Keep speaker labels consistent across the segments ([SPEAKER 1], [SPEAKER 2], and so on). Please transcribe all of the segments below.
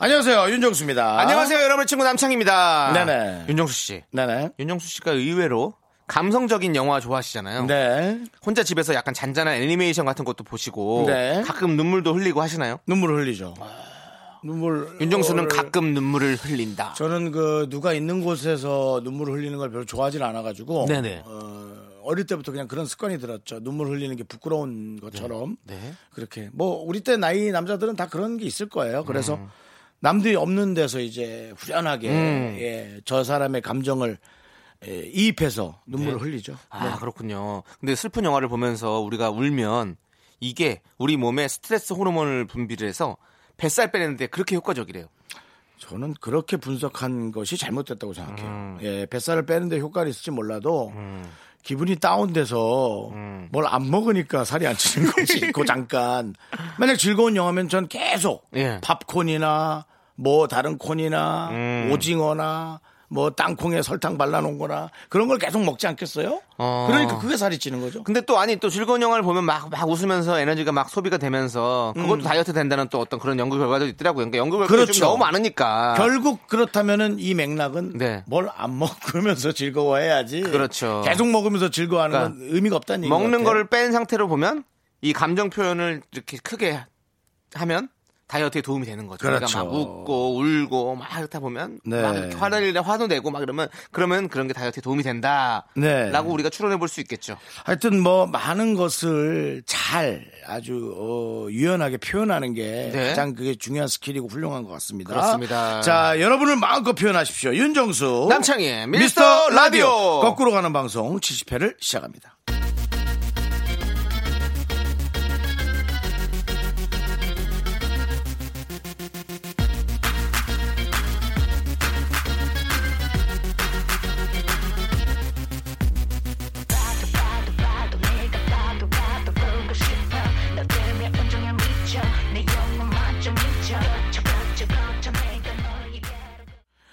[SPEAKER 1] 안녕하세요. 윤정수입니다.
[SPEAKER 2] 안녕하세요, 여러분의 친구 남창입니다.
[SPEAKER 1] 네네.
[SPEAKER 2] 윤정수 씨.
[SPEAKER 1] 네네.
[SPEAKER 2] 윤정수 씨가 의외로 감성적인 영화 좋아하시잖아요.
[SPEAKER 1] 네.
[SPEAKER 2] 혼자 집에서 약간 잔잔한 애니메이션 같은 것도 보시고
[SPEAKER 1] 네.
[SPEAKER 2] 가끔 눈물도 흘리고 하시나요?
[SPEAKER 1] 눈물을 흘리죠. 눈물.
[SPEAKER 2] 아, 윤정수는
[SPEAKER 1] 을-
[SPEAKER 2] 가끔 눈물을 흘린다.
[SPEAKER 1] 어, 저는 그 누가 있는 곳에서 눈물을 흘리는 걸 별로 좋아하진 않아가지고.
[SPEAKER 2] 네네.
[SPEAKER 1] 어, 어릴 때부터 그냥 그런 습관이 들었죠. 눈물 흘리는 게 부끄러운 것처럼.
[SPEAKER 2] 네.
[SPEAKER 1] 그렇게. 뭐, 우리 때 나이 남자들은 다 그런 게 있을 거예요. 그래서
[SPEAKER 2] 음.
[SPEAKER 1] 남들이 없는 데서 이제 후련하게,
[SPEAKER 2] 음.
[SPEAKER 1] 예, 저 사람의 감정을 예, 이입해서 눈물을 흘리죠.
[SPEAKER 2] 아 그렇군요. 근데 슬픈 영화를 보면서 우리가 울면 이게 우리 몸에 스트레스 호르몬을 분비를 해서 뱃살 빼는데 그렇게 효과적이래요.
[SPEAKER 1] 저는 그렇게 분석한 것이 잘못됐다고 생각해요.
[SPEAKER 2] 음.
[SPEAKER 1] 예, 뱃살을 빼는데 효과는 있을지 몰라도 기분이 다운돼서
[SPEAKER 2] 음.
[SPEAKER 1] 뭘 안 먹으니까 살이 안 찌는 거지. 그 잠깐. 만약 즐거운 영화면 전 계속
[SPEAKER 2] 예.
[SPEAKER 1] 팝콘이나 뭐 다른 콘이나
[SPEAKER 2] 음.
[SPEAKER 1] 오징어나 뭐 땅콩에 설탕 발라놓은 거나 그런 걸 계속 먹지 않겠어요?
[SPEAKER 2] 어.
[SPEAKER 1] 그러니까 그게 살이 찌는 거죠.
[SPEAKER 2] 근데 또 아니 또 즐거운 영화를 보면 막, 막 웃으면서 에너지가 막 소비가 되면서 그것도 다이어트 된다는 또 어떤 그런 연구 결과도 있더라고요. 그러니까 연구 결과가
[SPEAKER 1] 그렇죠.
[SPEAKER 2] 좀 너무 많으니까.
[SPEAKER 1] 결국 그렇다면은 이 맥락은
[SPEAKER 2] 아. 네.
[SPEAKER 1] 뭘 안 먹으면서 즐거워해야지.
[SPEAKER 2] 그렇죠. 그러니까
[SPEAKER 1] 계속 먹으면서 즐거워하는 건 의미가 없다는 얘기
[SPEAKER 2] 먹는
[SPEAKER 1] 같아요.
[SPEAKER 2] 거를 뺀 상태로 보면 이 감정 표현을 이렇게 크게 하면 다이어트에 도움이 되는 거죠. 그러니까
[SPEAKER 1] 그렇죠.
[SPEAKER 2] 막 웃고 울고 막 이렇다 보면
[SPEAKER 1] 네.
[SPEAKER 2] 막 이렇게 화를 내 화도 내고 막 이러면 그러면 그런 게 다이어트에 도움이 된다라고
[SPEAKER 1] 네.
[SPEAKER 2] 우리가 추론해 볼 수 있겠죠.
[SPEAKER 1] 하여튼 뭐 많은 것을 잘 아주 어, 유연하게 표현하는 게
[SPEAKER 2] 네.
[SPEAKER 1] 가장 그게 중요한 스킬이고 훌륭한 것 같습니다.
[SPEAKER 2] 그렇습니다.
[SPEAKER 1] 자, 여러분을 마음껏 표현하십시오. 윤정수
[SPEAKER 2] 남창희의 미스터 라디오.
[SPEAKER 1] 거꾸로 가는 방송 70회를 시작합니다.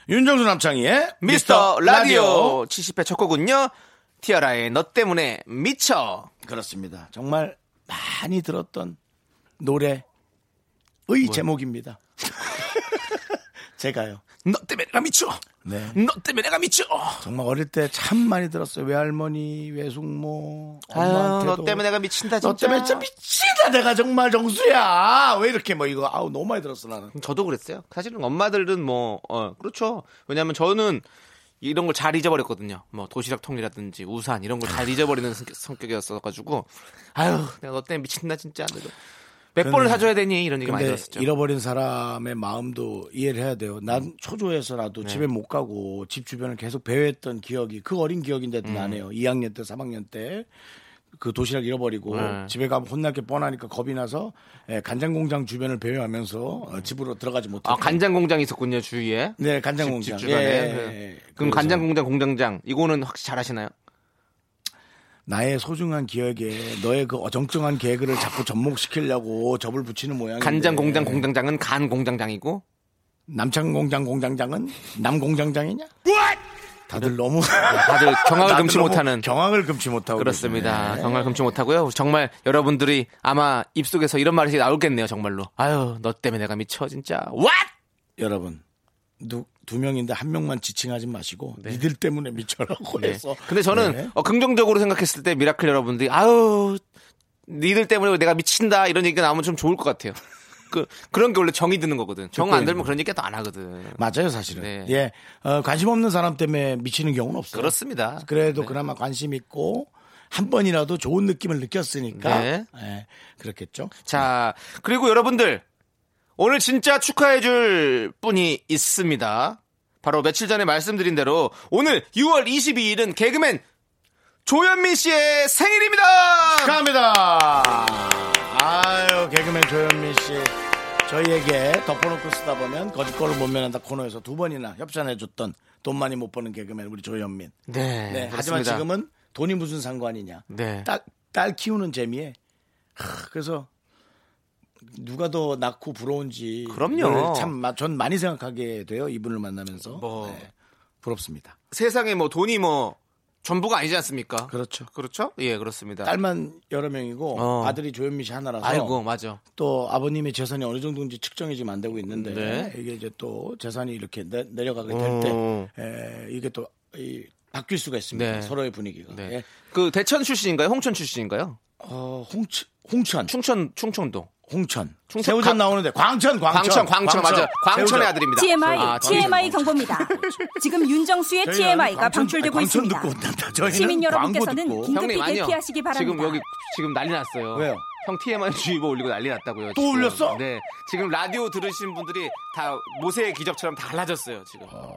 [SPEAKER 1] 윤정수 남창희의
[SPEAKER 2] 미스터 라디오 70회 첫 곡은요. 티아라의 너 때문에 미쳐.
[SPEAKER 1] 그렇습니다. 정말 많이 들었던 노래의
[SPEAKER 2] 뭐?
[SPEAKER 1] 제목입니다. 제가요.
[SPEAKER 2] 너 때문에 내가 미쳐.
[SPEAKER 1] 네.
[SPEAKER 2] 너 때문에 내가 미쳐.
[SPEAKER 1] 정말 어릴 때 참 많이 들었어요. 외할머니, 외숙모,
[SPEAKER 2] 아유,
[SPEAKER 1] 엄마한테도.
[SPEAKER 2] 너 때문에 내가 미친다 진짜.
[SPEAKER 1] 너 때문에 진짜 미친다 내가 정말 정수야. 왜 이렇게 뭐 이거 아우 너무 많이 들었어 나는.
[SPEAKER 2] 음, 저도 그랬어요. 사실은 엄마들은 뭐, 어, 그렇죠. 왜냐면 저는 이런 걸 잘 잊어버렸거든요. 뭐 도시락 통이라든지 우산 이런 걸 잘 잊어버리는 성격, 이었어가지고 아유, 내가 너 때문에 미친다 진짜. 내가 몇 번을 사줘야 되니 이런 얘기 많이
[SPEAKER 1] 근데
[SPEAKER 2] 들었었죠.
[SPEAKER 1] 잃어버린 사람의 마음도 이해를 해야 돼요. 난 초조해서 나도
[SPEAKER 2] 네.
[SPEAKER 1] 집에 못 가고 집 주변을 계속 배회했던 기억이 그 어린 기억인데도
[SPEAKER 2] 음.
[SPEAKER 1] 나네요. 2학년 때, 3학년 때. 그 도시락 잃어버리고
[SPEAKER 2] 네.
[SPEAKER 1] 집에 가면 혼날 게 뻔하니까 겁이 나서 예, 간장 공장 주변을 배회하면서 어, 집으로 들어가지 못했고
[SPEAKER 2] 음. 아 간장 공장 이 있었군요 주위에.
[SPEAKER 1] 네 간장 예.
[SPEAKER 2] 집
[SPEAKER 1] 공장
[SPEAKER 2] 주변에. 예, 그럼 간장 공장 공장장 이거는 확실히 잘하시나요?
[SPEAKER 1] 나의 소중한 기억에 너의 그 어정쩡한 개그를 자꾸 접목시키려고 접을 붙이는 모양인데
[SPEAKER 2] 간장 공장 공장장은 간 공장장이고
[SPEAKER 1] 남창 공장 공장장은 남 공장장이냐? 다들 너무
[SPEAKER 2] 다들 경악을
[SPEAKER 1] 다들
[SPEAKER 2] 금치
[SPEAKER 1] 너무
[SPEAKER 2] 못하는
[SPEAKER 1] 경악을 금치
[SPEAKER 2] 어,
[SPEAKER 1] 못하고
[SPEAKER 2] 그렇습니다.
[SPEAKER 1] 계시네.
[SPEAKER 2] 정말 금치 못하고요. 정말 여러분들이 아마 입속에서 이런 말이 나올겠네요. 정말로. 아유, 너 때문에 내가 미쳐 진짜. 왓!
[SPEAKER 1] 여러분 누, 두 명인데 한 명만 지칭하지 마시고 니들 때문에 미쳐라고
[SPEAKER 2] 네.
[SPEAKER 1] 해서
[SPEAKER 2] 근데 저는
[SPEAKER 1] 네.
[SPEAKER 2] 어, 긍정적으로 생각했을 때 미라클 여러분들이 아유, 니들 때문에 내가 미친다 이런 얘기가 나오면 좀 좋을 것 같아요. 그 그런 게 원래 정이 드는 거거든. 정 안 들면 그런 얘기도 안 하거든.
[SPEAKER 1] 맞아요 사실은
[SPEAKER 2] 네.
[SPEAKER 1] 예 어, 관심 없는 사람 때문에 미치는 경우는 없어요.
[SPEAKER 2] 그렇습니다. 네.
[SPEAKER 1] 그래도 그나마 관심 있고 한 번이라도 좋은 느낌을 느꼈으니까
[SPEAKER 2] 네.
[SPEAKER 1] 예, 그렇겠죠.
[SPEAKER 2] 자, 그리고 여러분들, 오늘 진짜 축하해줄 분이 있습니다. 바로 며칠 전에 말씀드린 대로 오늘 6월 22일은 개그맨 조현민 씨의 생일입니다!
[SPEAKER 1] 축하합니다. 아유 개그맨 조현민 씨 저희에게 덮어놓고 쓰다 보면 거짓거를 못 면한다 코너에서 두 번이나 협찬해줬던 돈 많이 못 버는 개그맨 우리 조현민.
[SPEAKER 2] 네.
[SPEAKER 1] 네,
[SPEAKER 2] 그렇습니다.
[SPEAKER 1] 하지만 지금은 돈이 무슨 상관이냐.
[SPEAKER 2] 네.
[SPEAKER 1] 딸, 딸 키우는 재미에. 하, 그래서 누가 더 낳고 부러운지.
[SPEAKER 2] 그럼요.
[SPEAKER 1] 참전 많이 생각하게 돼요. 이분을 만나면서.
[SPEAKER 2] 뭐.
[SPEAKER 1] 네, 부럽습니다.
[SPEAKER 2] 세상에 뭐 돈이 뭐 전부가 아니지 않습니까?
[SPEAKER 1] 그렇죠.
[SPEAKER 2] 그렇죠? 예, 그렇습니다.
[SPEAKER 1] 딸만 어. 여러 명이고
[SPEAKER 2] 어.
[SPEAKER 1] 아들이 조현미 씨 하나라서
[SPEAKER 2] 아이고, 맞아.
[SPEAKER 1] 또 아버님의 재산이 어느 정도인지 측정이 지금 안 되고 있는데
[SPEAKER 2] 네.
[SPEAKER 1] 이게 이제 또 재산이 이렇게 내, 내려가게
[SPEAKER 2] 오.
[SPEAKER 1] 될 때 이게 또 이, 바뀔 수가 있습니다.
[SPEAKER 2] 음. 네.
[SPEAKER 1] 서로의 분위기가.
[SPEAKER 2] 네.
[SPEAKER 1] 예.
[SPEAKER 2] 그 대천 출신인가요? 홍천 출신인가요?
[SPEAKER 1] 어, 홍천, 홍천,
[SPEAKER 2] 충천 충청도.
[SPEAKER 1] 홍천,
[SPEAKER 2] 충청-
[SPEAKER 1] 세우전
[SPEAKER 2] 광-
[SPEAKER 1] 나오는데 광천, 광천,
[SPEAKER 2] 광천, 광천, 맞아. 광천의
[SPEAKER 1] 세우전.
[SPEAKER 2] 아들입니다.
[SPEAKER 3] TMI,
[SPEAKER 2] 아,
[SPEAKER 3] TMI
[SPEAKER 1] 뭐,
[SPEAKER 3] 경보입니다. 지금 윤정수의
[SPEAKER 1] 저희는
[SPEAKER 3] TMI가
[SPEAKER 1] 광천-
[SPEAKER 3] 방출되고
[SPEAKER 1] 광천
[SPEAKER 3] 있습니다.
[SPEAKER 1] 듣고 온단다. 저희는
[SPEAKER 3] 시민
[SPEAKER 1] 광고
[SPEAKER 3] 여러분께서는
[SPEAKER 1] 듣고.
[SPEAKER 3] 긴-
[SPEAKER 2] 형님
[SPEAKER 3] 긴급히
[SPEAKER 2] 아니요.
[SPEAKER 3] 대피하시기 바랍니다.
[SPEAKER 2] 지금 여기 지금 난리 났어요.
[SPEAKER 1] 왜요?
[SPEAKER 2] 형 TMI 주의보 올리고 난리 났다고요.
[SPEAKER 1] 또
[SPEAKER 2] 지금.
[SPEAKER 1] 올렸어?
[SPEAKER 2] 네. 지금 라디오 들으신 분들이 다 모세의 기적처럼 다 달라졌어요, 지금. 이,
[SPEAKER 1] 아,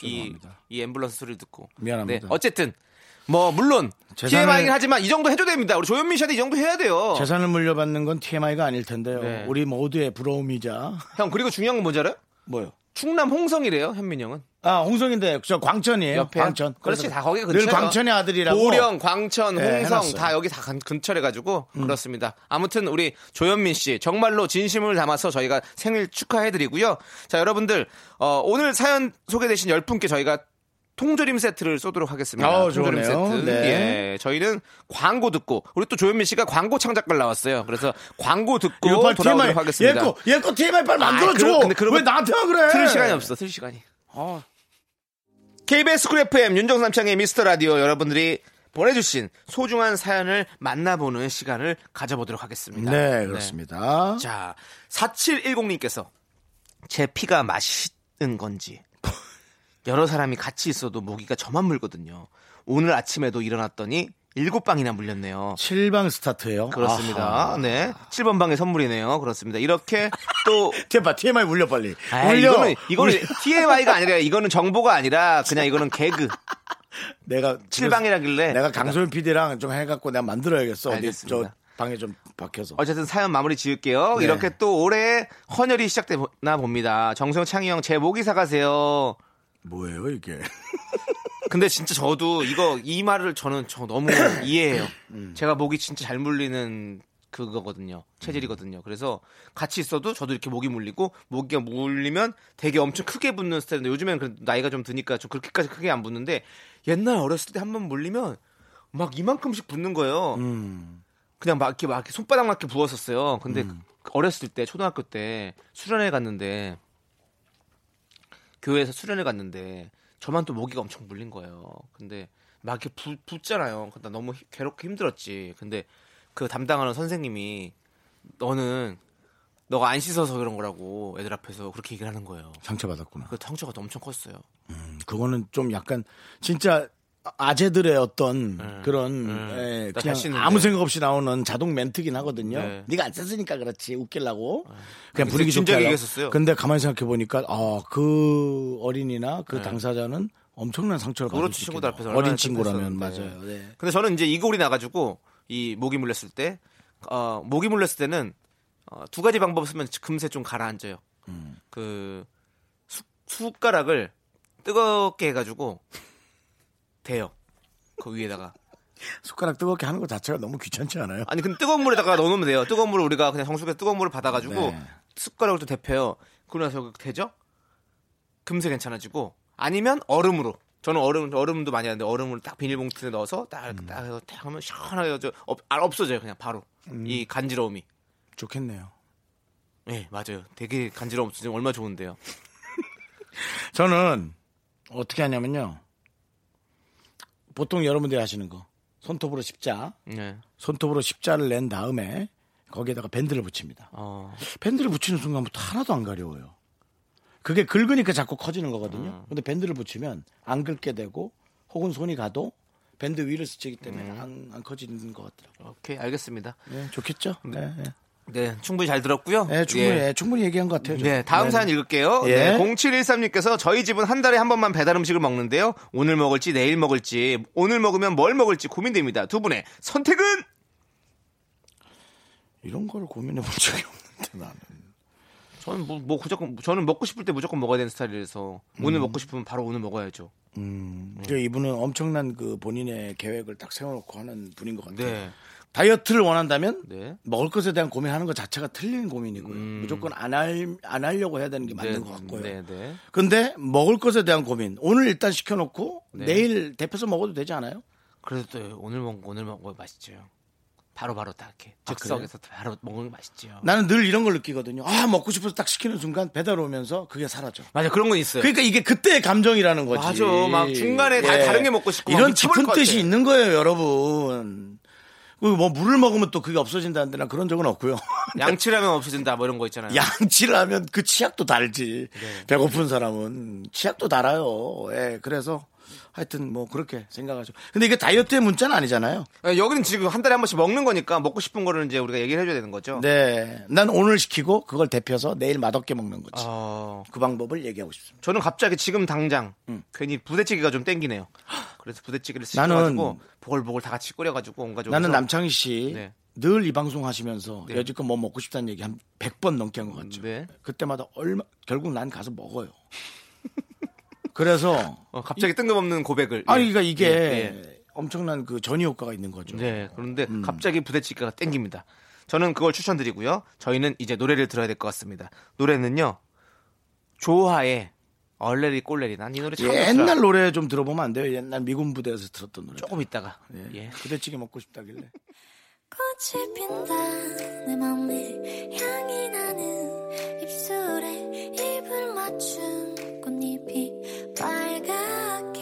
[SPEAKER 1] 죄송합니다.
[SPEAKER 2] 이 앰뷸런스 소리를 듣고.
[SPEAKER 1] 미안합니다.
[SPEAKER 2] 네, 어쨌든 뭐 물론
[SPEAKER 1] 재산을-
[SPEAKER 2] TMI긴 하지만 이 정도 해줘야 됩니다. 우리 조현민 씨한테 이 정도 해야 돼요.
[SPEAKER 1] 재산을 물려받는 건 TMI가 아닐 텐데요.
[SPEAKER 2] 네.
[SPEAKER 1] 우리 모두의 부러움이자
[SPEAKER 2] 형 그리고 중요한 건 뭔지 알아요?
[SPEAKER 1] 뭐요?
[SPEAKER 2] 충남 홍성이래요, 현민 형은.
[SPEAKER 1] 아 홍성인데 저 광천이에요.
[SPEAKER 2] 옆에
[SPEAKER 1] 광천.
[SPEAKER 2] 그렇지
[SPEAKER 1] 그래서
[SPEAKER 2] 다 거기
[SPEAKER 1] 늘
[SPEAKER 2] 근처.
[SPEAKER 1] 광천의 아들이라고.
[SPEAKER 2] 보령, 광천,
[SPEAKER 1] 네,
[SPEAKER 2] 홍성
[SPEAKER 1] 해놨어요.
[SPEAKER 2] 다 여기 다 근- 근처래 가지고 그렇습니다. 아무튼 우리 조현민 씨 정말로 진심을 담아서 저희가 생일 축하해 드리고요. 자, 여러분들 어, 오늘 사연 소개되신 10분께 저희가 통조림 세트를 쏘도록 하겠습니다.
[SPEAKER 1] 어,
[SPEAKER 2] 통조림
[SPEAKER 1] 좋네요.
[SPEAKER 2] 세트.
[SPEAKER 1] 네.
[SPEAKER 2] 예. 저희는 광고 듣고 우리 또 조현민 씨가 광고 창작가 나왔어요. 그래서 광고 듣고
[SPEAKER 1] 이거 빨리 TMI 예,
[SPEAKER 2] 돌아오도록 하겠습니다. 아,
[SPEAKER 1] 얘거 얘거 TMI 빨리 만들어줘.
[SPEAKER 2] 그러- 근데 그러면
[SPEAKER 1] 왜 나한테만 그래?
[SPEAKER 2] 틀 시간이 없어. 틀 시간이. KBS 쿨 FM 윤정삼창의 미스터 라디오 여러분들이 보내주신 소중한 사연을 만나보는 시간을 가져보도록 하겠습니다.
[SPEAKER 1] 네 그렇습니다.
[SPEAKER 2] 네. 자, 4710님께서 제 피가 맛있는 건지 여러 사람이 같이 있어도 모기가 저만 물거든요. 오늘 아침에도 일어났더니 일곱 방이나 물렸네요.
[SPEAKER 1] 칠방 스타트예요.
[SPEAKER 2] 그렇습니다.
[SPEAKER 1] 아하.
[SPEAKER 2] 네. 7번 방의 선물이네요. 그렇습니다. 이렇게 또
[SPEAKER 1] 제발 TMI 울려 빨리.
[SPEAKER 2] 아,
[SPEAKER 1] 울려.
[SPEAKER 2] 이거는, 이거는
[SPEAKER 1] 울려.
[SPEAKER 2] TMI가 아니라 이거는 정보가 아니라 그냥 이거는 개그.
[SPEAKER 1] 내가
[SPEAKER 2] 칠방이라길래 그러니까.
[SPEAKER 1] 내가 강소연 PD랑 좀 해갖고 내가 만들어야겠어. 어디 저
[SPEAKER 2] 알겠습니다.
[SPEAKER 1] 방에 좀 박혀서.
[SPEAKER 2] 어쨌든 사연 마무리 지을게요.
[SPEAKER 1] 네.
[SPEAKER 2] 이렇게 또 올해 헌혈이 시작되나 봅니다. 정성 창희 형 제 모기 사가세요.
[SPEAKER 1] 뭐예요 이게?
[SPEAKER 2] 근데 진짜 저도 이거 이 말을 저는 저 너무 이해해요. 제가 목이 진짜 잘 물리는 그거거든요. 체질이거든요. 그래서 같이 있어도 저도 이렇게 목이 물리고 모기가 물리면 되게 엄청 크게 붙는 스타일인데 요즘엔 그래도 나이가 좀 드니까 좀 그렇게까지 크게 안 붙는데 옛날 어렸을 때 한 번 물리면 막 이만큼씩 붙는 거예요. 그냥 막 이렇게 막 이렇게 손바닥만 이렇게 부었었어요. 근데 그 어렸을 때 초등학교 때 수련회 갔는데 교회에서 수련회 갔는데 저만 또 모기가 엄청 물린 거예요. 근데 막 이렇게 부, 붙잖아요. 근데 너무 히- 괴롭고 힘들었지. 근데 그 담당하는 선생님이 너는 너가 안 씻어서 그런 거라고 애들 앞에서 그렇게 얘기를 하는 거예요.
[SPEAKER 1] 상처 받았구나.
[SPEAKER 2] 그 상처가 엄청 컸어요.
[SPEAKER 1] 그거는 좀 약간 진짜 아재들의 어떤
[SPEAKER 2] 음.
[SPEAKER 1] 그런 예,
[SPEAKER 2] 나
[SPEAKER 1] 그냥
[SPEAKER 2] 자신 있는데.
[SPEAKER 1] 아무 생각 없이 나오는 자동 멘트긴 하거든요.
[SPEAKER 2] 네. 아,
[SPEAKER 1] 네가 안 썼으니까 그렇지 웃기려고 그냥 분위기 좋게
[SPEAKER 2] 진작에
[SPEAKER 1] 하려고.
[SPEAKER 2] 얘기했었어요.
[SPEAKER 1] 근데 가만히 생각해 보니까 아, 아그 어린이나 그 당사자는 엄청난 상처를 받을
[SPEAKER 2] 네. 그렇죠,
[SPEAKER 1] 수 있겠네요.
[SPEAKER 2] 친구들 앞에서 얼마나
[SPEAKER 1] 어린 친구라면
[SPEAKER 2] 슬펐었는데.
[SPEAKER 1] 맞아요. 네.
[SPEAKER 2] 근데 저는 이제 이골이 나가지고 이 모기 물렸을 때 어, 모기 물렸을 때는 어, 두 가지 방법 쓰면 금세 좀 가라앉아요. 그 수, 숟가락을 뜨겁게 해가지고 대요. 그 위에다가
[SPEAKER 1] 숟가락 뜨겁게 하는 것 자체가 너무 귀찮지 않아요?
[SPEAKER 2] 아니 근데 뜨거운 물에다가 넣어놓으면 돼요. 뜨거운 물을 우리가 그냥 정수기에 뜨거운 물을 받아가지고
[SPEAKER 1] 네.
[SPEAKER 2] 숟가락을 또 데펴요. 그러고 나서 되죠? 금세 괜찮아지고 아니면 얼음으로. 저는 얼음 얼음도 많이 하는데 얼음을 딱 비닐봉투에 넣어서 딱딱
[SPEAKER 1] 음.
[SPEAKER 2] 해서 딱 하면 시원하게 저 없, 아, 없어져요 그냥 바로
[SPEAKER 1] 음.
[SPEAKER 2] 이 간지러움이.
[SPEAKER 1] 좋겠네요.
[SPEAKER 2] 예 맞아요. 되게 간지러움 없어지면 얼마 나 좋은데요.
[SPEAKER 1] 저는 어떻게 하냐면요. 보통 여러분들이 하시는 거 손톱으로 씹자.
[SPEAKER 2] 네.
[SPEAKER 1] 손톱으로 십자를 낸 다음에 거기에다가 밴드를 붙입니다.
[SPEAKER 2] 어.
[SPEAKER 1] 밴드를 붙이는 순간부터 하나도 안 가려워요. 그게 긁으니까 자꾸 커지는
[SPEAKER 2] 음.
[SPEAKER 1] 거거든요. 근데 밴드를 붙이면 안 긁게 되고 혹은 손이 가도 밴드 위를 스치기 때문에
[SPEAKER 2] 음.
[SPEAKER 1] 안, 안 커지는 것 같더라고요.
[SPEAKER 2] 오케이 알겠습니다.
[SPEAKER 1] 네, 좋겠죠? 네, 네.
[SPEAKER 2] 네 충분히 잘 들었고요.
[SPEAKER 1] 네, 충분히,
[SPEAKER 2] 예.
[SPEAKER 1] 예, 충분히 얘기한 것 같아요. 저는.
[SPEAKER 2] 네, 다음 사연 읽을게요.
[SPEAKER 1] 예.
[SPEAKER 2] 네, 0713님께서 저희 집은 한 달에 한 번만 배달 음식을 먹는데요. 오늘 먹을지 내일 먹을지 오늘 먹으면 뭘 먹을지 고민됩니다. 두 분의 선택은
[SPEAKER 1] 이런 걸 고민해 본 적이 없는데 나는.
[SPEAKER 2] 저는 뭐, 뭐 무조건 저는 먹고 싶을 때 무조건 먹어야 되는 스타일이라서 오늘 먹고 싶으면 바로 오늘 먹어야죠.
[SPEAKER 1] 그 이분은 엄청난 그 본인의 계획을 딱 세워놓고 하는 분인 것 같아요.
[SPEAKER 2] 네.
[SPEAKER 1] 다이어트를 원한다면
[SPEAKER 2] 네.
[SPEAKER 1] 먹을 것에 대한 고민하는 것 자체가 틀린 고민이고요. 무조건 안, 할, 안 하려고 해야 되는 게 맞는
[SPEAKER 2] 음. 네,
[SPEAKER 1] 것 같고요.
[SPEAKER 2] 네, 네.
[SPEAKER 1] 근데 먹을 것에 대한 고민 오늘 일단 시켜놓고
[SPEAKER 2] 네.
[SPEAKER 1] 내일 데펴서 먹어도 되지 않아요?
[SPEAKER 2] 그래도 또 오늘 먹 오늘 먹어 맛있죠. 바로 바로 딱 이렇게
[SPEAKER 1] 아,
[SPEAKER 2] 즉석에서 바로 먹으면 맛있죠.
[SPEAKER 1] 나는 늘 이런 걸 느끼거든요. 아 먹고 싶어서 딱 시키는 순간 배달 오면서 그게 사라져.
[SPEAKER 2] 맞아 그런 건 있어요.
[SPEAKER 1] 그러니까 이게 그때의 감정이라는 거지.
[SPEAKER 2] 네.
[SPEAKER 1] 예.
[SPEAKER 2] 맞아. 막 중간에 다 다른 게 먹고 싶고 막
[SPEAKER 1] 이런
[SPEAKER 2] 미쳐버릴
[SPEAKER 1] 깊은
[SPEAKER 2] 것
[SPEAKER 1] 뜻이
[SPEAKER 2] 같아.
[SPEAKER 1] 있는 거예요, 여러분. 그리고 뭐 물을 먹으면 또 그게 없어진다는데 난 그런 적은 없고요.
[SPEAKER 2] 양치라면 없어진다 뭐 이런 거 있잖아요.
[SPEAKER 1] 양치를 하면 그 치약도 달지.
[SPEAKER 2] 네.
[SPEAKER 1] 배고픈 사람은 치약도 달아요. 예, 그래서 하여튼 뭐 그렇게 생각하죠. 근데 이게 다이어트의 문자는 아니잖아요.
[SPEAKER 2] 아, 여기는 지금 한 달에 한 번씩 먹는 거니까 먹고 싶은 거를 이제 우리가 얘기를 해줘야 되는 거죠.
[SPEAKER 1] 네. 난 오늘 시키고 그걸 데펴서 내일 맛없게 먹는 거지.
[SPEAKER 2] 어,
[SPEAKER 1] 그 방법을 얘기하고 싶습니다.
[SPEAKER 2] 저는 갑자기 지금 당장 괜히 부대찌개가 좀 땡기네요. 그래서 부대찌개를
[SPEAKER 1] 음. 나는-
[SPEAKER 2] 시켜가지고 보글보글 다 같이 끓여가지고 온가 좀.
[SPEAKER 1] 나는 남창희 씨.
[SPEAKER 2] 네.
[SPEAKER 1] 늘 이 방송 하시면서
[SPEAKER 2] 네.
[SPEAKER 1] 여지껏 뭐 먹고 싶다는 얘기 한 100번 넘게 한 것 같죠.
[SPEAKER 2] 네.
[SPEAKER 1] 그때마다 얼마 결국 난 가서 먹어요. 그래서
[SPEAKER 2] 어, 갑자기 뜬금없는 고백을.
[SPEAKER 1] 아니
[SPEAKER 2] 예.
[SPEAKER 1] 그러니까 이게
[SPEAKER 2] 예,
[SPEAKER 1] 엄청난 그 전이 효과가 있는 거죠.
[SPEAKER 2] 예. 네, 그런데
[SPEAKER 1] 음.
[SPEAKER 2] 갑자기 부대찌개가 땡깁니다. 저는 그걸 추천드리고요. 저희는 이제 노래를 들어야 될 것 같습니다. 노래는요. 조하의 얼레리 꼴레리. 난 이 노래 참 좋더라.
[SPEAKER 1] 옛날 노래 좀 들어보면 안 돼요. 옛날 미군 부대에서 들었던 노래.
[SPEAKER 2] 조금 있다가.
[SPEAKER 1] 예.
[SPEAKER 2] 예.
[SPEAKER 1] 부대찌개 먹고 싶다길래.
[SPEAKER 4] 꽃이 핀다 내 맘에 향이 나는 입술에 입을 맞춘 꽃잎이 빨갛게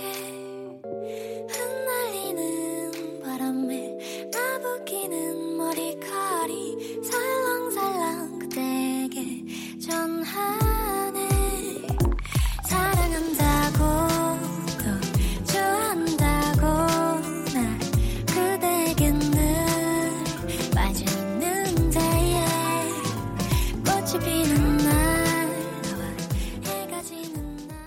[SPEAKER 4] 흩날리는 바람에 나부끼는 머리칼이 살랑살랑 그대에게 전하네 사랑한다고 또 좋아한다고 날 그대에게 늘 빠졌는데 꽃이 피는 날 나와 해가 지는 날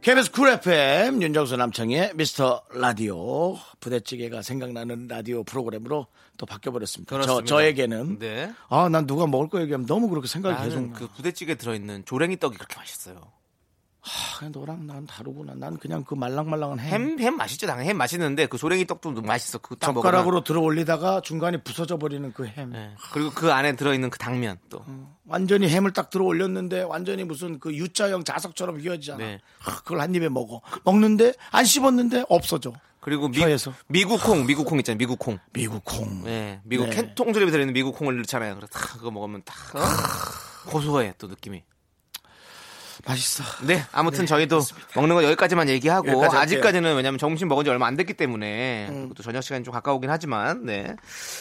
[SPEAKER 1] KBS 쿨 FM 윤정수 남창희의 미스터 라디오 부대찌개가 생각나는 라디오 프로그램으로 또 바뀌어버렸습니다.
[SPEAKER 2] 그렇습니다.
[SPEAKER 1] 저, 저에게는
[SPEAKER 2] 네.
[SPEAKER 1] 아 난 누가 먹을 거 얘기하면 너무 그렇게 생각이 계속
[SPEAKER 2] 나는
[SPEAKER 1] 나.
[SPEAKER 2] 그 부대찌개 들어있는 조랭이 떡이 그렇게 맛있어요.
[SPEAKER 1] 아, 그냥 너랑 난 다르구나. 난 그냥 그 말랑말랑한 햄,
[SPEAKER 2] 햄, 햄 맛있죠. 당연히 햄 맛있는데 그 조랭이 떡도 너무 맛있어. 그거 딱 먹으면.
[SPEAKER 1] 젓가락으로 들어 올리다가 중간에 부서져 버리는 그 햄.
[SPEAKER 2] 예. 그리고 그 안에 들어있는 그 당면 또.
[SPEAKER 1] 음. 완전히 햄을 딱 들어 올렸는데 완전히 무슨 그 U자형 자석처럼 휘어지잖아.
[SPEAKER 2] 네.
[SPEAKER 1] 아, 그걸 한 입에 먹어. 먹는데 안 씹었는데 없어져.
[SPEAKER 2] 그리고 미,
[SPEAKER 1] 혀에서.
[SPEAKER 2] 미국 콩, 미국 콩 있잖아요. 미국 콩.
[SPEAKER 1] 미국 콩.
[SPEAKER 2] 예, 미국
[SPEAKER 1] 네.
[SPEAKER 2] 캔 통조림에 들어있는 미국 콩을 넣잖아요. 그래서 탁 그거 먹으면 딱 어? 고소해 또 느낌이.
[SPEAKER 1] 맛있어.
[SPEAKER 2] 네, 아무튼 저희도 먹는 거 여기까지만 얘기하고
[SPEAKER 1] 예, 여기까지 할게요. 음.
[SPEAKER 2] 아직까지는 왜냐면 점심 먹은 지 얼마 안 됐기 때문에 그리고 또 저녁 시간이 좀 가까우긴 하지만 네.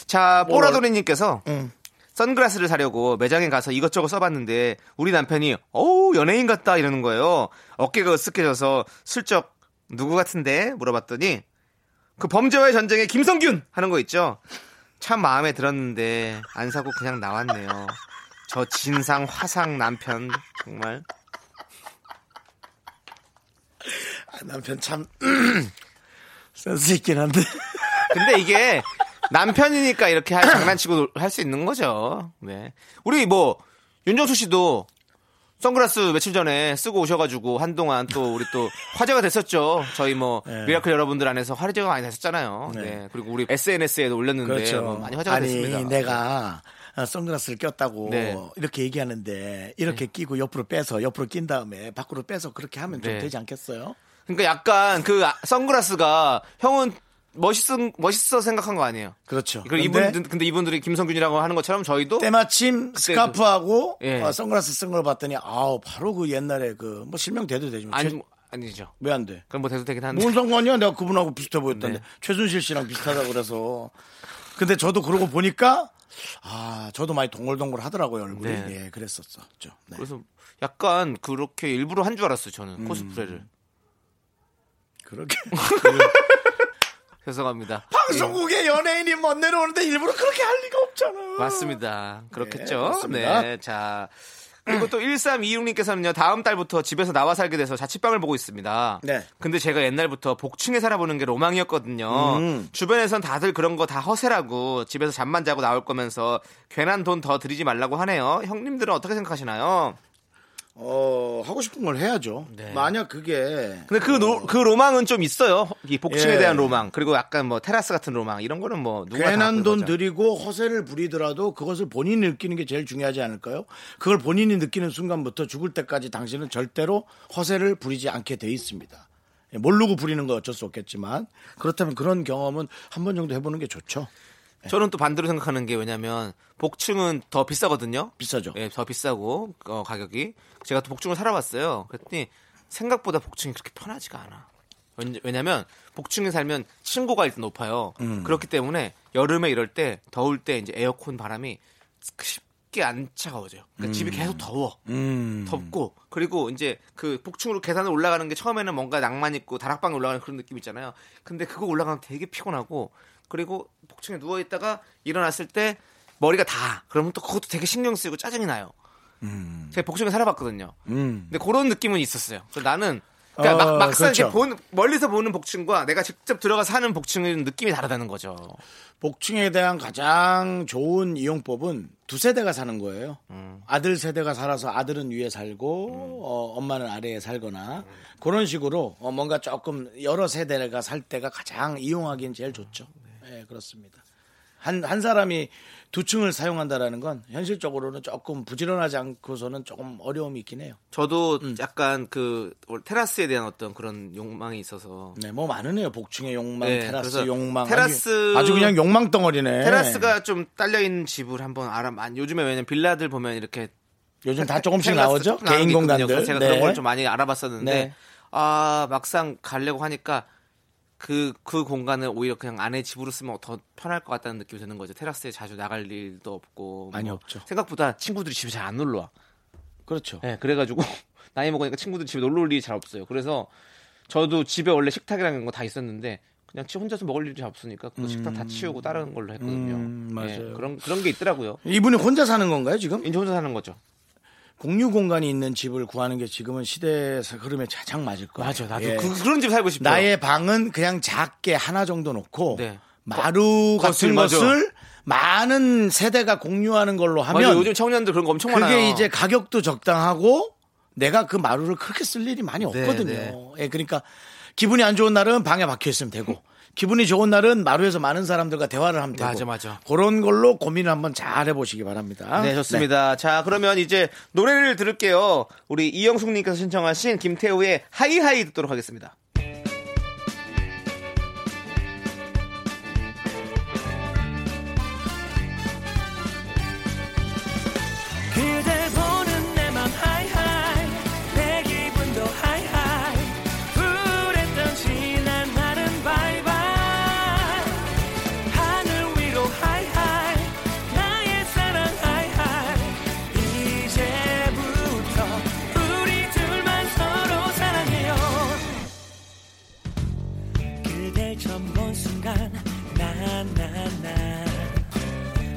[SPEAKER 2] 자 뽀라도리님께서
[SPEAKER 1] 음.
[SPEAKER 2] 선글라스를 사려고 매장에 가서 이것저것 써봤는데 우리 남편이 어우 연예인 같다 이러는 거예요. 어깨가 으쓱해져서 슬쩍 누구 같은데 물어봤더니 그 범죄와의 전쟁의 김성균 하는 거 있죠. 참 마음에 들었는데 안 사고 그냥 나왔네요. 저 진상 화상 남편 정말
[SPEAKER 1] 아, 남편 참 음. 센스 있긴 한데.
[SPEAKER 2] 근데 이게 남편이니까 이렇게 할- 장난치고 할 수 있는 거죠. 네. 우리 뭐 윤정수 씨도 선글라스 며칠 전에 쓰고 오셔가지고 한동안 또 우리 또 화제가 됐었죠. 저희 뭐
[SPEAKER 1] 네.
[SPEAKER 2] 미라클 여러분들 안에서 화제가 많이 됐었잖아요.
[SPEAKER 1] 네.
[SPEAKER 2] 네. 그리고 우리 SNS에도 올렸는데
[SPEAKER 1] 그렇죠.
[SPEAKER 2] 뭐 많이 화제가
[SPEAKER 1] 아니
[SPEAKER 2] 됐습니다.
[SPEAKER 1] 내가 아, 선글라스를 꼈다고
[SPEAKER 2] 네.
[SPEAKER 1] 이렇게 얘기하는데 이렇게 끼고 옆으로 빼서 옆으로 낀 다음에 밖으로 빼서 그렇게 하면 좀
[SPEAKER 2] 네.
[SPEAKER 1] 되지 않겠어요?
[SPEAKER 2] 그러니까 약간 그 아- 선글라스가 형은 멋있은 멋있어 생각한 거 아니에요.
[SPEAKER 1] 그렇죠.
[SPEAKER 2] 그리고 이분 근데 이분들이 김성균이라고 하는 것처럼 저희도
[SPEAKER 1] 때마침 스카프하고
[SPEAKER 2] 그- 예.
[SPEAKER 1] 어, 선글라스 쓴 걸 봤더니 아우 바로 그 옛날에 그 뭐 실명 돼도 되지만
[SPEAKER 2] 아니 뭐- 아니죠.
[SPEAKER 1] 왜안 돼?
[SPEAKER 2] 그럼 뭐 돼도 되긴 한데.
[SPEAKER 1] 뭔 상관이야? 내가 그분하고 비슷해 보였던데
[SPEAKER 2] 네.
[SPEAKER 1] 최순실 씨랑 비슷하다 그래서 근데 저도 그러고 보니까 아 저도 많이 동글동글 하더라고요 얼굴이
[SPEAKER 2] 네.
[SPEAKER 1] 예 그랬었었죠. 네.
[SPEAKER 2] 그래서 약간 그렇게 일부러 한 줄 알았어요 저는
[SPEAKER 1] 음.
[SPEAKER 2] 코스프레를
[SPEAKER 1] 그렇게
[SPEAKER 2] 죄송합니다
[SPEAKER 1] 방송국에 연예인이 못 내려오는데 일부러 그렇게 할 리가 없잖아. 네,
[SPEAKER 2] 맞습니다 그렇겠죠 네,
[SPEAKER 1] 그렇습니다.
[SPEAKER 2] 네자 그리고 또 1326님께서는요, 다음 달부터 집에서 나와 살게 돼서 자취방을 보고 있습니다.
[SPEAKER 1] 네.
[SPEAKER 2] 근데 제가 옛날부터 복층에 살아보는 게 로망이었거든요.
[SPEAKER 1] 음.
[SPEAKER 2] 주변에선 다들 그런 거 다 허세라고 집에서 잠만 자고 나올 거면서 괜한 돈 더 들이지 말라고 하네요. 형님들은 어떻게 생각하시나요?
[SPEAKER 1] 어, 하고 싶은 걸 해야죠. 만약 그게
[SPEAKER 2] 근데 그, 노- 그 로망은 좀 있어요. 이 복층에
[SPEAKER 1] 어. 예.
[SPEAKER 2] 대한 로망. 그리고 약간 뭐 테라스 같은 로망. 이런 거는 뭐 누구나 다 갖고
[SPEAKER 1] 괜한
[SPEAKER 2] 있는
[SPEAKER 1] 돈
[SPEAKER 2] 거죠.
[SPEAKER 1] 들이고 허세를 부리더라도 그것을 본인이 느끼는 게 제일 중요하지 않을까요? 그걸 본인이 느끼는 순간부터 죽을 때까지 당신은 절대로 허세를 부리지 않게 돼 있습니다. 예, 모르고 부리는 건 어쩔 수 없겠지만 그렇다면 그런 경험은 한 번 정도 해보는 게 좋죠.
[SPEAKER 2] 네. 저는 또 반대로 생각하는 게 왜냐면 복층은 더 비싸거든요.
[SPEAKER 1] 비싸죠.
[SPEAKER 2] 예, 더 비싸고 어, 가격이 제가 또 복층을 살아봤어요. 그랬더니 생각보다 복층이 그렇게 편하지가 않아. 왠- 왜냐면 복층에 살면 층고가 일단 높아요.
[SPEAKER 1] 음.
[SPEAKER 2] 그렇기 때문에 여름에 이럴 때 더울 때 이제 에어컨 바람이 쉽게 안 차가워져요. 그러니까
[SPEAKER 1] 음.
[SPEAKER 2] 집이 계속 더워. 덥고 그리고 이제 그 복층으로 계단을 올라가는 게 처음에는 뭔가 낭만 있고 다락방에 올라가는 그런 느낌 있잖아요. 근데 그거 올라가면 되게 피곤하고 그리고 복층에 누워 있다가 일어났을 때 머리가 다 그러면 또 그것도 되게 신경 쓰이고 짜증이 나요.
[SPEAKER 1] 음.
[SPEAKER 2] 제가 복층에 살아봤거든요. 근데 그런 느낌은 있었어요. 그래서 나는 그러니까
[SPEAKER 1] 어,
[SPEAKER 2] 막, 막상 이렇게
[SPEAKER 1] 그렇죠.
[SPEAKER 2] 본- 멀리서 보는 복층과 내가 직접 들어가 사는 복층은 느낌이 다르다는 거죠.
[SPEAKER 1] 복층에 대한 가장 좋은 이용법은 두 세대가 사는 거예요. 아들 세대가 살아서 아들은 위에 살고 어, 엄마는 아래에 살거나 그런 식으로 어, 뭔가 조금 여러 세대가 살 때가 가장 이용하기엔 제일 좋죠. 네, 그렇습니다. 한, 한 사람이 두 층을 사용한다라는 건 현실적으로는 조금 부지런하지 않고서는 조금 어려움이 있긴 해요.
[SPEAKER 2] 저도
[SPEAKER 1] 음.
[SPEAKER 2] 약간 그 테라스에 대한 어떤 그런 욕망이 있어서
[SPEAKER 1] 네, 뭐 많으네요. 복층의 욕망,
[SPEAKER 2] 네,
[SPEAKER 1] 테라스
[SPEAKER 2] 그래서
[SPEAKER 1] 욕망. 아주,
[SPEAKER 2] 테라스-
[SPEAKER 1] 아주 그냥 욕망 덩어리네.
[SPEAKER 2] 테라스가 좀 딸려 있는 집을 한번 알아. 많이- 요즘에 왜냐면 빌라들 보면 이렇게
[SPEAKER 1] 요즘 다 조금씩
[SPEAKER 2] 테라스
[SPEAKER 1] 나오죠?
[SPEAKER 2] 조금 나오는
[SPEAKER 1] 개인
[SPEAKER 2] 게 있거든요.
[SPEAKER 1] 공간들.
[SPEAKER 2] 그래서 제가
[SPEAKER 1] 네.
[SPEAKER 2] 그런 걸 좀 많이 알아봤었는데
[SPEAKER 1] 네.
[SPEAKER 2] 아 막상 가려고 하니까 그 그 공간을 오히려 그냥 안에 집으로 쓰면 더 편할 것 같다는 느낌이 드는 거죠. 테라스에 자주 나갈 일도 없고 뭐
[SPEAKER 1] 많이 없죠.
[SPEAKER 2] 생각보다 친구들이 집에 잘 안 놀러 와.
[SPEAKER 1] 그렇죠.
[SPEAKER 2] 네, 그래가지고 나이 먹으니까 친구들 집에 놀러 올 일이 잘 없어요. 그래서 저도 집에 원래 식탁이라는 거 다 있었는데 그냥 치 혼자서 먹을 일이 잘 없으니까 그 식탁 다 치우고 다른 걸로 했거든요.
[SPEAKER 1] 음,
[SPEAKER 2] 네,
[SPEAKER 1] 맞아요.
[SPEAKER 2] 그런 그런 게 있더라고요.
[SPEAKER 1] 이분이 혼자 사는 건가요 지금?
[SPEAKER 2] 이제 혼자 사는 거죠.
[SPEAKER 1] 공유 공간이 있는 집을 구하는 게 지금은 시대의 흐름에 가장 맞을 거예요. 예.
[SPEAKER 2] 그, 런집 살고 싶어요.
[SPEAKER 1] 나의 방은 그냥 작게 하나 정도 놓고
[SPEAKER 2] 네.
[SPEAKER 1] 마루 같은
[SPEAKER 2] 거실, 맞아.
[SPEAKER 1] 것을 많은 세대가 공유하는 걸로 하면
[SPEAKER 2] 맞아요. 요즘 청년들 그런 거 엄청
[SPEAKER 1] 그게
[SPEAKER 2] 많아요.
[SPEAKER 1] 이제 가격도 적당하고 내가 그 마루를 크게 쓸 일이 많이 없거든요.
[SPEAKER 2] 네.
[SPEAKER 1] 예, 그러니까 기분이 안 좋은 날은 방에 박혀 있으면 되고 기분이 좋은 날은 마루에서 많은 사람들과 대화를 하면 되고
[SPEAKER 2] 맞아, 맞아.
[SPEAKER 1] 그런 걸로 고민을 한번 잘 해보시기 바랍니다.
[SPEAKER 2] 네, 좋습니다. 자, 그러면 이제 노래를 들을게요. 우리 이영숙님께서 신청하신 김태우의 하이하이 듣도록 하겠습니다.
[SPEAKER 5] 그댈 보는 내 맘 하이하이 내 기분도 하이하이 불했던 지난 날은 바이바이 하늘 위로 하이하이 나의 사랑 하이하이 이제부터 우리 둘만 서로 사랑해요 그댈 처음 본 순간 나나나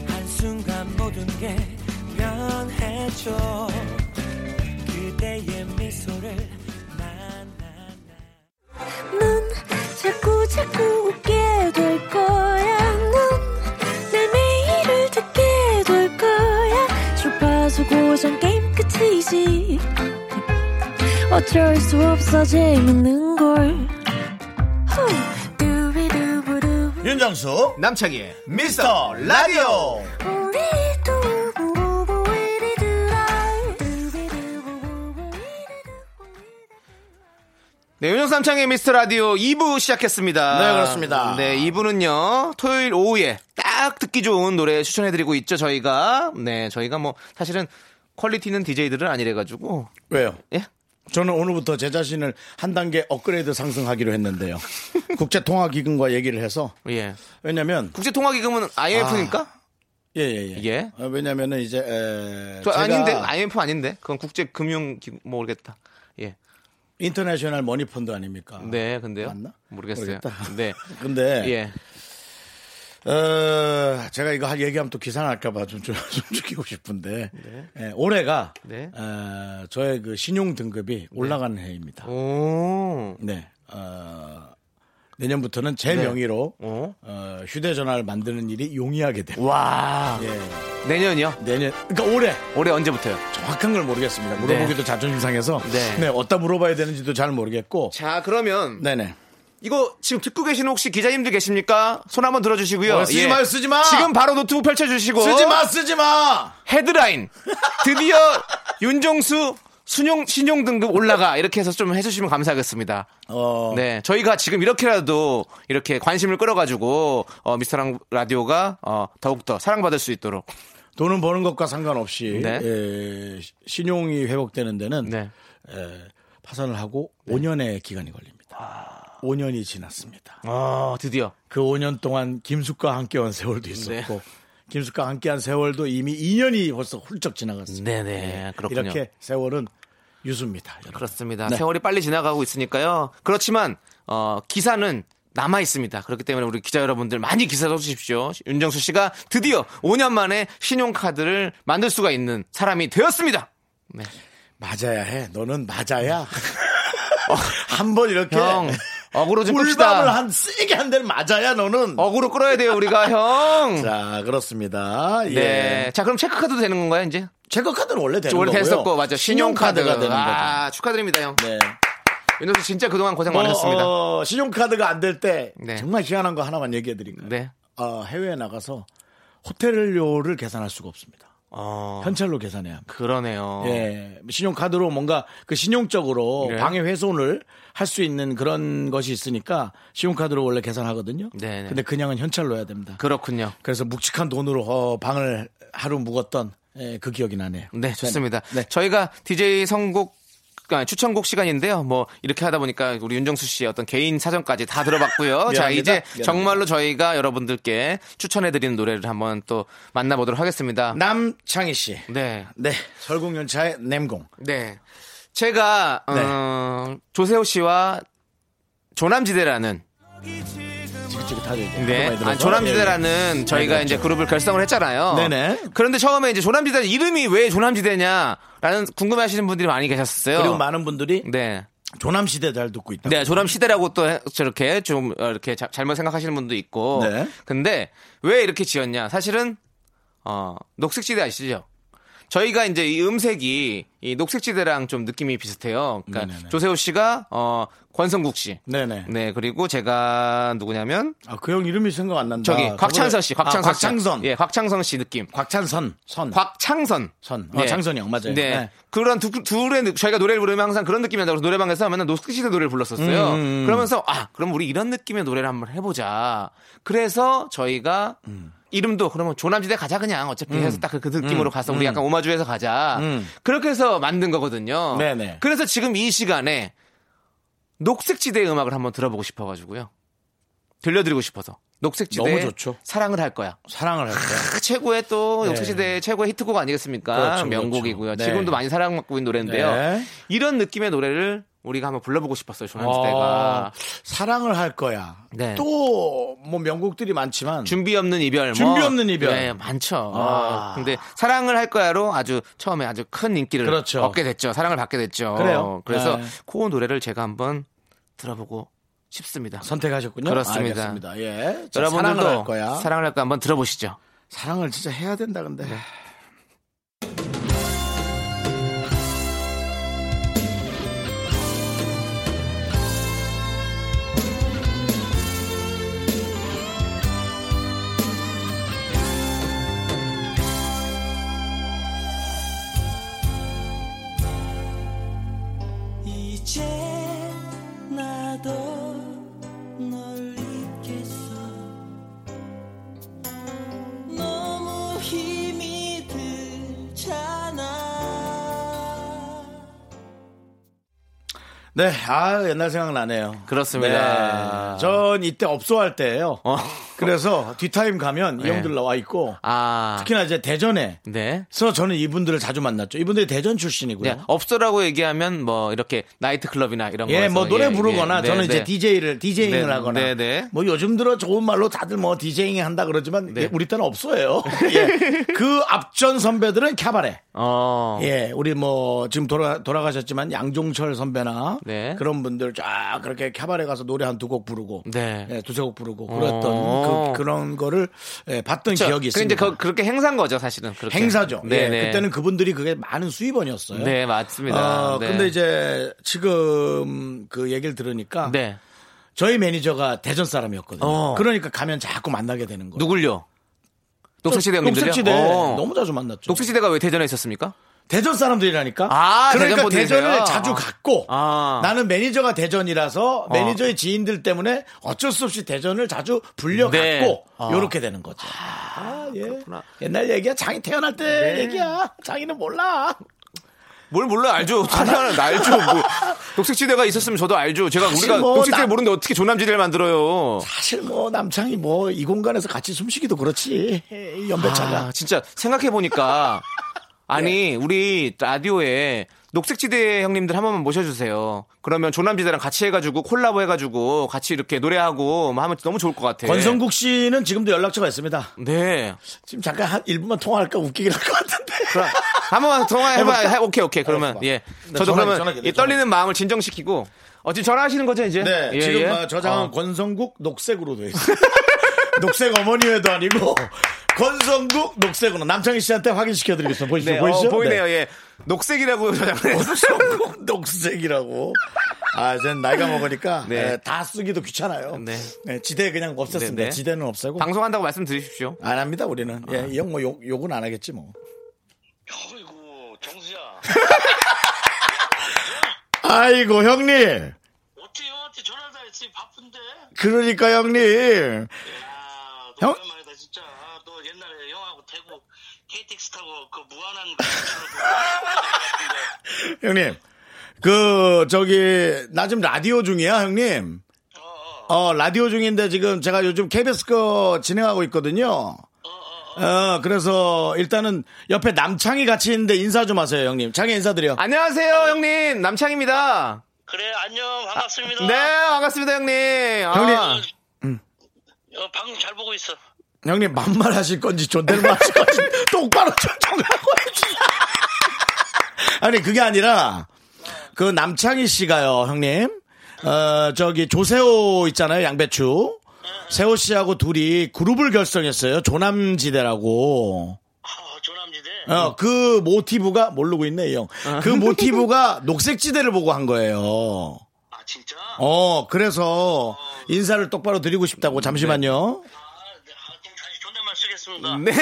[SPEAKER 5] 한순간 모든 게 변했죠 그대의 미소를 만나
[SPEAKER 6] 넌 자꾸 자꾸 웃게 될 거야. 넌내 매일을 듣게 될 거야. 주파수 고정 게임 끝이지. 어쩔 수 없어 재밌는 걸. 후. 두비두부두.
[SPEAKER 1] 윤정수
[SPEAKER 2] 남창희의
[SPEAKER 1] 미스터 라디오
[SPEAKER 6] 우리 두부부부 우리 두라. 두비두부부부 우리 두라.
[SPEAKER 2] 네, 윤정삼창의 미스터 라디오 2부 시작했습니다.
[SPEAKER 1] 네, 그렇습니다.
[SPEAKER 2] 네, 2부는요, 토요일 오후에 딱 듣기 좋은 노래 추천해드리고 있죠, 저희가. 네, 저희가 뭐, 사실은 퀄리티 있는 DJ들은 아니래가지고.
[SPEAKER 1] 왜요?
[SPEAKER 2] 예?
[SPEAKER 1] 저는 오늘부터 제 자신을 한 단계 업그레이드 상승하기로 했는데요. 국제통화기금과 얘기를 해서
[SPEAKER 2] 예.
[SPEAKER 1] 왜냐면
[SPEAKER 2] 국제통화기금은
[SPEAKER 1] 아,
[SPEAKER 2] IMF니까?
[SPEAKER 1] 예예예. 어,
[SPEAKER 2] 예?
[SPEAKER 1] 왜냐면은 이제 에,
[SPEAKER 2] 저
[SPEAKER 1] 네, 제가
[SPEAKER 2] 아닌데, IMF 아닌데? 그건 국제금융기금, 모르겠다. 예.
[SPEAKER 1] 인터내셔널 머니펀드 아닙니까?
[SPEAKER 2] 네, 예. 근데요. 네.
[SPEAKER 1] 맞나? 네.
[SPEAKER 2] 모르겠어요.
[SPEAKER 1] 모르겠다.
[SPEAKER 2] 네.
[SPEAKER 1] 근데
[SPEAKER 2] 예.
[SPEAKER 1] 어, 제가 이거 할 얘기하면 또 기사 날까봐 좀, 좀, 좀 죽이고 싶은데 예, 올해가
[SPEAKER 2] 네.
[SPEAKER 1] 어, 저의 그 신용 등급이 올라가는 해입니다.
[SPEAKER 2] 오.
[SPEAKER 1] 네. 어, 내년부터는 제 명의로
[SPEAKER 2] 어?
[SPEAKER 1] 어, 휴대전화를 만드는 일이 용이하게 됩니다.
[SPEAKER 2] 와.
[SPEAKER 1] 예.
[SPEAKER 2] 내년이요?
[SPEAKER 1] 내년 그러니까 올해
[SPEAKER 2] 올해 언제부터요?
[SPEAKER 1] 정확한 걸 모르겠습니다. 물어보기도 자존심 상해서
[SPEAKER 2] 네.
[SPEAKER 1] 네. 어디다 물어봐야 되는지도 잘 모르겠고
[SPEAKER 2] 자, 그러면
[SPEAKER 1] 네네.
[SPEAKER 2] 이거 지금 듣고 계신 혹시 기자님들 계십니까? 손 한번 들어주시고요. 예.
[SPEAKER 1] 어, 쓰지 마요, 쓰지 마!
[SPEAKER 2] 지금 바로 노트북 펼쳐주시고
[SPEAKER 1] 쓰지 마 쓰지 마.
[SPEAKER 2] 헤드라인 드디어 윤정수 순용 신용 등급 올라가 이렇게 해서 좀 해주시면 감사하겠습니다.
[SPEAKER 1] 어,
[SPEAKER 2] 네, 저희가 지금 이렇게라도 이렇게 관심을 끌어가지고 어, 미스터 라디오가 어, 더욱더 사랑받을 수 있도록
[SPEAKER 1] 돈은 버는 것과 상관없이
[SPEAKER 2] 네.
[SPEAKER 1] 에, 신용이 회복되는 데는
[SPEAKER 2] 네.
[SPEAKER 1] 에, 파산을 하고 5년의 기간이 걸립니다.
[SPEAKER 2] 아.
[SPEAKER 1] 5년이 지났습니다.
[SPEAKER 2] 어, 드디어
[SPEAKER 1] 그 5년 동안 김숙과 함께한
[SPEAKER 2] 네.
[SPEAKER 1] 세월도 있었고 김숙과 함께한 세월도 이미 2년이 벌써 훌쩍 지나갔습니다.
[SPEAKER 2] 네네 그렇군요.
[SPEAKER 1] 이렇게 세월은 유수입니다. 여러분.
[SPEAKER 2] 그렇습니다.
[SPEAKER 1] 네.
[SPEAKER 2] 세월이 빨리 지나가고 있으니까요. 그렇지만 어, 기사는 남아 있습니다. 그렇기 때문에 우리 기자 여러분들 많이 기사 써주십시오. 윤정수 씨가 드디어 5년 만에 신용카드를 만들 수가 있는 사람이 되었습니다. 네.
[SPEAKER 1] 맞아야 해. 너는 맞아야. 어, 한 번 이렇게
[SPEAKER 2] 형 어그로 좀
[SPEAKER 1] 꿀밤을
[SPEAKER 2] 끕시다.
[SPEAKER 1] 예. 한 세게 한 대를 맞아야 너는.
[SPEAKER 2] 어그로 끌어야 돼요 우리가 형.
[SPEAKER 1] 자 그렇습니다. 예.
[SPEAKER 2] 네. 자 그럼 체크카드도 되는 건가요 이제?
[SPEAKER 1] 체크카드는 원래 되는
[SPEAKER 2] 원래
[SPEAKER 1] 거고요.
[SPEAKER 2] 됐었고 맞아. 신용카드가
[SPEAKER 1] 신용카드가 되는
[SPEAKER 2] 아, 축하드립니다 형.
[SPEAKER 1] 거죠. 네.
[SPEAKER 2] 윤정수 씨 진짜 그동안 고생
[SPEAKER 1] 뭐,
[SPEAKER 2] 많으셨습니다.
[SPEAKER 1] 어, 신용카드가 안 될 때
[SPEAKER 2] 네.
[SPEAKER 1] 정말 희한한 거 하나만 얘기해 드릴까요?
[SPEAKER 2] 네.
[SPEAKER 1] 어, 해외에 나가서 호텔료를 계산할 수가 없습니다.
[SPEAKER 2] 어,
[SPEAKER 1] 현찰로 계산해야 합니다.
[SPEAKER 2] 그러네요.
[SPEAKER 1] 예, 신용카드로 뭔가 그 신용적으로
[SPEAKER 2] 어. 네.
[SPEAKER 1] 방해 훼손을 할 수 있는 그런 것이 있으니까 신용카드로 원래 계산하거든요.
[SPEAKER 2] 네네.
[SPEAKER 1] 근데 그냥은 현찰로 해야 됩니다.
[SPEAKER 2] 그렇군요.
[SPEAKER 1] 그래서 묵직한 돈으로 어, 방을 하루 묵었던 예, 그 기억이 나네요.
[SPEAKER 2] 네, 좋습니다.
[SPEAKER 1] 네.
[SPEAKER 2] 저희가 DJ 선곡 아, 추천곡 시간인데요. 뭐 이렇게 하다 보니까 우리 윤정수 씨의 어떤 개인 사정까지 다 들어봤고요. 자,
[SPEAKER 1] 미안합니다.
[SPEAKER 2] 이제
[SPEAKER 1] 미안합니다.
[SPEAKER 2] 정말로 저희가 여러분들께 추천해 드리는 노래를 한번 또 만나 보도록 하겠습니다.
[SPEAKER 1] 남창희 씨.
[SPEAKER 2] 네.
[SPEAKER 1] 네. 설국연차의 냄공.
[SPEAKER 2] 네. 제가 어,
[SPEAKER 1] 네.
[SPEAKER 2] 조세호 씨와 조남지대라는
[SPEAKER 1] 지긋지긋하죠. 이제.
[SPEAKER 2] 네.
[SPEAKER 1] 한꺼번에 들어서.
[SPEAKER 2] 아, 조남지대라는 저희가
[SPEAKER 1] 그렇죠.
[SPEAKER 2] 이제 그룹을 결성을 했잖아요.
[SPEAKER 1] 네네.
[SPEAKER 2] 그런데 처음에 이제 조남지대 이름이 왜 조남지대냐라는 궁금해 하시는 분들이 많이
[SPEAKER 1] 예,
[SPEAKER 2] 계셨어요.
[SPEAKER 1] 예. 그리고 많은 분들이
[SPEAKER 2] 네.
[SPEAKER 1] 조남시대 잘 듣고 있다.
[SPEAKER 2] 네, 조남 시대라고 또 해- 저렇게 좀 어, 이렇게 자- 잘못 생각하시는 분도 있고.
[SPEAKER 1] 네.
[SPEAKER 2] 근데 왜 이렇게 지었냐? 사실은 어, 녹색 시대 아시죠? 저희가 이제 이 음색이 이 녹색 시대랑 좀 느낌이 비슷해요. 그러니까
[SPEAKER 1] 네네네.
[SPEAKER 2] 조세호 씨가 어, 권성국 씨.
[SPEAKER 1] 네네.
[SPEAKER 2] 네, 그리고 제가 누구냐면
[SPEAKER 1] 아, 그 형 이름이 생각 안 난다.
[SPEAKER 2] 저기
[SPEAKER 1] 저번에-
[SPEAKER 2] 곽창선 씨, 곽창선.
[SPEAKER 1] 아, 곽창선.
[SPEAKER 2] 씨. 예, 곽창선 씨 느낌.
[SPEAKER 1] 곽찬선. 선.
[SPEAKER 2] 곽창선.
[SPEAKER 1] 선. 어, 창선이 형, 맞아요.
[SPEAKER 2] 네.
[SPEAKER 1] 네.
[SPEAKER 2] 그런 두, 둘의 느- 저희가 노래를 부르면 항상 그런 느낌이 난다고 그래서 노래방에서 하면 노스키시대 노래를
[SPEAKER 1] 음,
[SPEAKER 2] 불렀었어요. 그러면서 아 그럼 우리 이런 느낌의 노래를 한번 해보자. 그래서 저희가
[SPEAKER 1] 음.
[SPEAKER 2] 이름도 그러면 조남지대 가자 그냥 어차피 해서 딱 그 느낌으로 가서
[SPEAKER 1] 음.
[SPEAKER 2] 우리 약간 오마주에서 가자. 그렇게 해서 만든 거거든요.
[SPEAKER 1] 네네.
[SPEAKER 2] 그래서 지금 이 시간에 녹색지대의 음악을 한번 들어보고 싶어가지고요. 들려드리고 싶어서 녹색지대
[SPEAKER 1] 너무 좋죠.
[SPEAKER 2] 사랑을 할 거야.
[SPEAKER 1] 사랑을 할 거야.
[SPEAKER 2] 그 최고의 또 역사시대 의 최고의 히트곡 아니겠습니까?
[SPEAKER 1] 네. 그렇죠,
[SPEAKER 2] 명곡이고요.
[SPEAKER 1] 그렇죠. 네.
[SPEAKER 2] 지금도 많이 사랑받고 있는 노래인데요.
[SPEAKER 1] 네.
[SPEAKER 2] 이런 느낌의 노래를 우리가 한번 불러보고 싶었어요.
[SPEAKER 1] 어,
[SPEAKER 2] 조남지대가
[SPEAKER 1] 사랑을 할 거야.
[SPEAKER 2] 네.
[SPEAKER 1] 또 뭐 명곡들이 많지만
[SPEAKER 2] 준비 없는 이별, 뭐.
[SPEAKER 1] 준비 없는 이별.
[SPEAKER 2] 네, 많죠.
[SPEAKER 1] 아.
[SPEAKER 2] 근데 사랑을 할 거야로 아주 처음에 아주 큰 인기를
[SPEAKER 1] 그렇죠.
[SPEAKER 2] 얻게 됐죠. 사랑을 받게 됐죠.
[SPEAKER 1] 그래요.
[SPEAKER 2] 그래서
[SPEAKER 1] 네.
[SPEAKER 2] 그 노래를 제가 한번 들어보고 싶습니다.
[SPEAKER 1] 선택하셨군요.
[SPEAKER 2] 그렇습니다.
[SPEAKER 1] 알겠습니다. 예. 자,
[SPEAKER 2] 여러분들도
[SPEAKER 1] 사랑을 할 거야.
[SPEAKER 2] 사랑을 네. 할 거야 한번 들어보시죠.
[SPEAKER 1] 사랑을 진짜 해야 된다 근데.
[SPEAKER 7] 이제 나도 널 잊겠어 너무 힘이 들잖아
[SPEAKER 1] 네. 아, 옛날 생각나네요.
[SPEAKER 2] 그렇습니다.
[SPEAKER 1] 네. 전 이때 업소할 때예요.
[SPEAKER 2] 어.
[SPEAKER 1] 그래서 뒷타임 가면 이
[SPEAKER 2] 네.
[SPEAKER 1] 형들 나와 있고
[SPEAKER 2] 아,
[SPEAKER 1] 특히나 이제 대전에
[SPEAKER 2] 네.
[SPEAKER 1] 서 저는 이분들을 자주 만났죠. 이분들이 대전 출신이고요.
[SPEAKER 2] 네, 업소라고 얘기하면 뭐 이렇게 나이트 클럽이나 이런 거.
[SPEAKER 1] 예, 뭐 노래 부르거나
[SPEAKER 2] 네,
[SPEAKER 1] 저는
[SPEAKER 2] 네.
[SPEAKER 1] 이제 DJ를 DJ잉을
[SPEAKER 2] 네,
[SPEAKER 1] 하거나
[SPEAKER 2] 네, 네.
[SPEAKER 1] 뭐 요즘 들어 좋은 말로 다들 뭐 DJ잉 한다 그러지만
[SPEAKER 2] 네.
[SPEAKER 1] 예, 우리 때는 없어요. 예. 그 앞전 선배들은 캐바레.
[SPEAKER 2] 어.
[SPEAKER 1] 예, 우리 뭐 지금 돌아 돌아가셨지만 양종철 선배나
[SPEAKER 2] 네.
[SPEAKER 1] 그런 분들 쫙 그렇게 캐바레 가서 노래 한 두 곡 부르고
[SPEAKER 2] 네.
[SPEAKER 1] 예, 두세 곡 부르고 그랬던
[SPEAKER 2] 어.
[SPEAKER 1] 그, 런 거를 예, 봤던
[SPEAKER 2] 그렇죠.
[SPEAKER 1] 기억이
[SPEAKER 2] 근데
[SPEAKER 1] 있습니다.
[SPEAKER 2] 그, 그렇게 행사인 거죠, 사실은. 그렇게.
[SPEAKER 1] 행사죠.
[SPEAKER 2] 네,
[SPEAKER 1] 예,
[SPEAKER 2] 네.
[SPEAKER 1] 그때는 그분들이 그게 많은 수입원이었어요.
[SPEAKER 2] 네, 맞습니다.
[SPEAKER 1] 어,
[SPEAKER 2] 네.
[SPEAKER 1] 근데 이제 지금 그 얘기를 들으니까
[SPEAKER 2] 네.
[SPEAKER 1] 저희 매니저가 대전 사람이었거든요.
[SPEAKER 2] 어.
[SPEAKER 1] 그러니까 가면 자꾸 만나게 되는 거예요.
[SPEAKER 2] 누굴요? 녹색시대 형님들요?
[SPEAKER 1] 녹색지대
[SPEAKER 2] 어.
[SPEAKER 1] 너무 자주 만났죠.
[SPEAKER 2] 녹색시대가 왜 대전에 있었습니까?
[SPEAKER 1] 대전 사람들이라니까.
[SPEAKER 2] 아,
[SPEAKER 1] 그러니까
[SPEAKER 2] 대전 분들이세요?
[SPEAKER 1] 대전을 자주
[SPEAKER 2] 아.
[SPEAKER 1] 갔고
[SPEAKER 2] 아. 어.
[SPEAKER 1] 나는 매니저가 대전이라서 매니저의 지인들 때문에 어쩔 수 없이 대전을 자주 불려갔고
[SPEAKER 2] 네.
[SPEAKER 1] 요
[SPEAKER 2] 아. 네.
[SPEAKER 1] 이렇게 되는 거죠. 아, 예. 옛날 얘기야. 장이 태어날 때 얘기야. 장이는 몰라.
[SPEAKER 2] 뭘 몰라 알죠. 사실은 알죠. 뭐 녹색지대가 있었으면 저도 알죠. 제가
[SPEAKER 1] 사실
[SPEAKER 2] 우리가
[SPEAKER 1] 뭐
[SPEAKER 2] 녹색지대
[SPEAKER 1] 나-
[SPEAKER 2] 모르는데 어떻게 조남지대를 만들어요?
[SPEAKER 1] 사실 뭐 남창이 뭐 이 공간에서 같이 숨쉬기도 그렇지. 이 연배차가.
[SPEAKER 2] 아, 진짜 생각해 보니까 아니 우리 라디오에 녹색지대 형님들 한 번만 모셔주세요. 그러면 조남지대랑 같이 해가지고 콜라보 해가지고 같이 이렇게 노래하고 뭐 하면 너무 좋을 것 같아.
[SPEAKER 1] 권성국 씨는 지금도 연락처가 있습니다.
[SPEAKER 2] 네.
[SPEAKER 1] 지금 잠깐 한 1분만 통화할까 웃기긴 할 것 같은데.
[SPEAKER 2] 그럼 한번 통화해봐.
[SPEAKER 1] 해볼까?
[SPEAKER 2] 해, 오케이 오케이. 그러면
[SPEAKER 1] 알았어.
[SPEAKER 2] 예.
[SPEAKER 1] 나
[SPEAKER 2] 저도
[SPEAKER 1] 전화기,
[SPEAKER 2] 그러면
[SPEAKER 1] 전화기, 내
[SPEAKER 2] 이 떨리는 마음을 진정시키고 어 지금 전화하시는 거죠 이제?
[SPEAKER 1] 네,
[SPEAKER 2] 예,
[SPEAKER 1] 지금
[SPEAKER 2] 예.
[SPEAKER 1] 어, 저장은
[SPEAKER 2] 어.
[SPEAKER 1] 권성국 녹색으로 돼 있어요. 녹색 어머니회도 아니고 권성국 녹색으로 남창희 씨한테 확인시켜드리겠습니다. 보이시죠?
[SPEAKER 2] 네,
[SPEAKER 1] 보이시죠?
[SPEAKER 2] 어, 보이네요.
[SPEAKER 1] 네.
[SPEAKER 2] 예. 녹색이라고 저장을 해서.
[SPEAKER 1] 권성국 녹색이라고. 아, 전 나이가 먹으니까
[SPEAKER 2] 네.
[SPEAKER 1] 예, 다 쓰기도 귀찮아요.
[SPEAKER 2] 네.
[SPEAKER 1] 네, 지대 그냥 없앴습니다.
[SPEAKER 2] 네, 아. 네.
[SPEAKER 1] 지대는 없애고
[SPEAKER 2] 방송한다고 말씀드리십시오.
[SPEAKER 1] 안 합니다. 우리는 예, 이 형 뭐 욕, 욕은 안 하겠지 뭐.
[SPEAKER 5] 어이구 정수야
[SPEAKER 1] 아이고 형님.
[SPEAKER 5] 어떻게 형한테 전화를 다 했지 바쁜데
[SPEAKER 1] 그러니까 형님.
[SPEAKER 5] 야너
[SPEAKER 1] 형?
[SPEAKER 5] 오랜만이다 진짜 아, 너 옛날에 형하고 대구 KTX 타고 그 무한한 그 바쁜데.
[SPEAKER 1] 형님. 그 저기 나 지금 라디오 중이야 형님.
[SPEAKER 5] 어, 어,
[SPEAKER 1] 어, 라디오 중인데 지금 제가 요즘 KBS 거 진행하고 있거든요. 어, 그래서 일단은 옆에 남창이 같이 있는데 인사 좀 하세요, 형님. 창이 인사드려.
[SPEAKER 2] 안녕하세요, 형님. 남창입니다.
[SPEAKER 5] 그래 안녕 반갑습니다
[SPEAKER 2] 네, 반갑습니다, 형님. 아,
[SPEAKER 1] 형님.
[SPEAKER 5] 어, 방송 잘 보고 있어
[SPEAKER 1] 형님, 만말 하실 건지 존댓말 하실 건지 똑바로 정하고 해주세요. 아니, 그게 아니라 그 남창희 씨가요, 형님. 어, 저기 조세호 있잖아요, 양배추. 세호 씨하고 둘이 그룹을 결성했어요. 조남지대라고.
[SPEAKER 5] 어, 조남지대 아.
[SPEAKER 1] 어, 그 모티브가 모르고 있네, 이 형. 그 모티브가 녹색지대를 보고 한 거예요.
[SPEAKER 5] 아 진짜
[SPEAKER 1] 어, 그래서 인사를 똑바로 드리고 싶다고 잠시만요.
[SPEAKER 5] 아, 네, 아, 그럼 다시 존댓말 쓰겠습니다
[SPEAKER 2] 네.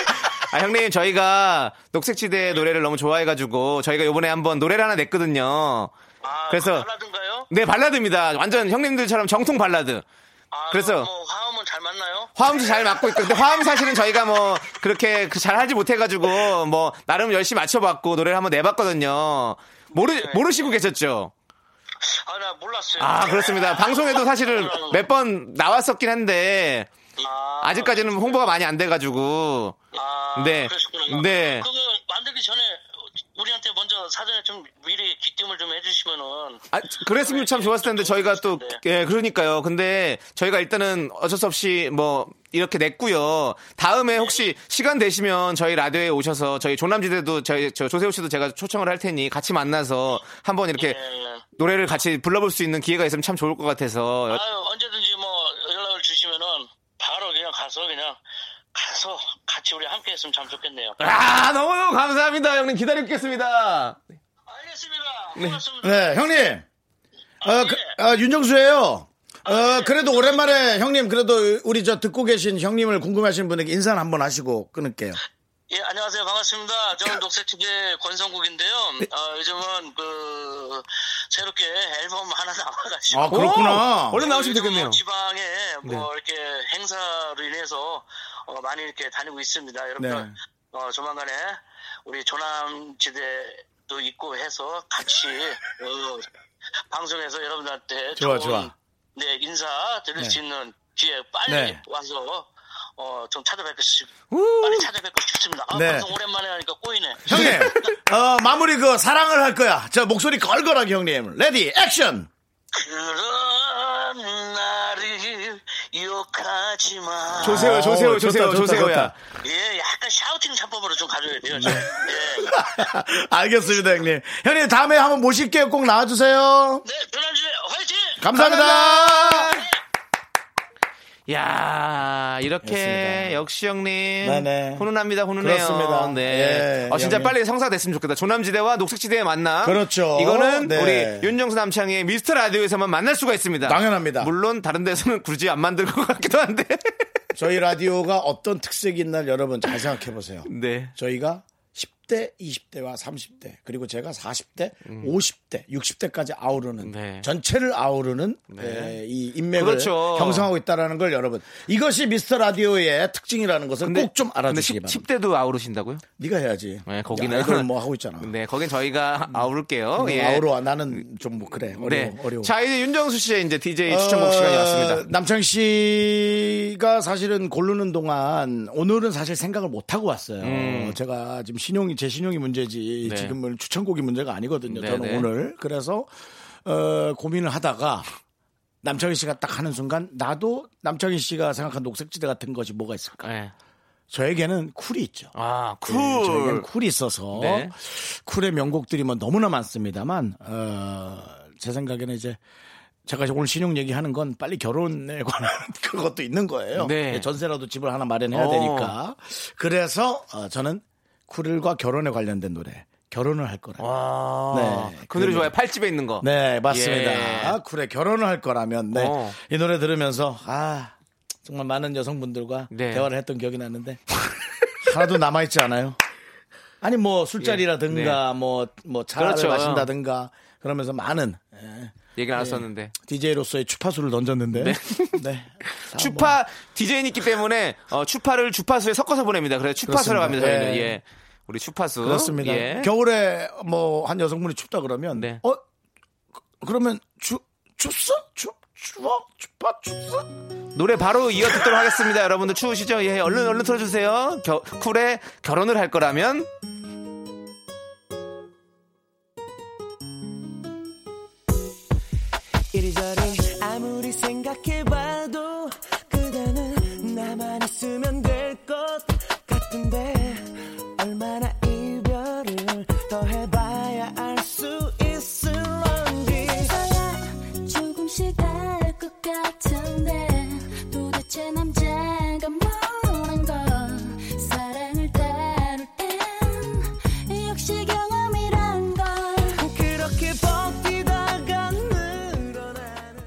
[SPEAKER 2] 아, 형님, 저희가
[SPEAKER 5] 네.
[SPEAKER 2] 녹색지대 노래를 너무 좋아해가지고, 저희가 요번에 한번 노래를 하나 냈거든요.
[SPEAKER 5] 아,
[SPEAKER 2] 그래서-
[SPEAKER 5] 발라든가요?
[SPEAKER 2] 네, 발라드입니다. 완전 형님들처럼 정통 발라드.
[SPEAKER 5] 아,
[SPEAKER 2] 그래서-
[SPEAKER 5] 그럼 뭐 화음은 잘 맞나요?
[SPEAKER 2] 화음도 잘 맞고 있고, 근데 화음 사실은 저희가 뭐, 그렇게 그 잘 하지 못해가지고, 뭐, 나름 열심히 맞춰봤고, 노래를 한번 내봤거든요.
[SPEAKER 5] 네.
[SPEAKER 2] 모르, 모르시고 계셨죠?
[SPEAKER 5] 아 나 몰랐어요
[SPEAKER 2] 아, 그렇습니다. 방송에도 사실은 몇 번 나왔었긴 한데,
[SPEAKER 5] 아,
[SPEAKER 2] 아직까지는 홍보가 많이 안 돼가지고,
[SPEAKER 5] 아,
[SPEAKER 2] 네.
[SPEAKER 5] 그러시구나.
[SPEAKER 2] 네.
[SPEAKER 5] 그거 만들기 전에 우리한테 먼저 사전에 좀 미리 기뜸을 좀 해주시면은
[SPEAKER 2] 아, 그랬으면 참 좋았을 텐데 저희가 또 예, 그러니까요. 근데 저희가 일단은 어쩔 수 없이 뭐 이렇게 냈고요. 다음에 혹시 시간 되시면 저희 라디오에 오셔서 저희 조남지대도 저희 저 조세호 씨도 제가 초청을 할 테니 같이 만나서 한번 이렇게
[SPEAKER 5] 예.
[SPEAKER 2] 노래를 같이 불러볼 수 있는 기회가 있으면 참 좋을 것 같아서 여-
[SPEAKER 5] 아유, 언제든지 뭐 연락을 주시면은 바로 그냥 가서 그냥 가서 같이 우리 함께 했으면 참 좋겠네요.
[SPEAKER 2] 아 너무너무 감사합니다 형님 기다리겠습니다
[SPEAKER 5] 알겠습니다. 고맙습니다.
[SPEAKER 1] 네, 형님.
[SPEAKER 2] 아,
[SPEAKER 1] 어,
[SPEAKER 2] 예.
[SPEAKER 1] 그- 어, 윤정수예요. 어, 그래도 오랜만에 형님, 그래도 우리 저 듣고 계신 형님을 궁금해하시는 분에게 인사를 한번 하시고 끊을게요.
[SPEAKER 5] 예, 안녕하세요. 반갑습니다.
[SPEAKER 1] 네.
[SPEAKER 5] 저는 녹색축의 권성국인데요. 어, 요즘은 그 새롭게 앨범 하나 나와가지고
[SPEAKER 1] 아, 그렇구나.
[SPEAKER 2] 오, 얼른 나오시면
[SPEAKER 5] 요즘
[SPEAKER 2] 되겠네요
[SPEAKER 5] 뭐 지방에 뭐 이렇게 행사로 인해서 어, 많이 이렇게 다니고 있습니다. 여러분
[SPEAKER 1] 네.
[SPEAKER 5] 어, 조만간에 우리 조남지대도 있고 해서 같이 어, 방송에서 여러분들한테
[SPEAKER 1] 좋아,
[SPEAKER 5] 좋은,
[SPEAKER 1] 좋아.
[SPEAKER 5] 네 인사 드릴 수 있는 뒤에 빨리
[SPEAKER 1] 네.
[SPEAKER 5] 와서 어, 좀 찾아뵙고 싶, 빨리 찾아뵙고 싶습니다. 아,
[SPEAKER 1] 네.
[SPEAKER 5] 방송 오랜만에 하니까 꼬이네.
[SPEAKER 1] 형님, 어, 마무리 그 사랑을 할 거야. 저 목소리 걸걸하게 형님. 레디, 액션!
[SPEAKER 5] 그런 나를 욕하지 마.
[SPEAKER 2] 조세호, 조세호,
[SPEAKER 1] 어, 좋다,
[SPEAKER 2] 조세호,
[SPEAKER 1] 좋다,
[SPEAKER 2] 조세호야.
[SPEAKER 1] 좋다.
[SPEAKER 5] 예, 약간 샤우팅 창법으로 좀 가져야 돼요. 저. 예.
[SPEAKER 1] 알겠습니다, 형님. 형님, 다음에 한번 모실게요. 꼭 나와주세요.
[SPEAKER 5] 네, 변환주의 화이팅!
[SPEAKER 1] 감사합니다.
[SPEAKER 2] 야 이렇게
[SPEAKER 1] 그렇습니다.
[SPEAKER 2] 역시 형님
[SPEAKER 1] 네네.
[SPEAKER 2] 훈훈합니다 훈훈해요.
[SPEAKER 1] 그렇습니다.
[SPEAKER 2] 네.
[SPEAKER 1] 예,
[SPEAKER 2] 어 진짜
[SPEAKER 1] 형님.
[SPEAKER 2] 빨리 성사됐으면 좋겠다. 조남지대와 녹색지대의 만남.
[SPEAKER 1] 그렇죠.
[SPEAKER 2] 이거는
[SPEAKER 1] 네.
[SPEAKER 2] 우리 윤정수 남창의 미스터 라디오에서만 만날 수가 있습니다.
[SPEAKER 1] 당연합니다.
[SPEAKER 2] 물론 다른 데서는 굳이 안 만들 것 같기도 한데. 네.
[SPEAKER 1] 저희 라디오가 어떤 특색이 있나 여러분 잘 생각해 보세요.
[SPEAKER 2] 네.
[SPEAKER 1] 저희가 10대, 20대와 30대, 그리고 제가 40대, 50대, 60대까지 아우르는
[SPEAKER 2] 음. 네.
[SPEAKER 1] 전체를 아우르는 에, 이 인맥을
[SPEAKER 2] 그렇죠.
[SPEAKER 1] 형성하고 있다라는 걸 여러분 이것이 미스터 라디오의 특징이라는 것을 꼭 좀
[SPEAKER 2] 근데
[SPEAKER 1] 알아주시기
[SPEAKER 2] 10,
[SPEAKER 1] 바랍니다.
[SPEAKER 2] 10대도 아우르신다고요?
[SPEAKER 1] 네가 해야지.
[SPEAKER 2] 네, 거기는
[SPEAKER 1] 야, 이거는 뭐 하고 있잖아. 음.
[SPEAKER 2] 네, 거긴 저희가 아우를게요. 예.
[SPEAKER 1] 아우르와 나는 좀 뭐 그래 어려워
[SPEAKER 2] 네.
[SPEAKER 1] 어려워. 어,
[SPEAKER 2] 자, 이제 윤정수 씨의 이제 DJ 추천곡 시간이 왔습니다.
[SPEAKER 1] 남창 씨가 사실은 고르는 동안 오늘은 사실 생각을 못 하고 왔어요. 제가 지금 신용이 제 신용이 문제지
[SPEAKER 2] 음. 네.
[SPEAKER 1] 지금은 추천곡이 문제가 아니거든요.
[SPEAKER 2] 네,
[SPEAKER 1] 저는
[SPEAKER 2] 네.
[SPEAKER 1] 오늘 그래서 어, 고민을 하다가 남창희 씨가 딱 하는 순간 나도 남창희 씨가 생각한 녹색지대 같은 것이 뭐가 있을까?
[SPEAKER 2] 네.
[SPEAKER 1] 저에게는 쿨이 있죠.
[SPEAKER 2] 아, 쿨.
[SPEAKER 1] 예, 저에겐 쿨이 있어서
[SPEAKER 2] 네.
[SPEAKER 1] 쿨의 명곡들이 뭐 너무나 많습니다만 어, 제 생각에는 이제 제가 이제 오늘 신용 얘기하는 건 빨리 결혼에 관한 그것도 있는 거예요.
[SPEAKER 2] 네.
[SPEAKER 1] 예, 전세라도 집을 하나 마련해야
[SPEAKER 2] 어.
[SPEAKER 1] 되니까 그래서 어, 저는 쿨과 결혼에 관련된 노래 결혼을 할 거라.
[SPEAKER 2] 와.
[SPEAKER 1] 네.
[SPEAKER 2] 그 노래 좋아요. 팔집에 있는 거.
[SPEAKER 1] 네 맞습니다.
[SPEAKER 2] 예.
[SPEAKER 1] 아, 쿨에 결혼을 할 거라면 네.
[SPEAKER 2] 어.
[SPEAKER 1] 이 노래 들으면서 아 정말 많은 여성분들과
[SPEAKER 2] 네.
[SPEAKER 1] 대화를 했던 기억이 나는데 하나도 남아 있지 않아요. 아니 뭐 술자리라든가 뭐 뭐 차를
[SPEAKER 2] 예. 네. 그렇죠.
[SPEAKER 1] 마신다든가 그러면서 많은 예,
[SPEAKER 2] 얘기 나눴었는데.
[SPEAKER 1] DJ로서의 추파수를 던졌는데 네. 다
[SPEAKER 2] 추파 DJ이기 때문에 어, 추파를 주파수에 섞어서 보냅니다. 그래서 추파수라고 합니다.
[SPEAKER 1] 그렇습니다.
[SPEAKER 2] 저희는
[SPEAKER 1] 예.
[SPEAKER 2] 예. 우리 추파수.
[SPEAKER 1] 뭐 그렇습니다.
[SPEAKER 2] 예.
[SPEAKER 1] 겨울에 뭐 한 여성분이 춥다 그러면
[SPEAKER 2] 네.
[SPEAKER 1] 어 그- 그러면 추 춥어 추 추워 추파 춥어
[SPEAKER 2] 노래 바로 이어 듣도록 하겠습니다. 여러분들 추우시죠? 예, 얼른 얼른 틀어주세요. 겨, 쿨에 결혼을 할 거라면
[SPEAKER 7] 이리저리 아무리 생각해봐도 그대는 나만 있으면 될 것 같은데 얼마나 이별을 더 해봐야 알 수 있을런지
[SPEAKER 4] 서야 조금씩 다를 것 같은데 도대체 남자가 뭐란 걸 사랑을 다룰 땐 역시 경험이란 걸
[SPEAKER 7] 그렇게 버티다가 늘어나는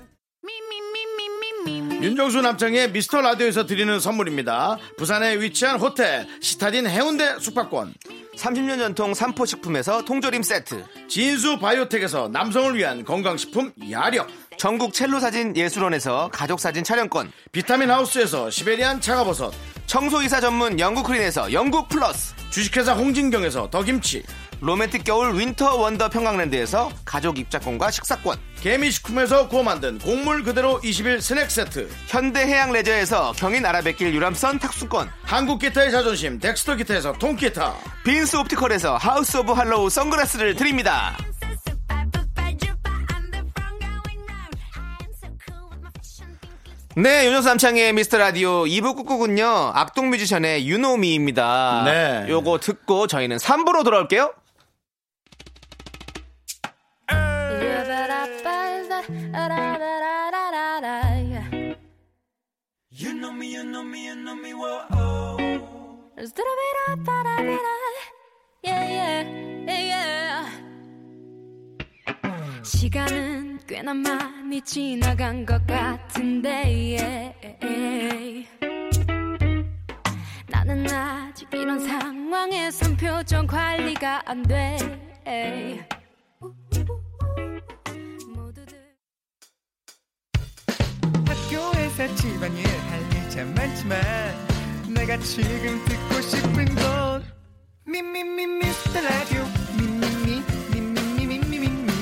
[SPEAKER 1] 윤정수 남창의 미스터 라디오에서 드리는 선물입니다. 부산에 위치한 호텔 시타딘 해운대 숙박권
[SPEAKER 2] 30년 전통 삼포식품에서 통조림 세트.
[SPEAKER 1] 진수 바이오텍에서 남성을 위한 건강식품 야력
[SPEAKER 2] 전국 첼로 사진 예술원에서 가족 사진 촬영권.
[SPEAKER 1] 비타민 하우스에서 시베리안 차가버섯
[SPEAKER 2] 청소이사 전문 영국 크린에서 영국 플러스.
[SPEAKER 1] 주식회사 홍진경에서 더김치
[SPEAKER 2] 로맨틱 겨울 윈터 원더 평강랜드에서 가족 입자권과 식사권.
[SPEAKER 1] 개미식품에서 구워 만든 곡물 그대로 21 스낵세트
[SPEAKER 2] 현대해양 레저에서 경인 아라뱃길 유람선 탁수권.
[SPEAKER 1] 한국 기타의 자존심 덱스터 기타에서 통기타
[SPEAKER 2] 빈스 옵티컬에서 하우스 오브 할로우 선글라스를 드립니다. 네, 윤정수 남창의 미스터 라디오 2부 꾹꾹은요, 악동 뮤지션의 유노미입니다.
[SPEAKER 1] 네.
[SPEAKER 2] 요거 듣고 저희는 3부로 돌아올게요.
[SPEAKER 4] 시간은 꽤나 많이 지나간 것 같은데 yeah. 나는 아직 이런 상황에선 표정 관리가 안돼 모두들
[SPEAKER 8] 학교에서 집안일 할 일 참 많지만 내가 지금 듣고 싶은 건 미미미 미스터 라디오 미미미 미미미 미미미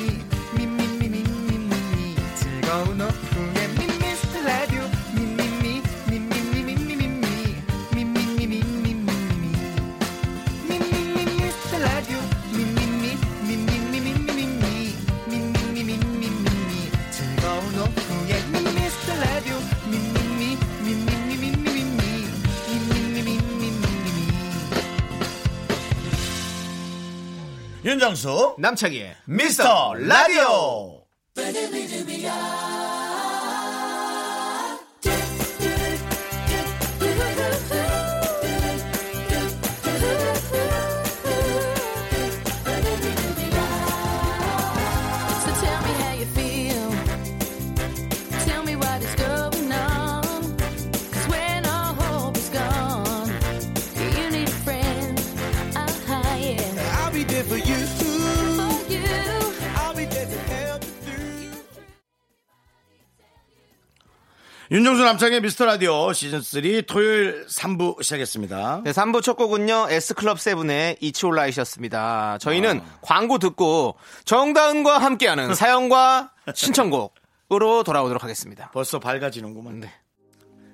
[SPEAKER 8] 미미미 미미미 즐거운 오후
[SPEAKER 1] 윤정수
[SPEAKER 2] 남창희의
[SPEAKER 1] 미스터 라디오
[SPEAKER 6] So tell me how you feel. Tell me what is going on. 'Cause when all hope is gone, yeah, you need a friend. Ah, yeah.
[SPEAKER 7] I'll be there for you.
[SPEAKER 6] For you.
[SPEAKER 7] I'll be there to help you through.
[SPEAKER 1] 윤정수 남창의 미스터 라디오 시즌 3 토요일 3부 시작했습니다.
[SPEAKER 2] 네, 3부 첫 곡은요, S클럽 세븐의 이치올라이셨습니다. 저희는 광고 듣고 정다은과 함께하는 사연과 신청곡으로 돌아오도록 하겠습니다.
[SPEAKER 1] 벌써 밝아지는구만.
[SPEAKER 2] 네.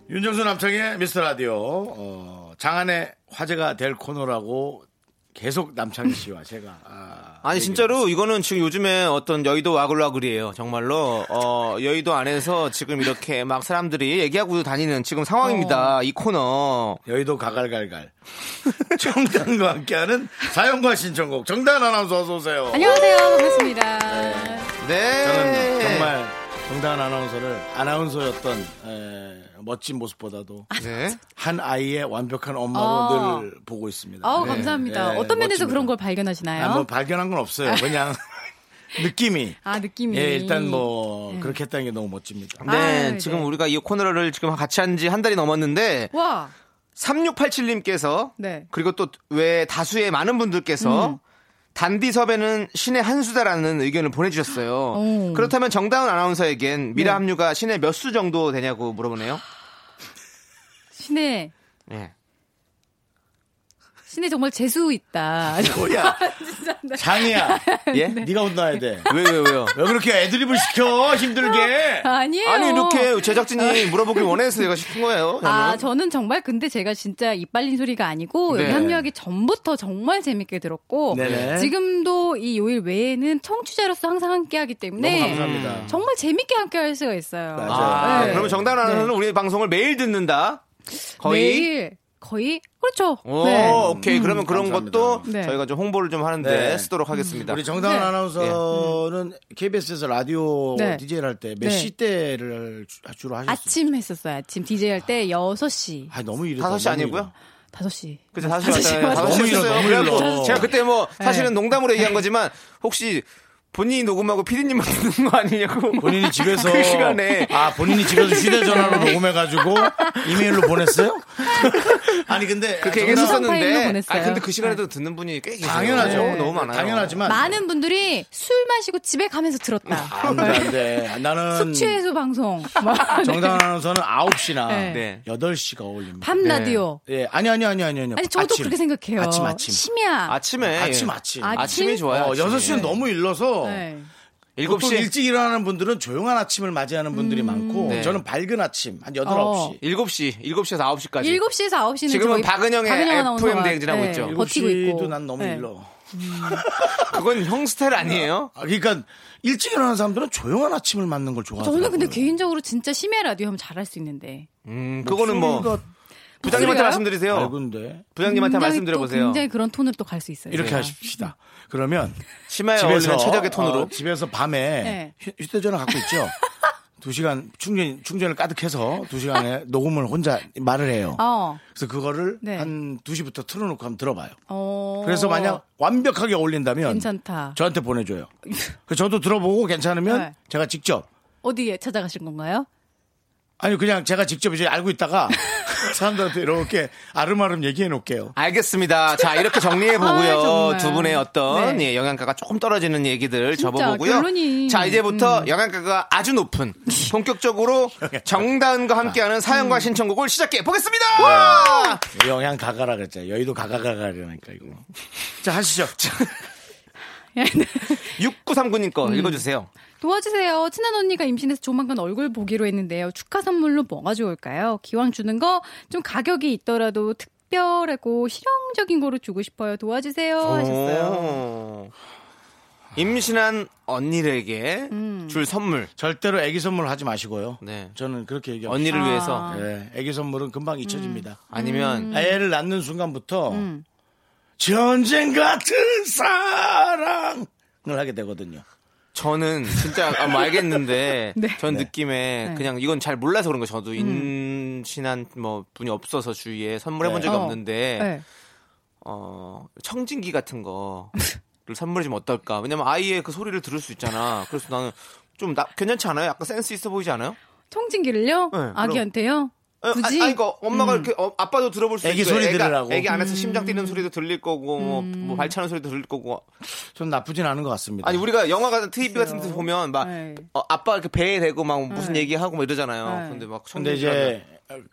[SPEAKER 1] 윤정수 남창의 미스터 라디오 어, 장안의 화제가 될 코너라고 계속 남창희 씨와 제가 아,
[SPEAKER 2] 아니 진짜로 이거는 지금 요즘에 어떤 여의도 와글와글이에요. 정말로 어, 여의도 안에서 지금 이렇게 막 사람들이 얘기하고 다니는 지금 상황입니다. 이 코너.
[SPEAKER 1] 여의도 가갈갈갈 정당과 함께하는 사연과 신청곡 정당 아나운서 어서 오세요.
[SPEAKER 4] 안녕하세요. 반갑습니다.
[SPEAKER 2] 네.
[SPEAKER 1] 저는 정말 정당 아나운서를 아나운서였던 에, 멋진 모습보다도
[SPEAKER 2] 네.
[SPEAKER 1] 한 아이의 완벽한 엄마로
[SPEAKER 4] 아. 어.
[SPEAKER 1] 늘 보고 있습니다.
[SPEAKER 4] 어우
[SPEAKER 1] 네.
[SPEAKER 4] 감사합니다.
[SPEAKER 1] 네,
[SPEAKER 4] 어떤 면에서
[SPEAKER 1] 멋집니다.
[SPEAKER 4] 그런 걸 발견하시나요?
[SPEAKER 1] 아, 뭐 발견한 건 없어요. 그냥 느낌이.
[SPEAKER 4] 아, 느낌이.
[SPEAKER 1] 예, 일단 뭐 그렇게 했다는 게 너무 멋집니다.
[SPEAKER 2] 네,
[SPEAKER 4] 아유,
[SPEAKER 2] 지금
[SPEAKER 4] 네.
[SPEAKER 2] 우리가 이 코너를 지금 같이 한 지 한 달이 넘었는데
[SPEAKER 4] 와.
[SPEAKER 2] 3687님께서
[SPEAKER 4] 네.
[SPEAKER 2] 그리고 또 왜 다수의 많은 분들께서 단디 섭외는 신의 한 수다라는 의견을 보내주셨어요.
[SPEAKER 4] 오.
[SPEAKER 2] 그렇다면 정다운 아나운서에겐 미라 합류가 신의 몇 수 정도 되냐고 물어보네요.
[SPEAKER 4] 신의
[SPEAKER 2] 예.
[SPEAKER 4] 신의 정말 재수 있다.
[SPEAKER 1] 뭐야? 장이야.
[SPEAKER 2] 예?
[SPEAKER 1] 네가 혼나야 돼.
[SPEAKER 2] 왜요, 왜요? 왜요?
[SPEAKER 1] 왜 그렇게 애드립을 시켜 힘들게?
[SPEAKER 4] 아니에요.
[SPEAKER 2] 아니, 이렇게 제작진이 물어보길 원해서 제가 싶은 거예요. 저는.
[SPEAKER 4] 아, 저는 정말 근데 제가 진짜 입 빨린 소리가 아니고
[SPEAKER 2] 네.
[SPEAKER 4] 여기 합류하기 전부터 정말 재밌게 들었고
[SPEAKER 1] 네네.
[SPEAKER 4] 지금도 이 요일 외에는 청취자로서 항상 함께하기 때문에
[SPEAKER 1] 너무 감사합니다.
[SPEAKER 4] 정말 재밌게 함께할 수가 있어요.
[SPEAKER 1] 맞아요.
[SPEAKER 2] 아,
[SPEAKER 4] 네.
[SPEAKER 2] 그러면 정다운 아나운서는 우리 방송을 매일 듣는다? 거의?
[SPEAKER 4] 매일 거의 그렇죠.
[SPEAKER 2] 오,
[SPEAKER 4] 네.
[SPEAKER 2] 오케이. 그러면 그런
[SPEAKER 1] 감사합니다.
[SPEAKER 2] 것도
[SPEAKER 4] 네.
[SPEAKER 2] 저희가 좀 홍보를 좀 하는데
[SPEAKER 1] 네.
[SPEAKER 2] 쓰도록 하겠습니다.
[SPEAKER 1] 우리 정다은
[SPEAKER 4] 네. 음.
[SPEAKER 1] 아나운서는 KBS에서 라디오
[SPEAKER 4] 네.
[SPEAKER 1] DJ를 할 때 몇
[SPEAKER 4] 네.
[SPEAKER 1] 시대를 주- 주로 하셨어요?
[SPEAKER 4] 아침 했었어요. 아침 DJ 할 때 6시,
[SPEAKER 1] 아, 너무 이르다.
[SPEAKER 2] 다섯 시
[SPEAKER 1] 너무
[SPEAKER 2] 아니고요?
[SPEAKER 1] 이르다.
[SPEAKER 4] 5시.
[SPEAKER 2] 그죠 다섯 시
[SPEAKER 4] 맞아요.
[SPEAKER 2] 왔잖아요. 다섯 시
[SPEAKER 1] 너무
[SPEAKER 2] 왔어요.
[SPEAKER 1] 일러, 너무
[SPEAKER 2] 그래갖고
[SPEAKER 1] 일러.
[SPEAKER 2] 제가 그때 뭐 사실은
[SPEAKER 4] 네.
[SPEAKER 2] 농담으로 얘기한 거지만 혹시 본인이 녹음하고 피디님만 듣는 거 아니냐고.
[SPEAKER 1] 본인이 집에서
[SPEAKER 2] 그 시간에 네.
[SPEAKER 1] 아 본인이 집에서 휴대전화로 녹음해가지고 이메일로 보냈어요? 아니 근데
[SPEAKER 2] 그렇게
[SPEAKER 1] 정다은
[SPEAKER 4] 파일로
[SPEAKER 2] 얘기했었는데.
[SPEAKER 4] 보냈어요.
[SPEAKER 2] 아 근데 그 시간에도 듣는 분이 꽤 계세요.
[SPEAKER 1] 당연하죠.
[SPEAKER 2] 어, 너무 많아요.
[SPEAKER 1] 당연하지만
[SPEAKER 4] 많은 분들이 술 마시고 집에 가면서 들었다.
[SPEAKER 1] 안돼 안돼.
[SPEAKER 2] 음.
[SPEAKER 1] 나는
[SPEAKER 4] 숙취 해소 방송. 막
[SPEAKER 1] 정당 아나운서는 9시나
[SPEAKER 2] 네.
[SPEAKER 1] 8시가 어울립니다.
[SPEAKER 4] 밤 라디오.
[SPEAKER 1] 예, 아니 아니 아니 아니 아니.
[SPEAKER 4] 아니 저도
[SPEAKER 1] 아침.
[SPEAKER 4] 그렇게 생각해요.
[SPEAKER 1] 아침 아침.
[SPEAKER 4] 심야.
[SPEAKER 2] 아침에
[SPEAKER 1] 아침 아침.
[SPEAKER 4] 아,
[SPEAKER 2] 아침이
[SPEAKER 4] 아침?
[SPEAKER 2] 좋아요.
[SPEAKER 1] 어, 여섯 시는
[SPEAKER 2] 아침이.
[SPEAKER 1] 너무 일러서
[SPEAKER 4] 네.
[SPEAKER 2] 일곱
[SPEAKER 1] 보통
[SPEAKER 2] 시
[SPEAKER 1] 일찍 일어나는 분들은 조용한 아침을 맞이하는 분들이 많고
[SPEAKER 2] 네.
[SPEAKER 1] 저는 밝은 아침 한 8,
[SPEAKER 4] 음, 어.
[SPEAKER 1] 9시.
[SPEAKER 2] 일곱 시 일곱 시에서 아홉 시까지.
[SPEAKER 4] 7시에서 9시는
[SPEAKER 2] 지금은 박은영의 FM 대행진하고
[SPEAKER 4] 네,
[SPEAKER 2] 있죠.
[SPEAKER 4] 버티고 있고.
[SPEAKER 1] 7시도 난 너무
[SPEAKER 4] 네.
[SPEAKER 1] 일러.
[SPEAKER 2] 그건 형 스타일 아니에요?
[SPEAKER 1] 아, 그러니까 일찍 일어나는 사람들은 조용한 아침을 맞는 걸 좋아하더라고요.
[SPEAKER 4] 저는 근데 개인적으로 진짜 심야 라디오 하면 잘할 수 있는데.
[SPEAKER 2] 음, 그거는 뭐
[SPEAKER 1] 목소리가
[SPEAKER 2] 부장님한테
[SPEAKER 4] 목소리가요?
[SPEAKER 2] 말씀드리세요.
[SPEAKER 1] 밝은데
[SPEAKER 2] 부장님한테
[SPEAKER 4] 굉장히
[SPEAKER 2] 말씀드려
[SPEAKER 4] 또
[SPEAKER 2] 보세요.
[SPEAKER 4] 굉장히 그런 톤으로 또 갈 수 있어요. 네.
[SPEAKER 1] 이렇게
[SPEAKER 4] 제가.
[SPEAKER 1] 하십시다. 그러면
[SPEAKER 2] 심야에 어울리는 최적의 톤으로.
[SPEAKER 1] 네, 어, 집에서 밤에
[SPEAKER 4] 네.
[SPEAKER 1] 휴- 휴대전화 갖고 있죠. 두 시간 충전 충전을 가득해서 두 시간에 녹음을 혼자 말을 해요.
[SPEAKER 4] 어.
[SPEAKER 1] 그래서 그거를
[SPEAKER 4] 네.
[SPEAKER 1] 한2 시부터 틀어놓고 한번 들어봐요.
[SPEAKER 4] 어.
[SPEAKER 1] 그래서 만약 완벽하게 어울린다면
[SPEAKER 4] 괜찮다.
[SPEAKER 1] 저한테 보내줘요. 그 저도 들어보고 괜찮으면
[SPEAKER 4] 네.
[SPEAKER 1] 제가 직접
[SPEAKER 4] 어디에 찾아가신 건가요?
[SPEAKER 1] 아니 그냥 제가 직접 이제 알고 있다가 사람들한테 이렇게 아름아름 얘기해 놓을게요.
[SPEAKER 2] 알겠습니다. 자, 이렇게 정리해
[SPEAKER 4] 아,
[SPEAKER 2] 보고요.
[SPEAKER 4] 정말.
[SPEAKER 2] 두 분의 어떤
[SPEAKER 4] 네.
[SPEAKER 2] 예, 영양가가 조금 떨어지는 얘기들
[SPEAKER 4] 진짜,
[SPEAKER 2] 접어보고요.
[SPEAKER 4] 결론이. 음.
[SPEAKER 2] 자, 이제부터 영양가가 아주 높은 본격적으로 정다은과 함께하는
[SPEAKER 4] 음.
[SPEAKER 2] 사연과 신청곡을 시작해 보겠습니다.
[SPEAKER 1] 영양 가가라 그랬잖아요. 여의도 가가가가라니까 이거. 자 하시죠.
[SPEAKER 2] 6939님 거 읽어주세요.
[SPEAKER 4] 도와주세요. 친한 언니가 임신해서 조만간 얼굴 보기로 했는데요. 축하 선물로 뭐가 좋을까요? 기왕 주는 거 좀 가격이 있더라도 특별하고 실용적인 거로 주고 싶어요. 도와주세요. 하셨어요.
[SPEAKER 2] 오. 임신한 언니에게
[SPEAKER 4] 음.
[SPEAKER 2] 줄 선물.
[SPEAKER 1] 절대로 애기 선물 하지 마시고요.
[SPEAKER 2] 네.
[SPEAKER 1] 저는 그렇게 얘기합니다.
[SPEAKER 2] 언니를
[SPEAKER 4] 아.
[SPEAKER 2] 위해서
[SPEAKER 4] 음.
[SPEAKER 1] 예, 애기 선물은 금방 잊혀집니다.
[SPEAKER 2] 아니면
[SPEAKER 1] 애를 낳는 순간부터 전쟁 같은 사랑을 하게 되거든요.
[SPEAKER 2] 저는 진짜 아, 뭐 알겠는데
[SPEAKER 4] 네.
[SPEAKER 2] 전
[SPEAKER 1] 네.
[SPEAKER 2] 느낌에
[SPEAKER 4] 네.
[SPEAKER 2] 그냥 이건 잘 몰라서 그런 거 저도 임신한 뭐 분이 없어서 주위에 선물해 본
[SPEAKER 1] 네.
[SPEAKER 2] 적이
[SPEAKER 4] 어.
[SPEAKER 2] 없는데
[SPEAKER 4] 네.
[SPEAKER 2] 어 청진기 같은 거를 선물해 주면 어떨까? 왜냐면 아이의 그 소리를 들을 수 있잖아. 그래서 나는 좀 나, 괜찮지 않아요? 약간 센스 있어 보이지 않아요?
[SPEAKER 4] 청진기를요?
[SPEAKER 2] 네,
[SPEAKER 4] 아기한테요?
[SPEAKER 2] 어,
[SPEAKER 4] 굳이?
[SPEAKER 2] 아, 아, 이거 엄마가 이렇게 어, 아빠도 들어볼 수
[SPEAKER 1] 음. 애기
[SPEAKER 2] 있고
[SPEAKER 1] 소리
[SPEAKER 2] 애가-
[SPEAKER 1] 들으라고. 음.
[SPEAKER 2] 애기 안에서 심장 뛰는 소리도 들릴 거고 뭐, 뭐 발차는 소리도 들릴 거고
[SPEAKER 1] 전 나쁘진 않은 것 같습니다.
[SPEAKER 2] 아니 우리가 영화 같은 TV 같은 데 보면 막
[SPEAKER 4] 네.
[SPEAKER 2] 어, 아빠 이렇게 배에 대고 막 무슨
[SPEAKER 4] 네.
[SPEAKER 2] 얘기하고 막 이러잖아요.
[SPEAKER 4] 네.
[SPEAKER 2] 근데 막
[SPEAKER 1] 근데
[SPEAKER 2] 청진기
[SPEAKER 1] 이제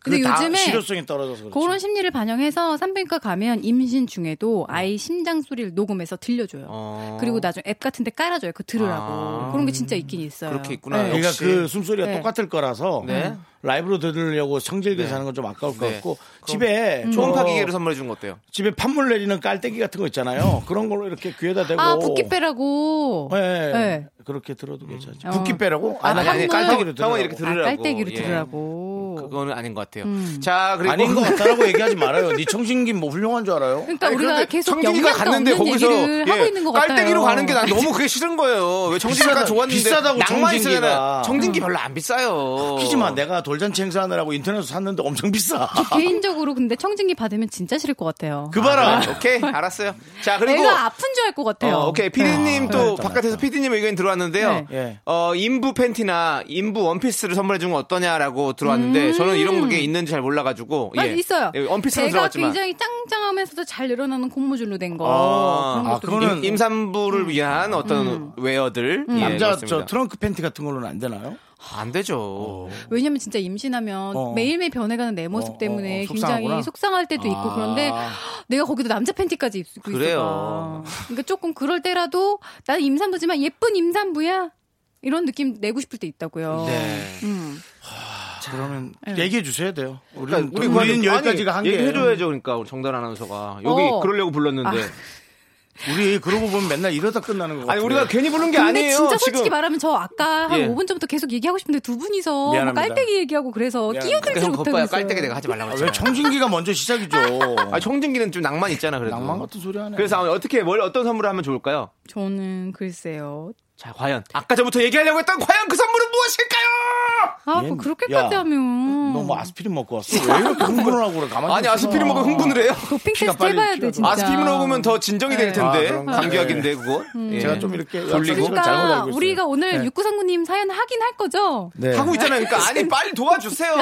[SPEAKER 4] 근데
[SPEAKER 1] 그다
[SPEAKER 4] 요즘에
[SPEAKER 1] 실효성이 떨어져서 그렇지.
[SPEAKER 4] 그런 심리를 반영해서 산부인과 가면 임신 중에도 아이 심장 소리를 녹음해서 들려줘요.
[SPEAKER 2] 네. 어.
[SPEAKER 4] 그리고 나중에 앱 같은 데 깔아줘요. 그거 들으라고.
[SPEAKER 2] 아.
[SPEAKER 4] 그런 게 진짜 있긴 있어요.
[SPEAKER 2] 그렇게 있구나.
[SPEAKER 4] 네.
[SPEAKER 1] 그러니까
[SPEAKER 2] 역시. 음.
[SPEAKER 1] 그 숨소리가
[SPEAKER 4] 네.
[SPEAKER 1] 똑같을 거라서 음,
[SPEAKER 2] 네.
[SPEAKER 1] 라이브로 들으려고 성질기를 사는 건 좀 아까울 것
[SPEAKER 2] 네.
[SPEAKER 1] 같고
[SPEAKER 2] 그럼
[SPEAKER 1] 집에
[SPEAKER 2] 초음파
[SPEAKER 1] 저-
[SPEAKER 2] 기계를 선물해 주는 거 어때요?
[SPEAKER 1] 집에 판물 내리는 깔때기 같은 거 있잖아요. 그런 걸로 이렇게 귀에다 대고
[SPEAKER 4] 아, 붓기 빼라고.
[SPEAKER 1] 예,
[SPEAKER 4] 네.
[SPEAKER 1] 그렇게 들어도 괜찮죠. 음.
[SPEAKER 4] 어.
[SPEAKER 1] 붓기 빼라고?
[SPEAKER 4] 아,
[SPEAKER 1] 아니, 아니,
[SPEAKER 4] 판물.
[SPEAKER 1] 깔때기로
[SPEAKER 2] 형은 이렇게
[SPEAKER 1] 들으라고.
[SPEAKER 4] 아,
[SPEAKER 2] 들으라고.
[SPEAKER 4] 깔때기로
[SPEAKER 2] 예.
[SPEAKER 4] 들으라고.
[SPEAKER 2] 그거는 아닌 것 같아요.
[SPEAKER 4] 음.
[SPEAKER 2] 자 그리고
[SPEAKER 1] 아닌 것 같다라고 얘기하지 말아요. 네 청신기 뭐 훌륭한 줄 알아요?
[SPEAKER 4] 그러니까
[SPEAKER 2] 아니,
[SPEAKER 4] 우리가
[SPEAKER 2] 그런데
[SPEAKER 4] 계속
[SPEAKER 2] 청진기가
[SPEAKER 4] 영향도
[SPEAKER 2] 갔는데
[SPEAKER 4] 없는
[SPEAKER 2] 거기서
[SPEAKER 4] 얘기를 하고
[SPEAKER 2] 예,
[SPEAKER 4] 있는 것 같아요.
[SPEAKER 2] 깔때기로 가는 게 난 너무 그게 싫은 거예요. 왜
[SPEAKER 1] 비싸다-
[SPEAKER 2] 정진기가 좋았는데
[SPEAKER 1] 비싸다고
[SPEAKER 2] 낭만
[SPEAKER 1] 정진기가.
[SPEAKER 2] 있잖아요. 정진기 별로 안 비싸요. 아,
[SPEAKER 1] 키지만 내가 돌잔치 행사하느라고 인터넷에서 샀는데 엄청 비싸.
[SPEAKER 4] 개인적으로 근데 청진기 받으면 진짜 싫을 것 같아요.
[SPEAKER 1] 그 봐라.
[SPEAKER 2] 네. 오케이 알았어요. 자 그리고
[SPEAKER 4] 애가 아픈 줄 알 것 같아요.
[SPEAKER 2] 어, 오케이 피디님
[SPEAKER 1] 아,
[SPEAKER 2] 또
[SPEAKER 1] 맞다,
[SPEAKER 2] 바깥에서
[SPEAKER 1] 맞다.
[SPEAKER 2] 피디님 의견 들어왔는데요.
[SPEAKER 1] 네. 예.
[SPEAKER 2] 어 인부 팬티나 인부 원피스를 선물해 주면 어떠냐라고 들어왔는데 저는 이런 게 있는지 잘 몰라가지고
[SPEAKER 4] 음. 맞아, 있어요.
[SPEAKER 2] 예, 원피스는
[SPEAKER 4] 배가
[SPEAKER 2] 들어갔지만
[SPEAKER 4] 굉장히 짱짱하면서도 잘 늘어나는 콧무줄로 된 거.
[SPEAKER 2] 아,
[SPEAKER 4] 그런
[SPEAKER 1] 아,
[SPEAKER 4] 것도
[SPEAKER 1] 그거는
[SPEAKER 2] 임, 산부
[SPEAKER 4] 음.
[SPEAKER 2] 를 위한 어떤 웨어들 예,
[SPEAKER 1] 남자
[SPEAKER 2] 그렇습니다. 아,
[SPEAKER 1] 저 트렁크 팬티 같은 걸로는 안 되나요?
[SPEAKER 2] 안 되죠.
[SPEAKER 4] 왜냐면 진짜 임신하면
[SPEAKER 1] 어.
[SPEAKER 4] 매일매일 변해가는 내 모습
[SPEAKER 1] 어,
[SPEAKER 4] 때문에
[SPEAKER 1] 어, 어, 속상하구나. 아.
[SPEAKER 4] 굉장히 속상할 때도 있고 그런데 내가 거기도 남자 팬티까지 입고
[SPEAKER 2] 그래요.
[SPEAKER 4] 있어요. 그러니까 조금 그럴 때라도 난 임산부지만 예쁜 임산부야 이런 느낌 내고 싶을 때 있다고요.
[SPEAKER 2] 네.
[SPEAKER 4] 음.
[SPEAKER 1] 그러면
[SPEAKER 4] 예.
[SPEAKER 1] 얘기해 주셔야 돼요. 우리는,
[SPEAKER 2] 그러니까 우리
[SPEAKER 1] 우리는
[SPEAKER 2] 아니,
[SPEAKER 1] 여기까지가 한계.
[SPEAKER 2] 얘기해줘야죠. 그러니까 우리 정단 아나운서가 여기
[SPEAKER 4] 어.
[SPEAKER 2] 그러려고 불렀는데
[SPEAKER 1] 우리 그러고 보면 맨날 이러다 끝나는 거 같아요.
[SPEAKER 2] 아니 우리가 괜히 부른 게
[SPEAKER 4] 근데
[SPEAKER 2] 아니에요.
[SPEAKER 4] 진짜 솔직히
[SPEAKER 2] 지금
[SPEAKER 4] 말하면 저 아까 한
[SPEAKER 2] 예.
[SPEAKER 4] 5분 전부터 계속 얘기하고 싶은데 두 분이서 뭐
[SPEAKER 1] 미안합니다.
[SPEAKER 4] 깔때기 얘기하고 그래서
[SPEAKER 1] 미안합니다.
[SPEAKER 4] 끼어들지
[SPEAKER 2] 형
[SPEAKER 4] 못하고
[SPEAKER 2] 겉봐야
[SPEAKER 4] 있어요.
[SPEAKER 2] 깔때기 내가 하지 말라고
[SPEAKER 1] 아,
[SPEAKER 2] 했잖아.
[SPEAKER 1] 왜 청진기가 먼저 시작이죠.
[SPEAKER 2] 아 청진기는 좀 낭만 있잖아 그래도.
[SPEAKER 1] 낭만 같은 소리 하네.
[SPEAKER 2] 그래서 아마 어떻게 뭘 어떤 선물을 하면 좋을까요?
[SPEAKER 4] 저는 글쎄요.
[SPEAKER 2] 자 과연 아까 전부터 얘기하려고 했던 과연 그 선물은 무엇일까요?
[SPEAKER 4] 아,
[SPEAKER 1] 얘-
[SPEAKER 4] 뭐 그렇게까지
[SPEAKER 1] 야,
[SPEAKER 4] 하면
[SPEAKER 1] 너뭐 아스피린 먹고 왔어. 왜 이렇게 흥분을 하고 그래? 가만히
[SPEAKER 2] 아니
[SPEAKER 1] 있어.
[SPEAKER 2] 아스피린 먹으면 흥분을 해요.
[SPEAKER 4] 도핑
[SPEAKER 1] 피가
[SPEAKER 4] 테스트
[SPEAKER 1] 빨리
[SPEAKER 4] 해봐야
[SPEAKER 1] 피가
[SPEAKER 4] 돼
[SPEAKER 1] 돌아.
[SPEAKER 4] 진짜. 네.
[SPEAKER 2] 아스피린 먹으면 더 진정이 될 텐데
[SPEAKER 1] 아, 그런가.
[SPEAKER 2] 감기약인데 그거.
[SPEAKER 4] 음.
[SPEAKER 2] 예.
[SPEAKER 1] 제가 좀 이렇게
[SPEAKER 2] 돌리고.
[SPEAKER 1] 약간 잘못
[SPEAKER 4] 그러니까
[SPEAKER 1] 알고 있어요.
[SPEAKER 4] 우리가 오늘
[SPEAKER 1] 네.
[SPEAKER 4] 육구상구님 사연 하긴 할 거죠.
[SPEAKER 1] 네.
[SPEAKER 2] 하고 있잖아요. 그러니까 아니 빨리 도와주세요.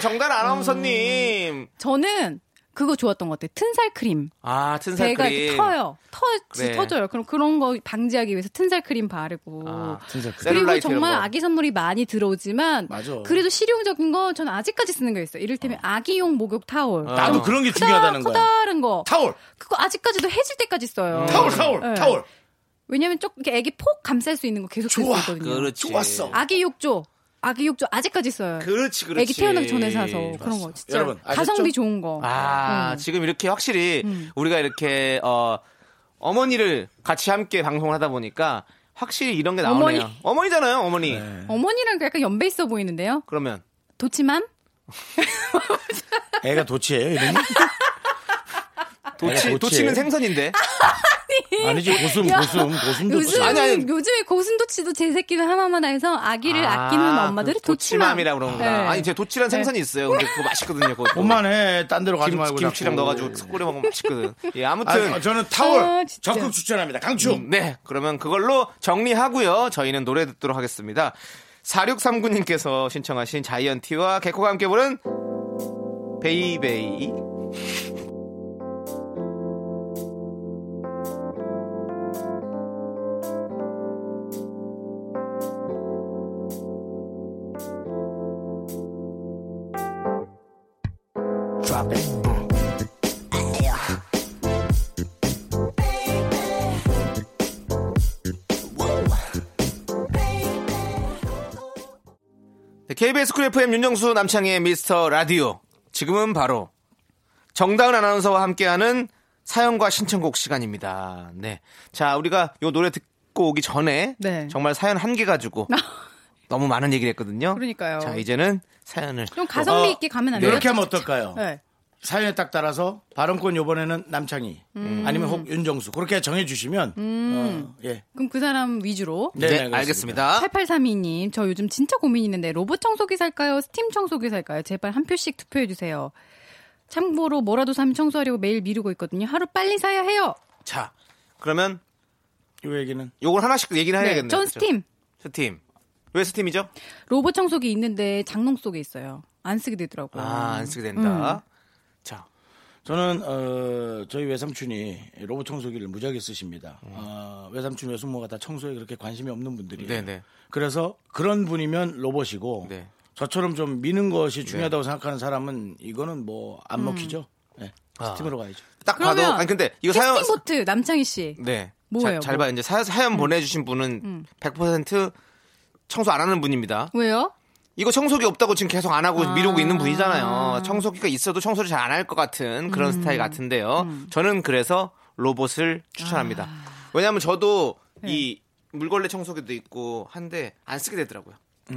[SPEAKER 2] 정단 아나운서님.
[SPEAKER 4] 저는 그거 좋았던 것 같아요. 튼살 크림.
[SPEAKER 2] 아 튼살
[SPEAKER 4] 배가 이렇게
[SPEAKER 2] 크림.
[SPEAKER 4] 터요. 터
[SPEAKER 1] 네.
[SPEAKER 2] 그래.
[SPEAKER 4] 터져요. 그럼 그런 거 방지하기 위해서 튼살 크림 바르고.
[SPEAKER 2] 아,
[SPEAKER 1] 진짜
[SPEAKER 4] 그리고
[SPEAKER 2] 셀룰라이트 이런
[SPEAKER 4] 정말
[SPEAKER 2] 거.
[SPEAKER 4] 아기 선물이 많이 들어오지만
[SPEAKER 1] 맞아.
[SPEAKER 4] 그래도 실용적인 건 저는 아직까지 쓰는 게 있어요. 이를테면 아기용 목욕 타올.
[SPEAKER 2] 아,
[SPEAKER 1] 나도
[SPEAKER 2] 어.
[SPEAKER 1] 그런 게
[SPEAKER 4] 크다-
[SPEAKER 1] 중요하다는 거야.
[SPEAKER 4] 커다란 거.
[SPEAKER 1] 타올, 음.
[SPEAKER 4] 그거 아직까지도 해질 때까지 써요.
[SPEAKER 1] 타올, 타올,
[SPEAKER 4] 네.
[SPEAKER 1] 타올.
[SPEAKER 4] 왜냐면 조금 이렇게 애기 폭 감쌀 수 있는 거 계속 쓸수
[SPEAKER 1] 좋아.
[SPEAKER 4] 있거든요.
[SPEAKER 2] 음. 그렇지.
[SPEAKER 1] 좋았어.
[SPEAKER 4] 아기 욕조. 아기 욕조 아직까지 써요.
[SPEAKER 2] 그렇지 그렇지.
[SPEAKER 4] 애기 태어나기 전에 사서 그런 거 진짜
[SPEAKER 1] 여러분, 아셨죠?
[SPEAKER 4] 가성비 좋은 거.
[SPEAKER 2] 아,
[SPEAKER 4] 음.
[SPEAKER 2] 지금 이렇게 확실히 우리가 이렇게 어 어머니를 같이 함께 방송을 하다 보니까 확실히 이런 게 나오네요.
[SPEAKER 4] 어머니. 네.
[SPEAKER 2] 어머니. 잖아요 어머니.
[SPEAKER 4] 어머니랑 약간 연배 있어 보이는데요.
[SPEAKER 2] 그러면
[SPEAKER 4] 도치맘?
[SPEAKER 1] 애가 도치예요 이름이?
[SPEAKER 2] 도치
[SPEAKER 1] 아니, 도치예요.
[SPEAKER 2] 도치는 생선인데.
[SPEAKER 1] 아니지 고슴,
[SPEAKER 4] 야,
[SPEAKER 1] 고슴, 고슴 도치.
[SPEAKER 4] 요즘
[SPEAKER 2] 아니, 아니.
[SPEAKER 4] 요즘에 그 고슴도치도 제 새끼는 하마마다 해서 아기를 아, 끼는 엄마들이 도치맘.
[SPEAKER 2] 그 도치맘이라 그런가.
[SPEAKER 4] 네.
[SPEAKER 2] 아니 제 도치란 생선이 있어요. 근데 그거 맛있거든요. 그거.
[SPEAKER 1] 오만해, 딴 데로 가지
[SPEAKER 2] 김,
[SPEAKER 1] 말고. 자꾸.
[SPEAKER 2] 김치랑 넣어가지고 끓여 먹으면 맛있거든. 예,
[SPEAKER 1] 아,
[SPEAKER 2] 아무튼
[SPEAKER 1] 저는 타월
[SPEAKER 4] 그 아, 진짜.
[SPEAKER 1] 적극 추천합니다. 강추.
[SPEAKER 2] 네, 그러면 그걸로 정리하고요. 저희는 노래 듣도록 하겠습니다. 4639님께서 신청하신 자이언티와 개코가 함께 부른 베이베이. 네, KBS 쿨 FM 윤정수 남창희의 미스터 라디오. 지금은 바로 정다은 아나운서와 함께하는 사연과 신청곡 시간입니다. 네. 자, 우리가 요 노래 듣고 오기 전에
[SPEAKER 4] 네.
[SPEAKER 2] 정말 사연 한 개 가지고 너무 많은 얘기를 했거든요.
[SPEAKER 4] 그러니까요.
[SPEAKER 2] 자, 이제는 사연을
[SPEAKER 4] 좀 가성비
[SPEAKER 1] 어,
[SPEAKER 4] 있게 가면 안 돼요?
[SPEAKER 1] 이렇게 하면 어떨까요?
[SPEAKER 4] 네.
[SPEAKER 1] 사연에 딱 따라서 발언권 요번에는 남창희
[SPEAKER 4] 음.
[SPEAKER 1] 아니면 혹 윤정수 그렇게 정해주시면 어, 예.
[SPEAKER 4] 그럼 그 사람 위주로.
[SPEAKER 1] 네,
[SPEAKER 2] 네,
[SPEAKER 1] 네, 그렇습니다.
[SPEAKER 2] 알겠습니다.
[SPEAKER 4] 8832님, 저 요즘 진짜 고민 있는데 로봇 청소기 살까요? 스팀 청소기 살까요? 제발 한 표씩 투표해 주세요. 참고로 뭐라도 사면 청소하려고 매일 미루고 있거든요. 하루 빨리 사야 해요.
[SPEAKER 2] 자, 그러면
[SPEAKER 1] 요 얘기는
[SPEAKER 2] 요걸 하나씩 얘기를 해야겠네요.
[SPEAKER 4] 전
[SPEAKER 2] 그렇죠?
[SPEAKER 4] 스팀.
[SPEAKER 2] 스팀. 왜 스팀이죠?
[SPEAKER 4] 로봇 청소기 있는데 장롱 속에 있어요. 안 쓰게 되더라고요.
[SPEAKER 2] 아, 안 쓰게
[SPEAKER 4] 음.
[SPEAKER 2] 된다. 자,
[SPEAKER 1] 저는 어, 저희 외삼촌이 로봇 청소기를 무지하게 쓰십니다.
[SPEAKER 2] 음.
[SPEAKER 1] 어, 외삼촌 외숙모가 다 청소에 그렇게 관심이 없는 분들이에요.
[SPEAKER 2] 네네.
[SPEAKER 1] 그래서 그런 분이면 로봇이고
[SPEAKER 2] 네.
[SPEAKER 1] 저처럼 좀 미는 것이 중요하다고 생각하는 사람은 이거는 뭐
[SPEAKER 4] 음.
[SPEAKER 1] 안 먹히죠. 네,
[SPEAKER 2] 아.
[SPEAKER 1] 스팀으로 가야죠.
[SPEAKER 2] 딱 봐도
[SPEAKER 4] 그러면
[SPEAKER 2] 아니 근데 이거 사연
[SPEAKER 4] 캐스팅 보트 남창희 씨.
[SPEAKER 2] 네.
[SPEAKER 4] 뭐예요,
[SPEAKER 2] 자, 잘
[SPEAKER 4] 뭐? 음.
[SPEAKER 2] 봐. 이제 사, 사연 보내주신 분은 100% 청소 안 하는 분입니다.
[SPEAKER 4] 왜요?
[SPEAKER 2] 이거 청소기 없다고 지금 계속 안
[SPEAKER 4] 아.
[SPEAKER 2] 하고 미루고 있는 분이잖아요. 청소기가 있어도 청소를 잘 안 할 것 같은
[SPEAKER 4] 음.
[SPEAKER 2] 그런 스타일 같은데요. 저는 그래서 로봇을 추천합니다.
[SPEAKER 4] 아.
[SPEAKER 2] 왜냐하면 저도
[SPEAKER 4] 네.
[SPEAKER 2] 이 물걸레 청소기도 있고 한데 안 쓰게 되더라고요.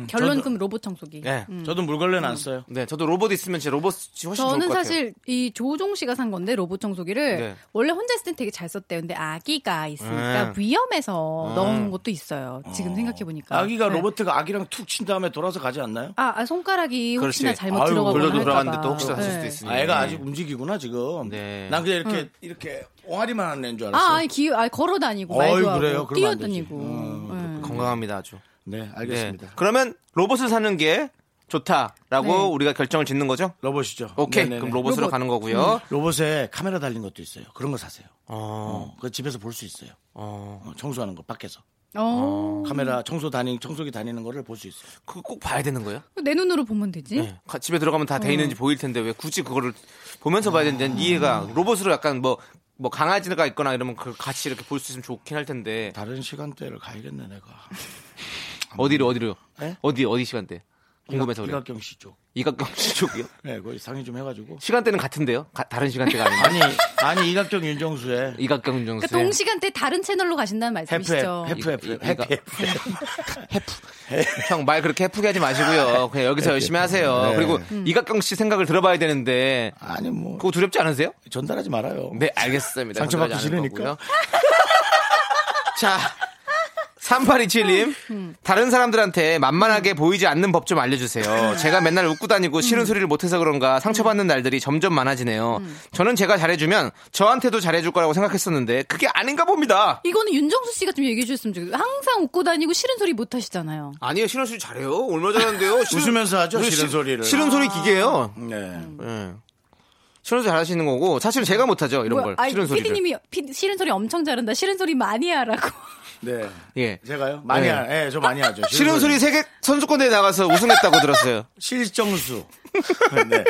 [SPEAKER 4] 결론 그럼 로봇 청소기.
[SPEAKER 2] 음, 네.
[SPEAKER 1] 저도 물걸레는
[SPEAKER 4] 음.
[SPEAKER 1] 안 써요.
[SPEAKER 2] 네, 저도 로봇 있으면 제 로봇이 훨씬 좋을
[SPEAKER 4] 저는
[SPEAKER 2] 것 같아요.
[SPEAKER 4] 사실 이 조종 씨가 산 건데 로봇 청소기를
[SPEAKER 2] 네.
[SPEAKER 4] 원래 혼자 있을 땐 되게 잘 썼대요. 근데 아기가 있으니까
[SPEAKER 2] 음.
[SPEAKER 4] 위험해서 넣은 것도 있어요. 지금 생각해 보니까. 네.
[SPEAKER 1] 아기가 로버트가 아기랑 툭 친 다음에 돌아서 가지 않나요?
[SPEAKER 4] 아, 아, 손가락이
[SPEAKER 2] 그렇지.
[SPEAKER 4] 혹시나 잘못
[SPEAKER 1] 아유,
[SPEAKER 4] 들어가거나
[SPEAKER 2] 돌려도
[SPEAKER 4] 할까봐.
[SPEAKER 2] 돌아갔는데 또 혹시나 다칠 수도
[SPEAKER 4] 네.
[SPEAKER 2] 있으니까.
[SPEAKER 1] 아, 애가 아직 움직이구나 지금.
[SPEAKER 2] 네.
[SPEAKER 1] 난 그냥 이렇게 이렇게 옹알이만 하는 애인 줄 알았어.
[SPEAKER 4] 음. 아, 아니, 기, 아 걸어 다니고
[SPEAKER 1] 어이,
[SPEAKER 4] 말도
[SPEAKER 1] 그래요?
[SPEAKER 4] 하고
[SPEAKER 1] 그러면 안
[SPEAKER 4] 뛰어다니고.
[SPEAKER 1] 되지. 음,
[SPEAKER 4] 네.
[SPEAKER 2] 건강합니다, 아주.
[SPEAKER 1] 네,
[SPEAKER 2] 네.
[SPEAKER 1] 알겠습니다.
[SPEAKER 2] 그러면 로봇을 사는 게 좋다라고
[SPEAKER 4] 네.
[SPEAKER 2] 우리가 결정을 짓는 거죠?
[SPEAKER 1] 로봇이죠.
[SPEAKER 2] 오케이.
[SPEAKER 1] 네네네.
[SPEAKER 2] 그럼 로봇으로
[SPEAKER 4] 로봇.
[SPEAKER 2] 가는 거고요.
[SPEAKER 1] 로봇에 카메라 달린 것도 있어요. 그런 거 사세요.
[SPEAKER 2] 어,
[SPEAKER 1] 어, 그거 집에서 볼 수 있어요.
[SPEAKER 2] 어.
[SPEAKER 1] 어, 청소하는 거 밖에서
[SPEAKER 4] 어.
[SPEAKER 1] 카메라 청소 다니 청소기 다니는 거를 볼 수 있어요.
[SPEAKER 2] 그거 꼭 봐야 되는 거예요?
[SPEAKER 4] 내 눈으로 보면 되지.
[SPEAKER 2] 어.
[SPEAKER 4] 그러니까
[SPEAKER 2] 네. 가- 집에 들어가면 다 돼 있는지 보일 텐데 왜 굳이 그거를 보면서 봐야 되는지 이해가 로봇으로 약간 뭐 뭐 강아지가 있거나 이러면 그 같이 이렇게 볼 수 있으면 좋긴 할 텐데
[SPEAKER 1] 다른 시간대를 가야겠네 내가.
[SPEAKER 2] 어디로 어디로
[SPEAKER 1] 네?
[SPEAKER 2] 어디 어디 시간대 궁금해서 그래 요
[SPEAKER 1] 이각경 씨 쪽.
[SPEAKER 2] 이각경 씨 쪽이요
[SPEAKER 1] 네, 거기 상의 좀 해가지고.
[SPEAKER 2] 시간대는 같은데요 가- 다른 시간대가 아닌데
[SPEAKER 1] 아니, 아니 이각경 윤정수의
[SPEAKER 2] 이각경
[SPEAKER 4] 그러니까
[SPEAKER 2] 정수
[SPEAKER 4] 동시간대 다른 채널로 가신다는
[SPEAKER 1] 해프
[SPEAKER 4] 말씀이시죠.
[SPEAKER 1] 해프 해프
[SPEAKER 2] 이- 이-
[SPEAKER 1] 해프 해프.
[SPEAKER 2] 네. 형 말 그렇게 해프게 하지 마시고요 그냥 여기서 열심히 하세요
[SPEAKER 1] 네.
[SPEAKER 2] 그리고 이각경 씨 생각을 들어봐야 되는데
[SPEAKER 1] 아니 뭐
[SPEAKER 2] 그거 두렵지 않으세요?
[SPEAKER 1] 전달하지 말아요.
[SPEAKER 2] 네, 알겠습니다.
[SPEAKER 1] 상처받기
[SPEAKER 2] 건드리지 않을
[SPEAKER 1] 싫으니까.
[SPEAKER 2] 거고요. 자, 음. 3827님. 다른 사람들한테 만만하게 보이지 않는 법 좀 알려주세요. 제가 맨날 웃고 다니고 싫은 소리를 못해서 그런가 상처받는 날들이 점점 많아지네요. 저는 제가 잘해주면 저한테도 잘해줄 거라고 생각했었는데 그게 아닌가 봅니다.
[SPEAKER 4] 이거는 윤정수 씨가 좀 얘기해 주셨으면 좋겠어요. 항상 웃고 다니고 싫은 소리 못 하시잖아요.
[SPEAKER 2] 아니요, 싫은 소리 잘해요. 얼마 잘하는데요.
[SPEAKER 1] 웃으면서 하죠, 싫은 소리를.
[SPEAKER 2] 싫은 소리
[SPEAKER 4] 아.
[SPEAKER 2] 기계예요.
[SPEAKER 1] 네.
[SPEAKER 2] 예. 싫은 소리 잘하시는 거고 사실 제가 못하죠 이런 걸
[SPEAKER 4] 아니,
[SPEAKER 2] 싫은 소리를.
[SPEAKER 4] 피디님이 피- 싫은 소리 엄청 잘한다. 싫은 소리 많이 하라고.
[SPEAKER 1] 네.
[SPEAKER 2] 예.
[SPEAKER 1] 제가요? 많이
[SPEAKER 2] 네.
[SPEAKER 1] 하, 예, 저 많이 하죠.
[SPEAKER 2] 싫은 소리 세계 선수권 대회 나가서 우승했다고 들었어요.
[SPEAKER 1] 실정수. 네.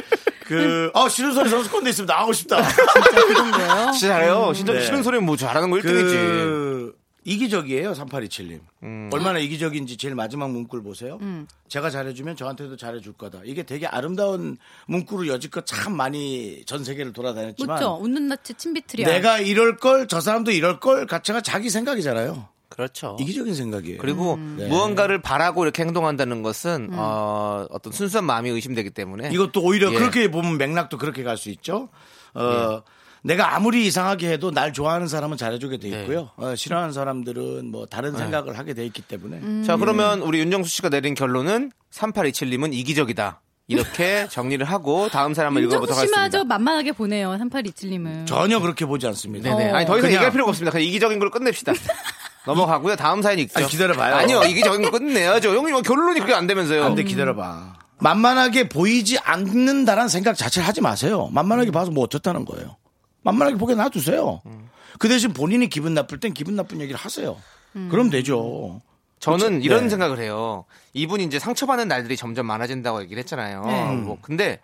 [SPEAKER 1] 그, 어, 싫은 소리 선수권도 있습니다. 하고 싶다. 진짜 그
[SPEAKER 4] 아.
[SPEAKER 1] 정도예요?
[SPEAKER 2] 진짜 잘해요.
[SPEAKER 4] 음.
[SPEAKER 2] 진짜
[SPEAKER 1] 네.
[SPEAKER 2] 싫은 소리는 뭐 잘하는 거 1등이지.
[SPEAKER 1] 그, 이기적이에요, 3827님.
[SPEAKER 2] 음.
[SPEAKER 1] 얼마나 이기적인지 제일 마지막 문구를 보세요. 제가 잘해주면 저한테도 잘해줄 거다. 이게 되게 아름다운 문구로 여지껏 참 많이 전 세계를 돌아다녔지만.
[SPEAKER 4] 그렇죠. 웃는 낯에 침비틀이야.
[SPEAKER 1] 내가 이럴 걸, 저 사람도 이럴 걸, 가차가 자기 생각이잖아요.
[SPEAKER 2] 그렇죠.
[SPEAKER 1] 이기적인 생각이에요.
[SPEAKER 2] 그리고
[SPEAKER 4] 음.
[SPEAKER 1] 네.
[SPEAKER 2] 무언가를 바라고 이렇게 행동한다는 것은 어, 어떤 순수한 마음이 의심되기 때문에
[SPEAKER 1] 이것도 오히려
[SPEAKER 2] 예.
[SPEAKER 1] 그렇게 보면 맥락도 그렇게 갈 수 있죠. 어, 내가 아무리 이상하게 해도 날 좋아하는 사람은 잘해주게
[SPEAKER 2] 네.
[SPEAKER 1] 돼 있고요. 어, 싫어하는 사람들은 뭐 다른 생각을 하게 돼 있기 때문에.
[SPEAKER 4] 음.
[SPEAKER 2] 자 그러면 우리 윤정수 씨가 내린 결론은 3827님은 이기적이다. 이렇게 정리를 하고 다음 사람을 읽어보도록
[SPEAKER 4] 윤정수 씨마저
[SPEAKER 2] 하겠습니다.
[SPEAKER 4] 만만하게 보내요. 3827님은.
[SPEAKER 1] 전혀 그렇게 보지 않습니다.
[SPEAKER 2] 네네. 아니 더 이상
[SPEAKER 1] 그냥-
[SPEAKER 2] 얘기할 필요가 없습니다. 그냥 이기적인 걸로 끝냅시다. 넘어가고요. 다음 사연 읽죠.
[SPEAKER 1] 아니, 기다려봐요.
[SPEAKER 2] 아니요. 이기적인 거 끝내야죠. 형님 뭐 결론이 그게 안 되면서요.
[SPEAKER 1] 안돼 네, 기다려봐. 만만하게 보이지 않는다라는 생각 자체를 하지 마세요. 만만하게 봐서 뭐 어쨌다는 거예요. 만만하게 보게 놔두세요. 그 대신 본인이 기분 나쁠 땐 기분 나쁜 얘기를 하세요. 그럼 되죠.
[SPEAKER 2] 저는
[SPEAKER 1] 그쵸?
[SPEAKER 2] 이런
[SPEAKER 1] 네.
[SPEAKER 2] 생각을 해요. 이분이 이제 상처받는 날들이 점점 많아진다고 얘기를 했잖아요.
[SPEAKER 1] 네. 음.
[SPEAKER 2] 뭐 근데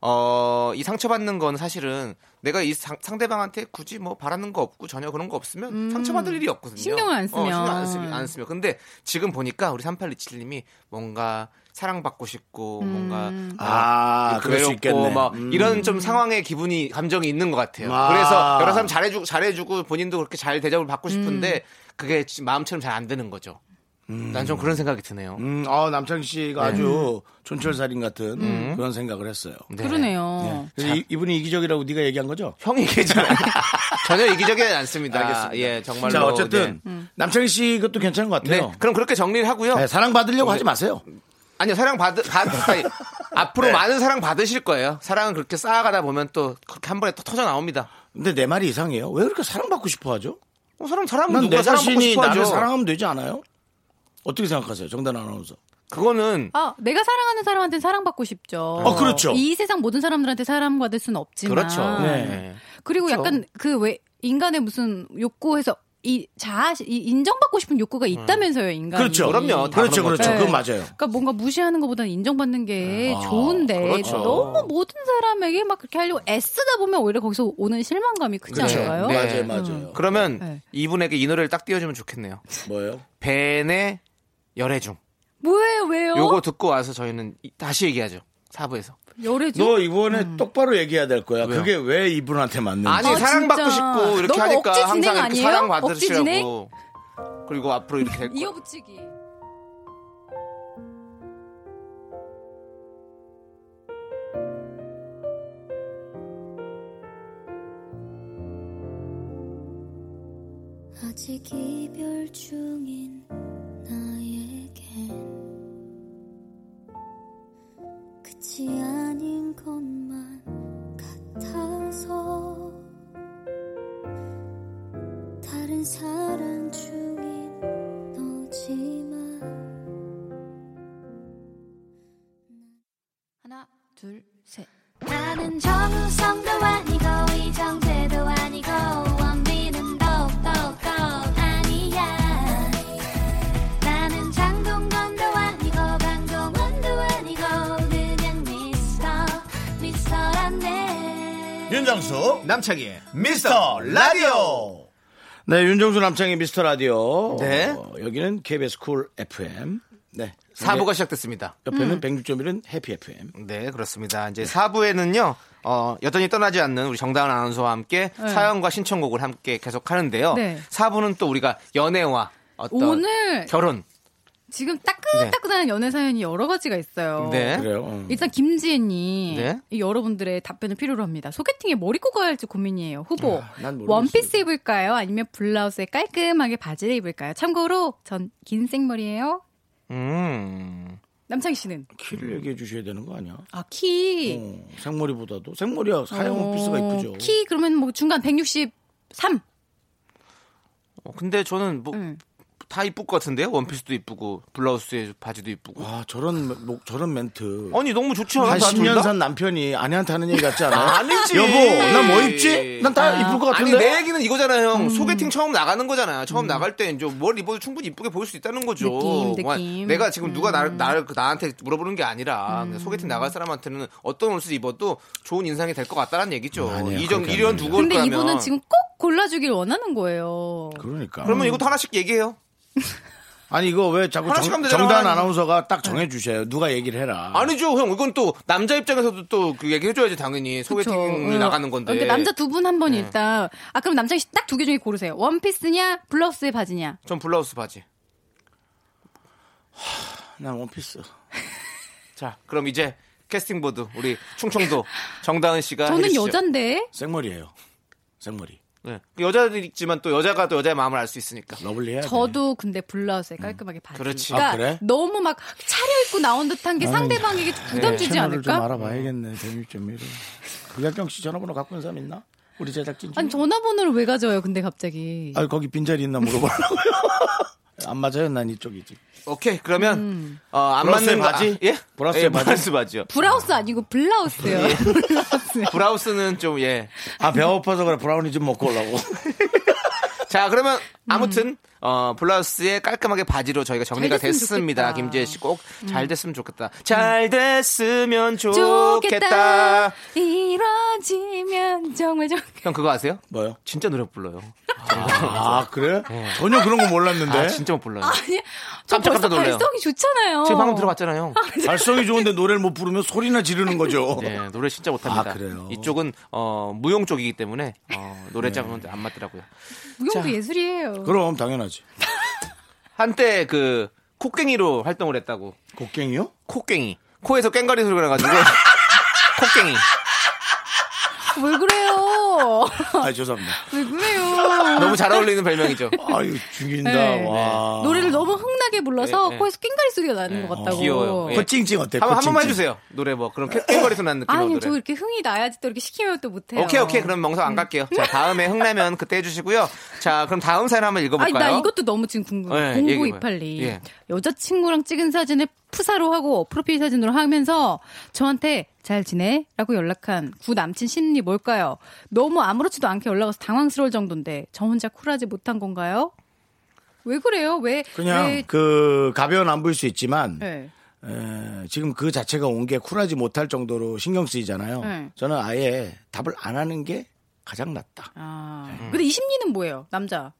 [SPEAKER 2] 어, 이 상처받는 건 사실은 내가 이 상, 상대방한테 굳이 뭐 바라는 거 없고 전혀 그런 거 없으면 상처받을 일이 없거든요.
[SPEAKER 4] 음. 신경을 안 쓰면.
[SPEAKER 2] 어, 신경 안, 쓰, 안 쓰면. 근데 지금 보니까 우리 3827님이 뭔가 사랑받고 싶고 뭔가
[SPEAKER 4] 음.
[SPEAKER 1] 아,
[SPEAKER 2] 이렇게
[SPEAKER 1] 그럴 수
[SPEAKER 2] 외롭고
[SPEAKER 1] 있겠네.
[SPEAKER 2] 뭐 막
[SPEAKER 1] 음.
[SPEAKER 2] 이런 좀 상황의 기분이 감정이 있는 것 같아요.
[SPEAKER 1] 아.
[SPEAKER 2] 그래서 여러 사람
[SPEAKER 4] 음.
[SPEAKER 2] 잘해주고 잘해주고 본인도 그렇게 잘 대접을 받고 싶은데 그게 지- 마음처럼 잘 안 되는 거죠. 난 좀 그런 생각이 드네요.
[SPEAKER 1] 음, 아, 남창희 씨가 아주 촌철살인 같은 그런 생각을 했어요.
[SPEAKER 2] 네.
[SPEAKER 4] 그러네요.
[SPEAKER 1] 그래서 이, 분이 이기적이라고 네가 얘기한 거죠?
[SPEAKER 2] 형이 얘기잖아요. 전혀 이기적이지 않습니다.
[SPEAKER 1] 알겠습니다.
[SPEAKER 2] 예, 정말로.
[SPEAKER 1] 자, 어쨌든 음. 남창희 씨 것도 괜찮은 것
[SPEAKER 2] 네.
[SPEAKER 1] 같아요.
[SPEAKER 2] 네, 그럼 그렇게 정리를 하고요.
[SPEAKER 1] 네, 사랑받으려고 하지 마세요.
[SPEAKER 2] 아니요, 사랑 받으, 받, 아니, 앞으로
[SPEAKER 1] 네.
[SPEAKER 2] 많은 사랑 받으실 거예요. 사랑은 그렇게 쌓아가다 보면 또 그렇게 한 번에 또 터져 나옵니다.
[SPEAKER 1] 근데 내 말이 이상해요. 왜 그렇게 사랑받고 싶어 하죠?
[SPEAKER 2] 어, 사람, 사람은
[SPEAKER 1] 난
[SPEAKER 2] 누가
[SPEAKER 1] 내
[SPEAKER 2] 사랑받고
[SPEAKER 1] 자신이
[SPEAKER 2] 싶어
[SPEAKER 1] 나를
[SPEAKER 2] 하죠.
[SPEAKER 1] 사랑하면 되지 않아요? 어떻게 생각하세요? 정단 아나운서.
[SPEAKER 2] 그거는
[SPEAKER 4] 아, 내가 사랑하는 사람한테는 사랑받고 싶죠.
[SPEAKER 1] 어, 그렇죠.
[SPEAKER 4] 이 세상 모든 사람들한테 사랑받을 수는 없지만.
[SPEAKER 2] 그렇죠.
[SPEAKER 1] 네.
[SPEAKER 2] 네.
[SPEAKER 4] 그리고
[SPEAKER 2] 그렇죠.
[SPEAKER 4] 약간 그 왜 인간의 무슨 욕구에서 이 자아 이 인정받고 싶은 욕구가 있다면서요, 인간.
[SPEAKER 1] 그렇죠.
[SPEAKER 2] 음. 아, 그럼요. 음. 다
[SPEAKER 1] 그렇죠,
[SPEAKER 2] 그런
[SPEAKER 1] 그렇죠.
[SPEAKER 4] 거죠.
[SPEAKER 1] 그건 맞아요.
[SPEAKER 4] 그러니까 뭔가 무시하는 것보다는 인정받는 게
[SPEAKER 1] 아,
[SPEAKER 4] 좋은데
[SPEAKER 2] 그렇죠.
[SPEAKER 4] 너무 모든 사람에게 막 그렇게 하려고 애쓰다 보면 오히려 거기서 오는 실망감이 크지
[SPEAKER 1] 그렇죠.
[SPEAKER 4] 않을까요?
[SPEAKER 2] 네.
[SPEAKER 1] 맞아요, 맞아요.
[SPEAKER 2] 그러면
[SPEAKER 4] 네.
[SPEAKER 2] 이분에게 이 노래를 딱 띄워주면 좋겠네요.
[SPEAKER 1] 뭐예요?
[SPEAKER 2] 벤의 열애중.
[SPEAKER 4] 뭐예요, 왜요?
[SPEAKER 2] 요거 듣고 와서 저희는 이- 다시 얘기하죠. 사부에서.
[SPEAKER 4] 열애죠.
[SPEAKER 1] 너 이번에 똑바로 얘기해야 될 거야.
[SPEAKER 2] 음. 왜요?
[SPEAKER 1] 그게 왜 이분한테 맞는지.
[SPEAKER 2] 아니
[SPEAKER 4] 아,
[SPEAKER 2] 사랑받고
[SPEAKER 4] 진짜.
[SPEAKER 2] 싶고 이렇게
[SPEAKER 4] 너무
[SPEAKER 2] 하니까
[SPEAKER 4] 억지 진행
[SPEAKER 2] 항상 이렇게
[SPEAKER 4] 아니에요? 억지 진행?
[SPEAKER 2] 사랑받으시라고. 그리고 앞으로 이렇게 될 거예요.
[SPEAKER 4] 이어붙이기.
[SPEAKER 6] 아직 이별 중인 나에겐 끝이 아닌 것만 같아서 다른 사랑 중인 너지만
[SPEAKER 4] 하나, 둘, 셋.
[SPEAKER 6] 나는 정우성도 아니고 이정재도 아니고 원빈은 더욱더 아니야 나는 장동건도 아니고 강동원도 아니고 그냥 미스터 미스터란데
[SPEAKER 1] 윤정수
[SPEAKER 2] 남창희의
[SPEAKER 1] 미스터 라디오. 네, 윤정수 남창의 미스터 라디오.
[SPEAKER 2] 네.
[SPEAKER 1] 어, 여기는 KBS 쿨 FM. 네.
[SPEAKER 2] 사부가 음. 시작됐습니다.
[SPEAKER 1] 옆에는 106.1은 해피 FM.
[SPEAKER 2] 네, 그렇습니다. 이제 4부에는요, 어, 여전히 떠나지 않는 우리 정다은 아나운서와 함께 사연과 신청곡을 함께 계속 하는데요.
[SPEAKER 4] 네.
[SPEAKER 2] 4부는 또 우리가 연애와 어떤
[SPEAKER 4] 오늘
[SPEAKER 2] 결혼.
[SPEAKER 1] 네.
[SPEAKER 4] 지금 따끈따끈한 연애 사연이 여러 가지가 있어요.
[SPEAKER 2] 네.
[SPEAKER 1] 그래요. 어.
[SPEAKER 4] 일단 김지혜님
[SPEAKER 2] 네.
[SPEAKER 4] 이 여러분들의 답변을 필요로 합니다. 소개팅에 머리 꼬아야 할지 고민이에요. 후보
[SPEAKER 1] 아, 난 모르겠어요.
[SPEAKER 4] 원피스 입을까요? 아니면 블라우스에 깔끔하게 바지를 입을까요? 참고로 전 긴 생머리예요.
[SPEAKER 2] 음.
[SPEAKER 4] 남창희 씨는
[SPEAKER 1] 키를 얘기해 주셔야 되는 거 아니야?
[SPEAKER 4] 아 키.
[SPEAKER 1] 어, 생머리보다도 생머리야 사형
[SPEAKER 4] 어,
[SPEAKER 1] 원피스가 이쁘죠.
[SPEAKER 4] 키 그러면 뭐 중간 163.
[SPEAKER 2] 어, 근데 저는 뭐,
[SPEAKER 4] 음.
[SPEAKER 2] 다 이쁠 것 같은데요? 원피스도 이쁘고, 블라우스에 바지도 이쁘고.
[SPEAKER 1] 와 아, 저런 목 저런 멘트.
[SPEAKER 2] 아니, 너무 좋지 않아?
[SPEAKER 1] 한
[SPEAKER 2] 다둘
[SPEAKER 1] 어. 10년
[SPEAKER 2] 다?
[SPEAKER 1] 산 남편이 아내한테 하는 얘기 같지 않아?
[SPEAKER 2] 어, 아니지.
[SPEAKER 1] 여보, 난 뭐 입지? 난 다 이쁠 것
[SPEAKER 2] 아니
[SPEAKER 1] 같은데.
[SPEAKER 2] 내 얘기는 이거잖아요 형 소개팅 처음 나가는 거잖아요 처음 나갈 때 이제 뭘 입어도 충분히 이쁘게 보일 수 있다는 거죠
[SPEAKER 4] 느낌, 느낌. 음.
[SPEAKER 2] 와, 내가 지금 누가 나를, 나를 그 나한테 물어보는 게 아니라 그냥 소개팅 나갈 사람한테는 어떤 옷을 입어도 좋은 인상이 될 것 같다라는 얘기죠
[SPEAKER 1] 아니에요.
[SPEAKER 2] 이점
[SPEAKER 1] 그렇게
[SPEAKER 2] 이런
[SPEAKER 1] 안
[SPEAKER 2] 두고 올
[SPEAKER 4] 근데
[SPEAKER 2] 거면
[SPEAKER 4] 이분은 지금 꼭 골라주길 원하는 거예요.
[SPEAKER 1] 그러니까.
[SPEAKER 2] 그러면 이것도 하나씩 얘기해요
[SPEAKER 1] 아니 이거 왜 자꾸
[SPEAKER 2] 하나씩
[SPEAKER 1] 정,
[SPEAKER 2] 하면 되잖아. 네.
[SPEAKER 1] 정단 아나운서가 딱 정해 주셔요. 누가 얘기를 해라.
[SPEAKER 2] 아니죠 형 이건 또 남자 입장에서도 또 그 얘기해줘야지 당연히
[SPEAKER 4] 그쵸.
[SPEAKER 2] 소개팅을
[SPEAKER 4] 어.
[SPEAKER 2] 나가는 건데 네.
[SPEAKER 4] 그러니까 남자 두 분 한 번 일단 아 그럼 남자 씨딱 두 개 중에 고르세요. 원피스냐 블라우스의 바지냐.
[SPEAKER 2] 전 블라우스 바지
[SPEAKER 1] 난 원피스.
[SPEAKER 2] 자 그럼 이제 캐스팅 보드 우리 충청도 정다은 씨가
[SPEAKER 4] 저는
[SPEAKER 2] 해주시죠.
[SPEAKER 4] 여잔데
[SPEAKER 1] 생머리예요. 생머리.
[SPEAKER 2] 네. 여자들이지만 또 여자가 또 여자의 마음을 알 수 있으니까.
[SPEAKER 1] 러블리해.
[SPEAKER 4] 저도 근데 블라우스에 깔끔하게 바지.
[SPEAKER 2] 음, 그렇지.
[SPEAKER 4] 그러니까
[SPEAKER 1] 아, 그래?
[SPEAKER 4] 너무 막 차려입고 나온 듯한 게 상대방에게 부담 주지
[SPEAKER 1] 네. 채널을 좀
[SPEAKER 4] 않을까?
[SPEAKER 1] 알아봐야겠네. 재미점이로. 구약경 씨 전화번호 갖고 있는 사람 있나? 우리 제작진 중에.
[SPEAKER 4] 아니 전화번호를 왜 가져요? 근데 갑자기.
[SPEAKER 1] 아 거기 빈자리 있나 물어보려고요. 안 맞아요. 난 이쪽이지.
[SPEAKER 2] 오케이. 그러면
[SPEAKER 4] 음.
[SPEAKER 2] 어, 안
[SPEAKER 1] 브라우스의
[SPEAKER 2] 맞는 거-
[SPEAKER 1] 바지?
[SPEAKER 2] 아, 예?
[SPEAKER 1] 브라우스의
[SPEAKER 2] 예,
[SPEAKER 1] 바지?
[SPEAKER 2] 브라우스 바지요.
[SPEAKER 4] 브라우스 아니고 블라우스요.
[SPEAKER 2] 네.
[SPEAKER 4] 블라우스.
[SPEAKER 2] 브라우스는 좀 예.
[SPEAKER 1] 아 배고파서 그래. 브라우니 좀 먹고 오려고.
[SPEAKER 2] 자, 그러면
[SPEAKER 4] 음.
[SPEAKER 2] 아무튼 어, 블라우스에 깔끔하게 바지로 저희가 정리가
[SPEAKER 4] 잘 됐으면
[SPEAKER 2] 됐습니다.
[SPEAKER 4] 좋겠다. 음.
[SPEAKER 2] 김지혜 씨 꼭 잘 됐으면 좋겠다. 잘 됐으면 좋겠다.
[SPEAKER 4] 좋겠다. 이뤄지면 정말 좋.
[SPEAKER 2] 형 그거 아세요?
[SPEAKER 1] 뭐요?
[SPEAKER 2] 진짜 노래 불러요.
[SPEAKER 1] 아 그래? 전혀 그런 거 몰랐는데.
[SPEAKER 2] 어. 아, 진짜 못 불러요.
[SPEAKER 4] 아니, 저
[SPEAKER 2] 깜짝
[SPEAKER 4] 벌써
[SPEAKER 2] 깜짝 놀래요.
[SPEAKER 4] 발성이 좋잖아요.
[SPEAKER 2] 지금 방금 들어봤잖아요.
[SPEAKER 1] 발성이 좋은데 노래를 못 부르면 소리나 지르는 거죠.
[SPEAKER 2] 네, 노래 진짜 못합니다.
[SPEAKER 1] 아, 그래요? 네.
[SPEAKER 2] 이쪽은 어, 무용 쪽이기 때문에 어, 노래장은
[SPEAKER 4] 그
[SPEAKER 2] 안 맞더라고요.
[SPEAKER 4] 무용도 예술이에요.
[SPEAKER 1] 그럼 당연하지.
[SPEAKER 2] 한때 그 콧갱이로 활동을 했다고.
[SPEAKER 1] 곡갱이요?
[SPEAKER 2] 콧갱이. 코에서 깽가리 소리가 나가지고. 콧갱이.
[SPEAKER 4] 아, 왜 그래요?
[SPEAKER 1] 아 죄송합니다.
[SPEAKER 4] 왜 그래요?
[SPEAKER 2] 너무 잘 어울리는 별명이죠.
[SPEAKER 1] 아유 죽인다.
[SPEAKER 4] 네.
[SPEAKER 1] 와.
[SPEAKER 4] 노래를 너무 흥나게 불러서
[SPEAKER 2] 네, 네.
[SPEAKER 4] 코에서 낑가리 소리가 나는 것 같다고.
[SPEAKER 2] 귀여워요.
[SPEAKER 4] 네.
[SPEAKER 2] 예.
[SPEAKER 1] 그 코찡찡 어때?
[SPEAKER 2] 한번 한 번만
[SPEAKER 1] 코찡찡.
[SPEAKER 2] 해주세요. 노래 뭐 그런 캥거리 소리 나는 느낌으로
[SPEAKER 4] 아니
[SPEAKER 2] 노래.
[SPEAKER 4] 저 이렇게 흥이 나야지 또 이렇게 시키면 또 못해요.
[SPEAKER 2] 오케이 오케이 그럼 멍석 안 갈게요. 자 다음에 흥라면 그때 해주시고요. 자 그럼 다음 사연 한번
[SPEAKER 4] 아니
[SPEAKER 2] 읽어볼까요?
[SPEAKER 4] 나 이것도 너무 지금 궁금해.
[SPEAKER 2] 네,
[SPEAKER 4] 공구
[SPEAKER 2] 얘기해봐요.
[SPEAKER 4] 이팔리
[SPEAKER 2] 예.
[SPEAKER 4] 여자친구랑 찍은 사진을 프사로 하고 프로필 사진으로 하면서 저한테 잘 지내라고 연락한 구 남친 심리 뭘까요? 너무 아무렇지도 않게 연락 와서 당황스러울 정도인데 저 혼자 쿨하지 못한 건가요? 왜 그래요? 왜
[SPEAKER 1] 그냥
[SPEAKER 4] 왜-
[SPEAKER 1] 그 가벼운 안부일 수 있지만
[SPEAKER 4] 네.
[SPEAKER 1] 에, 지금 그 자체가 온 게 쿨하지 못할 정도로 신경 쓰이잖아요.
[SPEAKER 4] 네.
[SPEAKER 1] 저는 아예 답을 안 하는 게 가장 낫다.
[SPEAKER 4] 아. 근데 이 심리는 뭐예요, 남자?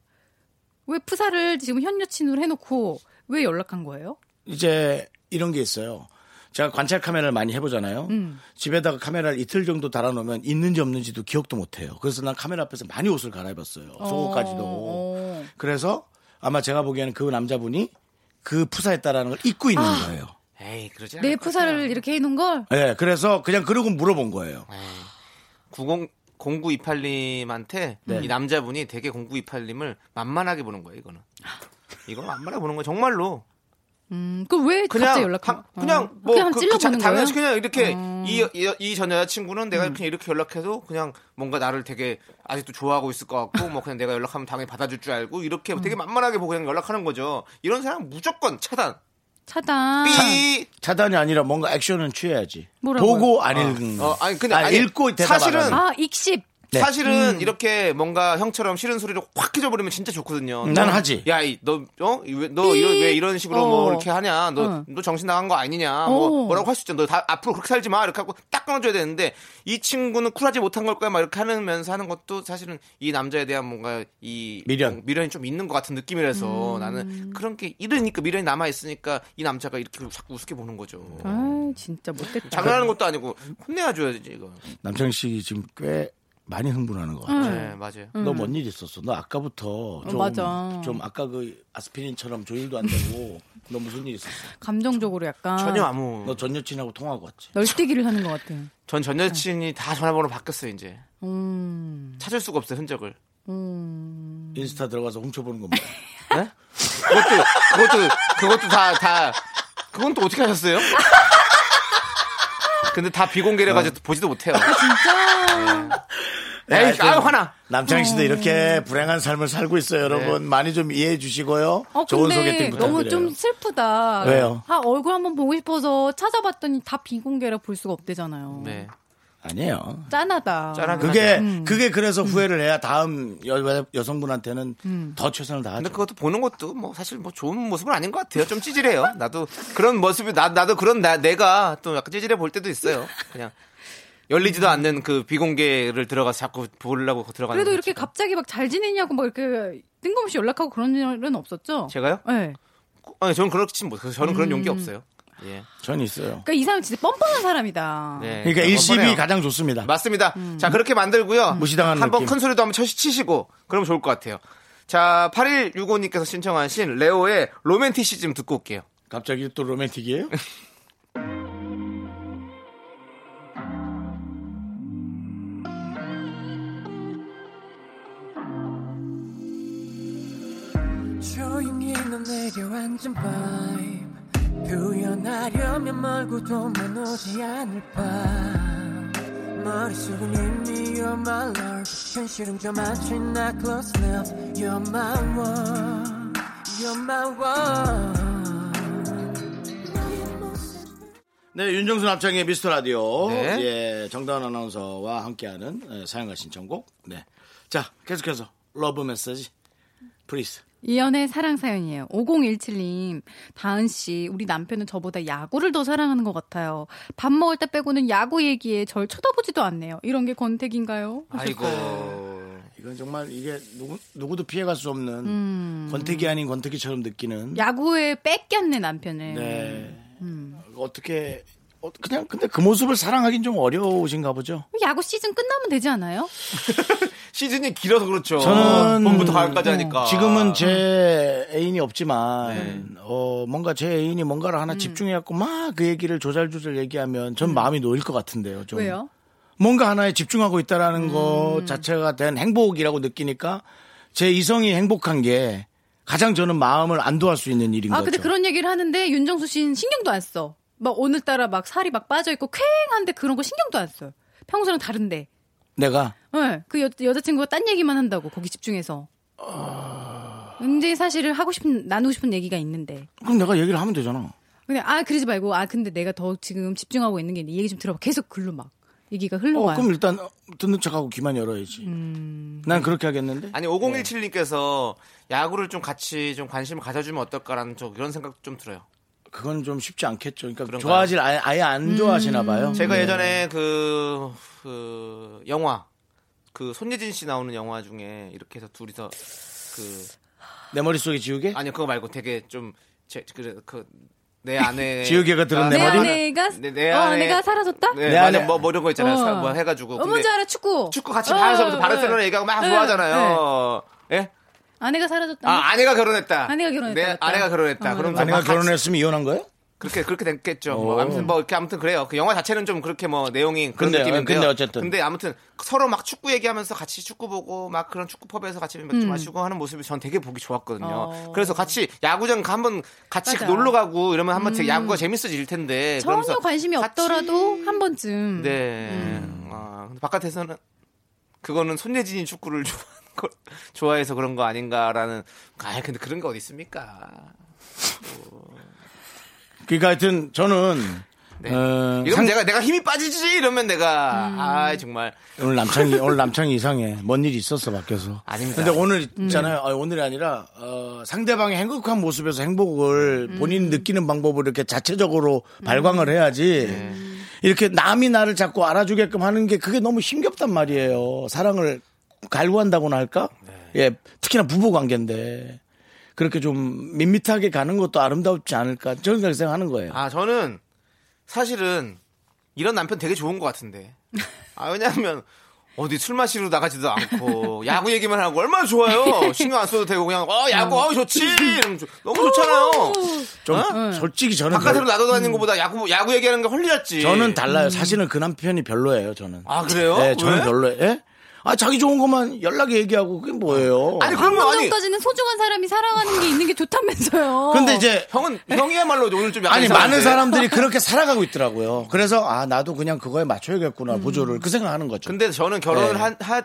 [SPEAKER 4] 왜 프사를 지금 현 여친으로 해놓고 왜 연락한 거예요?
[SPEAKER 1] 이제 이런 게 있어요. 제가 관찰 카메라를 많이 해보잖아요.
[SPEAKER 4] 음.
[SPEAKER 1] 집에다가 카메라를 이틀 정도 달아놓으면 있는지 없는지도 기억도 못해요. 그래서 난 카메라 앞에서 많이 옷을 갈아입었어요. 속옷까지도.
[SPEAKER 4] 어.
[SPEAKER 1] 그래서 아마 제가 보기에는 그 남자분이 그 프사했다라는 걸 잊고 있는
[SPEAKER 4] 아.
[SPEAKER 1] 거예요.
[SPEAKER 2] 에이 그러지 않아.
[SPEAKER 4] 내 프사를 이렇게 해놓은 걸
[SPEAKER 1] 예, 그래서 그냥 그러고 물어본 거예요.
[SPEAKER 2] 90 0928님한테
[SPEAKER 4] 네.
[SPEAKER 2] 이 남자분이 되게 0928님을 만만하게 보는 거예요. 이거는 이거 만만하게 보는 거 정말로
[SPEAKER 4] 음, 그럼 왜 갑자기
[SPEAKER 2] 그냥
[SPEAKER 4] 연락?
[SPEAKER 2] 한- 그냥 뭐
[SPEAKER 4] 그냥
[SPEAKER 2] 그- 그 자-
[SPEAKER 4] 찔러보는 거예요? 어. 음.
[SPEAKER 2] 당연히 그냥 이렇게 이이전 여자친구는 내가 그냥 이렇게 연락해도 그냥 뭔가 나를 되게 아직도 좋아하고 있을 것 같고 뭐 그냥 내가 연락하면 당연히 받아줄 줄 알고 이렇게
[SPEAKER 4] 음.
[SPEAKER 2] 되게 만만하게 보고 그냥 연락하는 거죠. 이런 사람 무조건 차단.
[SPEAKER 4] 차단.
[SPEAKER 2] 삐.
[SPEAKER 1] 차단이 아니라 뭔가 액션은 취해야지.
[SPEAKER 4] 뭐라고요?
[SPEAKER 1] 보고 안 읽는.
[SPEAKER 2] 어, 아니 근데
[SPEAKER 1] 아,
[SPEAKER 2] 아니,
[SPEAKER 1] 읽고 대답
[SPEAKER 2] 사실은
[SPEAKER 1] 안 하는.
[SPEAKER 4] 아, 익십.
[SPEAKER 1] 네.
[SPEAKER 2] 사실은
[SPEAKER 4] 음.
[SPEAKER 2] 이렇게 뭔가 형처럼 싫은 소리로 확 해줘버리면 진짜 좋거든요.
[SPEAKER 1] 음, 난
[SPEAKER 2] 너,
[SPEAKER 1] 하지.
[SPEAKER 2] 야, 이, 너, 어? 이 왜, 너, 이런, 왜 이런 식으로 뭐
[SPEAKER 4] 어.
[SPEAKER 2] 이렇게 하냐? 너,
[SPEAKER 4] 응.
[SPEAKER 2] 너 정신 나간 거 아니냐? 뭐,
[SPEAKER 4] 어.
[SPEAKER 2] 뭐라고 할 수 있잖아. 너 다, 앞으로 그렇게 살지 마. 이렇게 하고 딱 끊어줘야 되는데 이 친구는 쿨하지 못한 걸 거야. 막 이렇게 하면서 하는 것도 사실은 이 남자에 대한 뭔가 이
[SPEAKER 1] 미련.
[SPEAKER 2] 어, 미련이 좀 있는 것 같은 느낌이라서
[SPEAKER 4] 음.
[SPEAKER 2] 나는 그런 게 이러니까 미련이 남아있으니까 이 남자가 이렇게 자꾸 우습게 보는 거죠.
[SPEAKER 4] 아, 진짜 못됐다.
[SPEAKER 2] 장난하는 것도 아니고 혼내야줘야지, 이거.
[SPEAKER 1] 남창 씨 지금 꽤 많이 흥분하는 것
[SPEAKER 4] 음.
[SPEAKER 1] 같아.
[SPEAKER 2] 네, 맞아요.
[SPEAKER 1] 너 뭔 일 있었어? 너 아까부터 좀,
[SPEAKER 4] 맞아.
[SPEAKER 1] 좀 아까 그 아스피린처럼 조율도 안 되고 너 무슨 일 있었어?
[SPEAKER 4] 감정적으로 약간
[SPEAKER 2] 전혀 아무.
[SPEAKER 1] 너 전 여친하고 통화하고 왔지?
[SPEAKER 4] 널뛰기를 하는 것 같아요.
[SPEAKER 2] 전 전 여친이 다 전화번호 바뀌었어요 이제
[SPEAKER 4] 음.
[SPEAKER 2] 찾을 수가 없어요 흔적을
[SPEAKER 1] 인스타 들어가서 훔쳐보는 거 뭐야?
[SPEAKER 2] 네? 그것도 그것도 그것도 다 다 그건 또 어떻게 하셨어요? 근데 다 비공개래 가지고 보지도
[SPEAKER 4] 아,
[SPEAKER 2] 못해요.
[SPEAKER 4] 진짜.
[SPEAKER 2] 에이,
[SPEAKER 1] 하여튼
[SPEAKER 2] 아유, 화나.
[SPEAKER 1] 남창
[SPEAKER 4] 어.
[SPEAKER 1] 씨도 이렇게 불행한 삶을 살고 있어요, 여러분.
[SPEAKER 2] 네.
[SPEAKER 1] 많이 좀 이해해 주시고요.
[SPEAKER 4] 어,
[SPEAKER 1] 좋은
[SPEAKER 4] 근데
[SPEAKER 1] 소개팅 부탁드려요.
[SPEAKER 4] 너무 좀 슬프다.
[SPEAKER 1] 왜요?
[SPEAKER 4] 아, 얼굴 한번 보고 싶어서 찾아봤더니 다 비공개라 볼 수가 없대잖아요.
[SPEAKER 2] 네.
[SPEAKER 1] 아니에요.
[SPEAKER 4] 짠하다.
[SPEAKER 2] 짠하긴
[SPEAKER 1] 그게
[SPEAKER 2] 하죠.
[SPEAKER 4] 음.
[SPEAKER 1] 그게 그래서 후회를 해야 다음 여, 여성분한테는
[SPEAKER 4] 음.
[SPEAKER 1] 더 최선을 다하죠.
[SPEAKER 2] 근데 그것도 보는 것도 뭐 사실 뭐 좋은 모습은 아닌 것 같아요. 좀 찌질해요. 나도 그런 모습이 나 나도 그런 나 내가 또 약간 찌질해 볼 때도 있어요. 그냥 열리지도 않는 그 비공개를 들어가서 자꾸 보려고 들어가는
[SPEAKER 4] 그래도
[SPEAKER 2] 거
[SPEAKER 4] 이렇게
[SPEAKER 2] 자체가.
[SPEAKER 4] 갑자기 막 잘 지내냐고 막 이렇게 뜬금없이 연락하고 그런 일은 없었죠?
[SPEAKER 2] 제가요?
[SPEAKER 4] 네.
[SPEAKER 2] 아니 저는 그렇지 못 저는 그런
[SPEAKER 4] 음.
[SPEAKER 2] 용기 없어요. 예.
[SPEAKER 1] 전 있어요.
[SPEAKER 4] 그러니까 이 사람 진짜 뻔뻔한 사람이다.
[SPEAKER 2] 네.
[SPEAKER 1] 그러니까 일심이
[SPEAKER 2] 뻔뻔해요.
[SPEAKER 1] 가장 좋습니다.
[SPEAKER 2] 맞습니다. 자, 그렇게 만들고요.
[SPEAKER 1] 무시당하는
[SPEAKER 2] 한번
[SPEAKER 1] 느낌.
[SPEAKER 2] 큰 소리도 한번 쳐시- 치시고 그러면 좋을 것 같아요. 자, 8165님께서 신청하신 레오의 로맨티시즘 듣고 올게요.
[SPEAKER 1] 갑자기 또 로맨틱이에요?
[SPEAKER 8] 조용히 넌 내게 완전 vibe 표현하려면 멀고도 먼 오지 않을 밤 머릿속은 이미 you're my love 현실은 좀 아침 나 close enough You're my one You're my one
[SPEAKER 1] 네, 윤정수 남창의 미스터 라디오.
[SPEAKER 2] 네.
[SPEAKER 1] 예, 정다은 아나운서와 함께하는 예, 사연과 신청곡. 네. 자, 계속해서 러브 메시지. 프리스.
[SPEAKER 4] 이연의 사랑 사연이에요. 5017님, 다은 씨, 우리 남편은 저보다 야구를 더 사랑하는 것 같아요. 밥 먹을 때 빼고는 야구 얘기에 절 쳐다보지도 않네요. 이런 게 권태기인가요?
[SPEAKER 2] 아이고.
[SPEAKER 1] 이건 정말 이게 누구, 누구도 피해갈 수 없는 권태기 아닌 권태기처럼 느끼는.
[SPEAKER 4] 야구에 뺏겼네 남편을.
[SPEAKER 1] 네. 어떻게, 어, 그냥 근데 그 모습을 사랑하긴 좀 어려우신가 보죠.
[SPEAKER 4] 야구 시즌 끝나면 되지 않아요?
[SPEAKER 2] 시즌이 길어서 그렇죠.
[SPEAKER 1] 저는 음,
[SPEAKER 2] 봄부터 가을까지 하니까. 네.
[SPEAKER 1] 지금은 제 애인이 없지만 어 뭔가 제 애인이 뭔가를
[SPEAKER 4] 음.
[SPEAKER 1] 하나 집중해갖고 막 그 얘기를 조잘조잘 얘기하면 전 마음이 놓일 것 같은데요. 좀
[SPEAKER 4] 왜요? 음.
[SPEAKER 1] 뭔가 하나에 집중하고 있다라는 것 자체가 된 행복이라고 느끼니까 제 이성이 행복한 게 가장 저는 마음을 안도할 수 있는 일인
[SPEAKER 4] 아
[SPEAKER 1] 거죠.
[SPEAKER 4] 근데 그런 얘기를 하는데 윤정수 씨는 신경도 안 써. 막 오늘따라 막 살이 막 빠져 있고 쾌행한데 그런 거 신경도 안 써요. 평소랑 다른데.
[SPEAKER 1] 내가
[SPEAKER 4] 네, 그 여, 여자친구가 딴 얘기만 한다고 거기 집중해서. 굉장히 사실을 하고 싶은 나누고 싶은 얘기가 있는데.
[SPEAKER 1] 그럼 내가 얘기를 하면 되잖아. 어,
[SPEAKER 4] 근데 아 그러지 말고 아 근데 내가 더 지금 집중하고 있는 게 있는데 얘기 좀 들어봐. 계속 글로 막 얘기가
[SPEAKER 1] 어,
[SPEAKER 4] 흘러와요.
[SPEAKER 1] 그럼 일단 듣는 척하고 귀만 열어야지.
[SPEAKER 4] 음.
[SPEAKER 1] 난 그렇게 하겠는데.
[SPEAKER 2] 아니 5017님께서 야구를 좀 같이 좀 관심을 가져주면 어떨까라는 저 그런 생각 좀 들어요.
[SPEAKER 1] 그건 좀 쉽지 않겠죠. 그러니까
[SPEAKER 2] 그런가요?
[SPEAKER 1] 좋아하질 아예, 아예 안
[SPEAKER 4] 음.
[SPEAKER 1] 좋아하시나 봐요.
[SPEAKER 2] 제가
[SPEAKER 1] 네.
[SPEAKER 2] 예전에 그, 그 영화 그 손예진 씨 나오는 영화 중에 이렇게 해서 둘이서 그
[SPEAKER 1] 내 머릿속에 지우개?
[SPEAKER 2] 아니요 그거 말고 되게 그, 좀제그그내 아내
[SPEAKER 1] 지우개가 들은 내
[SPEAKER 4] 내
[SPEAKER 1] 머리?
[SPEAKER 4] 아내가
[SPEAKER 2] 내- 내
[SPEAKER 4] 어,
[SPEAKER 2] 아내-
[SPEAKER 4] 내가 사라졌다?
[SPEAKER 2] 네,
[SPEAKER 1] 내
[SPEAKER 2] 맞아
[SPEAKER 1] 아내-
[SPEAKER 2] 뭐, 뭐 이런 거 있잖아요
[SPEAKER 4] 어.
[SPEAKER 2] 사- 뭐 해가지고
[SPEAKER 4] 어,
[SPEAKER 2] 근데
[SPEAKER 4] 뭔지 알아 축구.
[SPEAKER 2] 축구 같이
[SPEAKER 4] 어,
[SPEAKER 2] 바르셀로나
[SPEAKER 4] 어,
[SPEAKER 2] 바르셀로나
[SPEAKER 4] 어.
[SPEAKER 2] 얘기하고 막
[SPEAKER 4] 어,
[SPEAKER 2] 좋아하잖아요 예
[SPEAKER 4] 아내가 사라졌다.
[SPEAKER 2] 아, 아내가 결혼했다.
[SPEAKER 4] 아내가 결혼했다,
[SPEAKER 2] 내
[SPEAKER 4] 맞다.
[SPEAKER 2] 아내가 결혼했다.
[SPEAKER 4] 어,
[SPEAKER 2] 그럼 또
[SPEAKER 1] 아내가
[SPEAKER 2] 막 같이-
[SPEAKER 1] 결혼했으면 이혼한 거예요?
[SPEAKER 2] 그렇게 그렇게 됐겠죠. 뭐 아무튼 뭐 이렇게 아무튼 그래요. 그 영화 자체는 좀 그렇게 뭐 내용이 그런
[SPEAKER 1] 근데요,
[SPEAKER 2] 느낌인데요.
[SPEAKER 1] 근데 어쨌든.
[SPEAKER 2] 근데 아무튼 서로 막 축구 얘기하면서 같이 축구 보고 막 그런 축구 펍에서 같이 맥주 마시고 하는 모습이 전 되게 보기 좋았거든요.
[SPEAKER 4] 음. 어.
[SPEAKER 2] 그래서 같이 야구장 가 한번 같이
[SPEAKER 4] 맞아.
[SPEAKER 2] 놀러 가고 이러면 한번 되게 야구가 재밌어질 텐데.
[SPEAKER 4] 음. 전혀
[SPEAKER 2] 네, 그러면서
[SPEAKER 4] 관심이
[SPEAKER 2] 같이-
[SPEAKER 4] 없더라도 음. 한 번쯤.
[SPEAKER 2] 네. 아, 근데 바깥에서는 그거는 손예진이 축구를 좋아하는 걸- 좋아해서 그런 거 아닌가라는. 아, 근데 그런 게 어디 있습니까?
[SPEAKER 1] 그러니까 하여튼 저는
[SPEAKER 2] 네.
[SPEAKER 1] 어,
[SPEAKER 2] 이러면
[SPEAKER 1] 상- 음.
[SPEAKER 2] 내가 내가 힘이 빠지지 이러면 내가 아 정말
[SPEAKER 1] 오늘 남창이 오늘 남창이 이상해. 뭔 일이 있었어 밖에서.
[SPEAKER 2] 아닙니다.
[SPEAKER 1] 근데 오늘 있잖아요. 아, 오늘이 아니라 어, 상대방의 행복한 모습에서 행복을 본인 느끼는 방법을 이렇게 자체적으로 발광을 해야지. 이렇게 남이 나를 자꾸 알아주게끔 하는 게 그게 너무 힘겹단 말이에요. 사랑을 갈구한다고나 할까? 예, 특히나 부부 관계인데 그렇게 좀 밋밋하게 가는 것도 아름답지 않을까 저는 그렇게 생각하는 거예요.
[SPEAKER 2] 아 저는 사실은 이런 남편 되게 좋은 것 같은데 아 왜냐하면 어디 술 마시러 나가지도 않고 야구 얘기만 하고 얼마나 좋아요 신경 안 써도 되고 그냥 어 야구
[SPEAKER 1] 음.
[SPEAKER 2] 어 좋지 이러면 좋- 너무 좋잖아요
[SPEAKER 1] 좀 솔직히 저는
[SPEAKER 2] 어? 바깥으로
[SPEAKER 1] 별-
[SPEAKER 2] 나돌아다니는 것보다 야구 야구 얘기하는 게 헐리였지
[SPEAKER 1] 저는 달라요. 사실은 그 남편이 별로예요. 저는.
[SPEAKER 2] 아 그래요
[SPEAKER 1] 네, 저는
[SPEAKER 2] 왜?
[SPEAKER 1] 별로. 예? 아 자기 좋은 것만 연락 얘기하고 그게 뭐예요?
[SPEAKER 2] 아니 그러면
[SPEAKER 4] 방금
[SPEAKER 2] 아니
[SPEAKER 4] 전까지는 소중한 사람이 사랑하는 게 있는 게 좋다면서요.
[SPEAKER 1] 근데 이제
[SPEAKER 2] 형은 형이야말로 오늘 좀 약간
[SPEAKER 1] 아니
[SPEAKER 2] 이상한데.
[SPEAKER 1] 많은 사람들이 그렇게 살아가고 있더라고요. 그래서 아 나도 그냥 그거에 맞춰야겠구나 보조를 그 생각하는 거죠.
[SPEAKER 2] 그렇죠. 근데 저는 결혼을
[SPEAKER 1] 네.
[SPEAKER 2] 한- 하,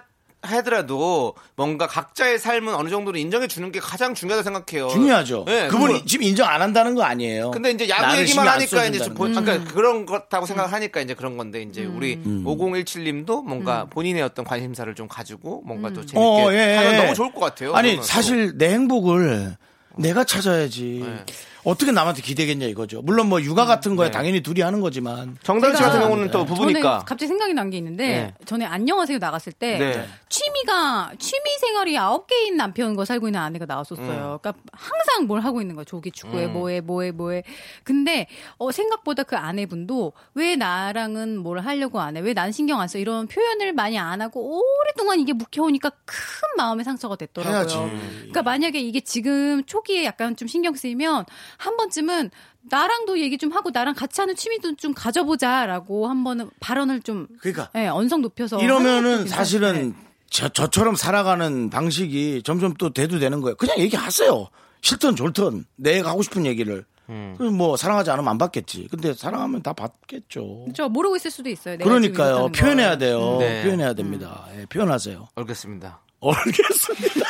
[SPEAKER 2] 하더라도 뭔가 각자의 삶은 어느 정도로 인정해 주는 게 가장 중요하다고 생각해요.
[SPEAKER 1] 중요하죠.
[SPEAKER 2] 예,
[SPEAKER 1] 그분이
[SPEAKER 2] 그거-
[SPEAKER 1] 지금 인정 안 한다는 거 아니에요.
[SPEAKER 2] 근데 이제 야구
[SPEAKER 1] 나를
[SPEAKER 2] 얘기만
[SPEAKER 1] 신경 안
[SPEAKER 2] 하니까 이제
[SPEAKER 1] 써준다는 음.
[SPEAKER 2] 보, 그러니까 그런 거다고 생각하니까 이제 그런 건데 이제 우리 5017님도 뭔가 본인의 어떤 관심사를 좀 가지고 뭔가 또 재밌게
[SPEAKER 1] 음. 어, 예,
[SPEAKER 2] 하면
[SPEAKER 1] 예.
[SPEAKER 2] 너무 좋을 것 같아요.
[SPEAKER 1] 아니
[SPEAKER 2] 저는.
[SPEAKER 1] 사실 내 행복을 내가 찾아야지.
[SPEAKER 2] 네.
[SPEAKER 1] 어떻게 남한테 기대겠냐 이거죠. 물론 뭐 육아 같은 거에 당연히 둘이 하는 거지만
[SPEAKER 2] 정다은 씨
[SPEAKER 4] 제가-
[SPEAKER 2] 같은 경우는
[SPEAKER 1] 네.
[SPEAKER 2] 또
[SPEAKER 4] 네, 저는
[SPEAKER 2] 부부니까
[SPEAKER 4] 갑자기 생각이 난 게 있는데 전에 안녕하세요 나갔을 때
[SPEAKER 2] 네.
[SPEAKER 4] 취미가 취미 생활이 아홉 개인 남편과 살고 있는 아내가 나왔었어요. 그러니까 항상 뭘 하고 있는 거야. 조기 축구에 뭐해 뭐해 뭐해. 근데 어, 생각보다 그 아내분도 왜 나랑은 뭘 하려고 안 해? 왜 난 신경 안 써? 이런 표현을 많이 안 하고 오랫동안 이게 묵혀오니까 큰 마음의 상처가 됐더라고요.
[SPEAKER 1] 해야지.
[SPEAKER 4] 그러니까 만약에 이게 지금 초기에 약간 좀 신경 쓰이면 한 번쯤은 나랑도 얘기 좀 하고 나랑 같이 하는 취미도 좀 가져보자라고 한 번은 발언을 좀
[SPEAKER 1] 그러니까
[SPEAKER 4] 예, 언성 높여서 하는 것도
[SPEAKER 1] 이러면은
[SPEAKER 4] 괜찮은데.
[SPEAKER 1] 사실은
[SPEAKER 4] 네.
[SPEAKER 1] 저, 저처럼 살아가는 방식이 점점 또 대두되는 거예요. 그냥 얘기하세요. 싫든 좋든 내가 하고 싶은 얘기를.
[SPEAKER 2] 음.
[SPEAKER 1] 그럼 뭐 사랑하지 않으면 안 받겠지. 근데 사랑하면 다 받겠죠.
[SPEAKER 4] 저 모르고 있을 수도 있어요. 내가 지금
[SPEAKER 1] 그러니까요.
[SPEAKER 4] 못하는 음. 걸.
[SPEAKER 1] 표현해야 돼요.
[SPEAKER 2] 네.
[SPEAKER 1] 표현해야 됩니다. 예, 표현하세요.
[SPEAKER 2] 알겠습니다.
[SPEAKER 1] 얼겠습니다.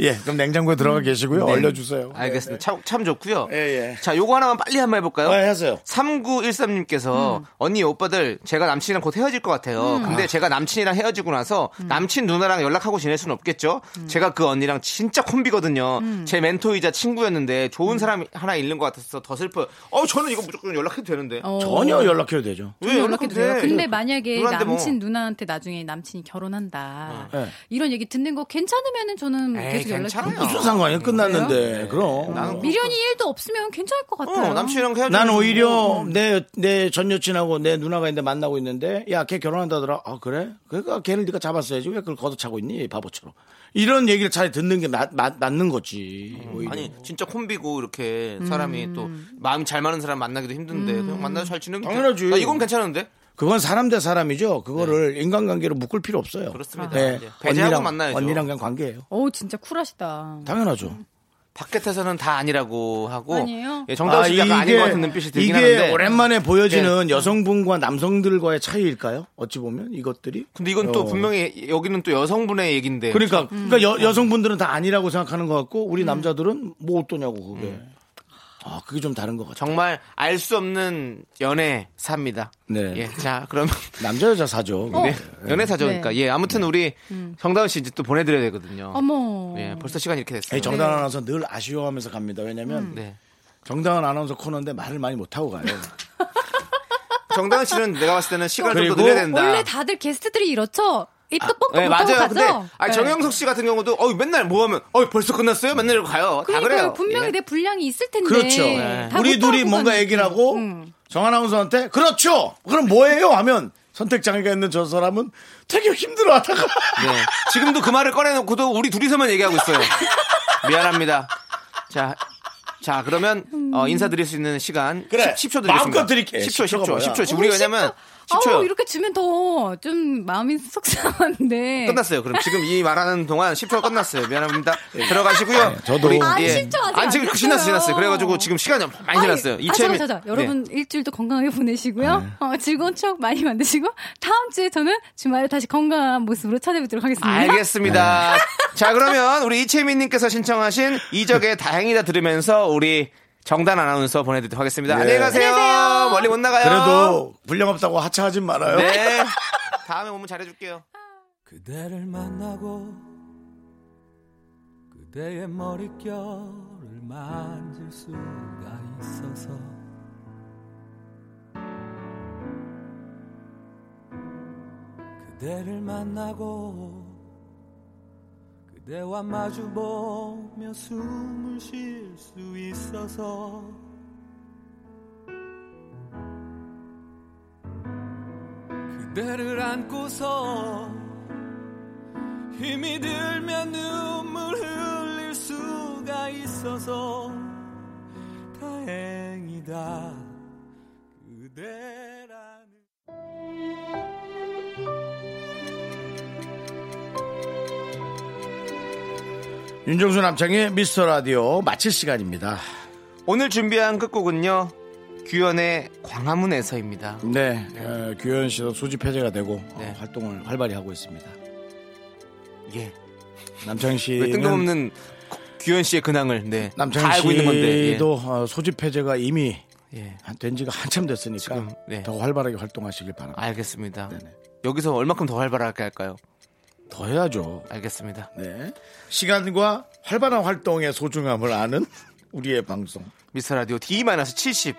[SPEAKER 1] 예, 그럼 냉장고에 들어가 계시고요. 얼려주세요.
[SPEAKER 2] 음. 네.
[SPEAKER 1] 네,
[SPEAKER 2] 알겠습니다. 참, 참 좋고요.
[SPEAKER 1] 예, 예.
[SPEAKER 2] 자, 요거 하나만 빨리 한번 해볼까요?
[SPEAKER 1] 네, 하세요.
[SPEAKER 2] 3913님께서
[SPEAKER 4] 음.
[SPEAKER 2] 언니 오빠들 제가 남친이랑 곧 헤어질 것 같아요. 근데 제가 남친이랑 헤어지고 나서
[SPEAKER 4] 음.
[SPEAKER 2] 남친 누나랑 연락하고 지낼 수는 없겠죠. 제가 그 언니랑 진짜 콤비거든요.
[SPEAKER 4] 음.
[SPEAKER 2] 제 멘토이자 친구였는데 좋은 사람 하나 잃는 것 같아서 더 슬퍼요. 어, 저는 이거 무조건 연락해도 되는데.
[SPEAKER 4] 어,
[SPEAKER 1] 전혀 연락해도 되죠.
[SPEAKER 2] 왜
[SPEAKER 4] 좀 연락해도 돼요. 근데
[SPEAKER 2] 돼?
[SPEAKER 4] 만약에
[SPEAKER 2] 누나한테 뭐.
[SPEAKER 4] 남친 누나한테 나중에 남친이 결혼한다
[SPEAKER 1] 네.
[SPEAKER 4] 이런 얘기 이게 듣는 거 괜찮으면은 저는
[SPEAKER 2] 에이,
[SPEAKER 4] 계속 연락해요. 네.
[SPEAKER 2] 괜찮아요.
[SPEAKER 1] 무슨 상관이야 끝났는데 그럼
[SPEAKER 2] 나는
[SPEAKER 4] 미련이 1도 없으면 괜찮을 것 같아요.
[SPEAKER 2] 어, 남친이랑 헤어져.
[SPEAKER 1] 난
[SPEAKER 2] 뭐,
[SPEAKER 1] 오히려 내 내 전 여친하고 내 누나가 있는데 만나고 있는데 야 걔 결혼한다더라 아 그래 그러니까 걔를 네가 잡았어야지 왜 그걸 걷어차고 있니 바보처럼 이런 얘기를 잘 듣는 게 나, 마- 맞는 거지 오히려.
[SPEAKER 2] 아니 진짜 콤비고 이렇게 사람이 또 마음이 잘 맞는 사람 만나기도 힘든데
[SPEAKER 4] 음.
[SPEAKER 2] 그냥 만나서 잘 지내는 게
[SPEAKER 1] 당연하지.
[SPEAKER 2] 괜찮- 나 이건 괜찮은데
[SPEAKER 1] 그건 사람 대 사람이죠 그거를 인간관계로 묶을 필요 없어요
[SPEAKER 2] 네. 그렇습니다.
[SPEAKER 1] 네.
[SPEAKER 2] 예. 배제하고
[SPEAKER 1] 언니랑
[SPEAKER 2] 만나야죠.
[SPEAKER 1] 언니랑 그냥 관계예요
[SPEAKER 4] 오, 진짜 쿨하시다.
[SPEAKER 1] 당연하죠
[SPEAKER 2] 바깥에서는 다 아니라고 하고
[SPEAKER 4] 아니에요?
[SPEAKER 2] 예, 정다은 씨가 약간 아닌 것 같은 눈빛이 들긴 하는데 네.
[SPEAKER 1] 이게 오랜만에 보여지는 여성분과 남성들과의 차이일까요? 어찌 보면 이것들이
[SPEAKER 2] 근데 이건
[SPEAKER 1] 어.
[SPEAKER 2] 또 분명히 여기는 또 여성분의 얘긴데
[SPEAKER 4] 그렇죠.
[SPEAKER 1] 그러니까
[SPEAKER 4] 음.
[SPEAKER 1] 그러니까
[SPEAKER 4] 네.
[SPEAKER 1] 여, 여성분들은 다 아니라고 생각하는 것 같고 우리 남자들은 뭐 어떠냐고 그게
[SPEAKER 4] 네.
[SPEAKER 1] 아 그게 좀 다른 것 같아.
[SPEAKER 2] 정말 알 수 없는 연애사입니다.
[SPEAKER 1] 네.
[SPEAKER 2] 예, 자 그러면
[SPEAKER 1] 남자 여자 사죠.
[SPEAKER 4] 어.
[SPEAKER 2] 네, 연애사죠. 그러니까
[SPEAKER 4] 네. 음.
[SPEAKER 2] 예, 아무튼 우리 정다은 씨 이제 또 보내드려야 되거든요.
[SPEAKER 4] 어머.
[SPEAKER 2] 예, 벌써 시간 이렇게 됐어요.
[SPEAKER 1] 에이,
[SPEAKER 4] 네.
[SPEAKER 1] 정당 아나운서 늘 아쉬워하면서 갑니다.
[SPEAKER 4] 음.
[SPEAKER 1] 왜냐면
[SPEAKER 2] 네.
[SPEAKER 1] 정당한 아나운서 코너인데 말을 많이 못 하고
[SPEAKER 4] 네.
[SPEAKER 1] 가요.
[SPEAKER 2] 정다은 씨는 내가 봤을 때는 시간을
[SPEAKER 1] 그리고
[SPEAKER 2] 좀 더 늘려야 된다.
[SPEAKER 4] 원래 다들 게스트들이 이렇죠? 입도 뻥긋
[SPEAKER 2] 네,
[SPEAKER 4] 못하고
[SPEAKER 2] 맞아요.
[SPEAKER 4] 가죠?
[SPEAKER 2] 근데 아니,
[SPEAKER 4] 네.
[SPEAKER 2] 정영석 씨 같은 경우도 어 맨날 뭐 하면 어 벌써 끝났어요? 맨날 이러고 가요. 다
[SPEAKER 4] 그러니까요.
[SPEAKER 2] 그래요.
[SPEAKER 4] 분명히
[SPEAKER 2] 예.
[SPEAKER 4] 내 분량이 있을 텐데. 네.
[SPEAKER 1] 그렇죠.
[SPEAKER 4] 다
[SPEAKER 1] 우리
[SPEAKER 4] 못하고
[SPEAKER 1] 둘이 뭔가
[SPEAKER 4] 가는
[SPEAKER 1] 얘기를 하고
[SPEAKER 4] 음.
[SPEAKER 1] 정 아나운서한테 그렇죠. 그럼 뭐예요? 하면 선택 장애가 있는 저 사람은 되게 힘들어하다가
[SPEAKER 2] 네. 지금도 그 말을 꺼내놓고도 우리 둘이서만 얘기하고 있어요. 미안합니다. 자, 자 그러면
[SPEAKER 4] 음.
[SPEAKER 2] 어, 인사드릴 수 있는 시간
[SPEAKER 1] 그래.
[SPEAKER 2] 10, 초 드리겠습니다.
[SPEAKER 1] 마음껏 드릴게.
[SPEAKER 2] 10초,
[SPEAKER 1] 10초 가
[SPEAKER 2] 10초,
[SPEAKER 1] 뭐야.
[SPEAKER 2] 10초. 지금
[SPEAKER 4] 어머,
[SPEAKER 2] 우리가 왜냐면
[SPEAKER 4] 10초.
[SPEAKER 2] 10초요.
[SPEAKER 4] 아우, 이렇게 주면 더 좀 마음이 속상한데.
[SPEAKER 2] 끝났어요. 그럼 지금 이 말하는 동안 10초가 끝났어요. 미안합니다.
[SPEAKER 1] 예.
[SPEAKER 2] 들어가시고요. 예.
[SPEAKER 1] 저도.
[SPEAKER 4] 아니, 10초
[SPEAKER 2] 안
[SPEAKER 4] 아직 안
[SPEAKER 2] 지금 지났어,
[SPEAKER 4] 됐어요.
[SPEAKER 2] 지났어요. 그래가지고 지금 시간이 많이 지났어요. 네.
[SPEAKER 4] 아, 잠깐, 잠깐. 여러분 일주일도 건강하게 보내시고요. 어, 즐거운 추억 많이 만드시고 다음 주에 저는 주말에 다시 건강한 모습으로 찾아뵙도록 하겠습니다.
[SPEAKER 2] 알겠습니다. 자, 그러면 우리 이채민님께서 신청하신 이적의 다행이다 들으면서 우리 정단 아나운서 보내드리도록 하겠습니다. 안녕히 가세요. 멀리 못 나가요.
[SPEAKER 1] 그래도 분량 없다고 하차하진 말아요.
[SPEAKER 2] 네. 다음에 오면 잘해줄게요.
[SPEAKER 7] 그대를 만나고 그대의 머릿결을 만질 수가 있어서 그대를 만나고 그대와 마주보며 숨을 쉴 수 있어서 그대를 안고서 힘이 들면 눈물 흘릴 수가 있어서 다행이다 그대라는
[SPEAKER 1] 윤정수 남창의 미스터 라디오 마칠 시간입니다.
[SPEAKER 2] 오늘 준비한 끝곡은요. 규현의 광화문에서입니다.
[SPEAKER 1] 네, 어, 규현 씨도 수집 해제가 되고 어,
[SPEAKER 2] 네.
[SPEAKER 1] 활동을 활발히 하고 있습니다.
[SPEAKER 2] 예.
[SPEAKER 1] 남창
[SPEAKER 2] 왜
[SPEAKER 1] 씨는
[SPEAKER 2] 뜬금없는 규현 씨의 근황을 네. 다
[SPEAKER 1] 예, 남창
[SPEAKER 2] 알고 있는 건데. 예.
[SPEAKER 1] 씨도 어, 소집 해제가 이미
[SPEAKER 2] 예.
[SPEAKER 1] 된 지가 한참 됐으니까
[SPEAKER 2] 지금, 네.
[SPEAKER 1] 더 활발하게 활동하시길 바랍니다.
[SPEAKER 2] 알겠습니다.
[SPEAKER 1] 네네.
[SPEAKER 2] 여기서 얼마큼 더 활발하게 할까요? 아,
[SPEAKER 1] 더 해야죠.
[SPEAKER 2] 알겠습니다.
[SPEAKER 1] 네, 시간과 활발한 활동의 소중함을 아는 우리의 방송.
[SPEAKER 2] 미스터 라디오 D-70.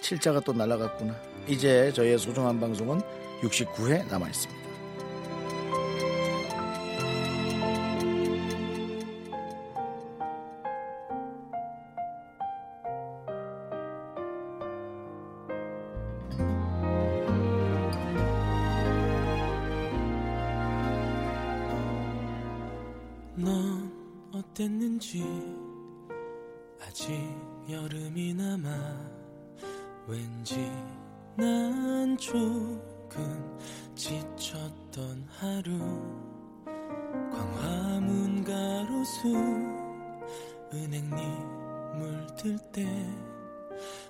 [SPEAKER 1] 칠자가 또 날아갔구나. 이제 저희의 소중한 방송은 69회 남아 있습니다.
[SPEAKER 7] 넌 어땠는지 아직 여름이 남아 왠지 난 조금 지쳤던 하루 광화문 가로수 은행잎 물들 때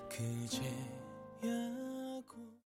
[SPEAKER 7] 그제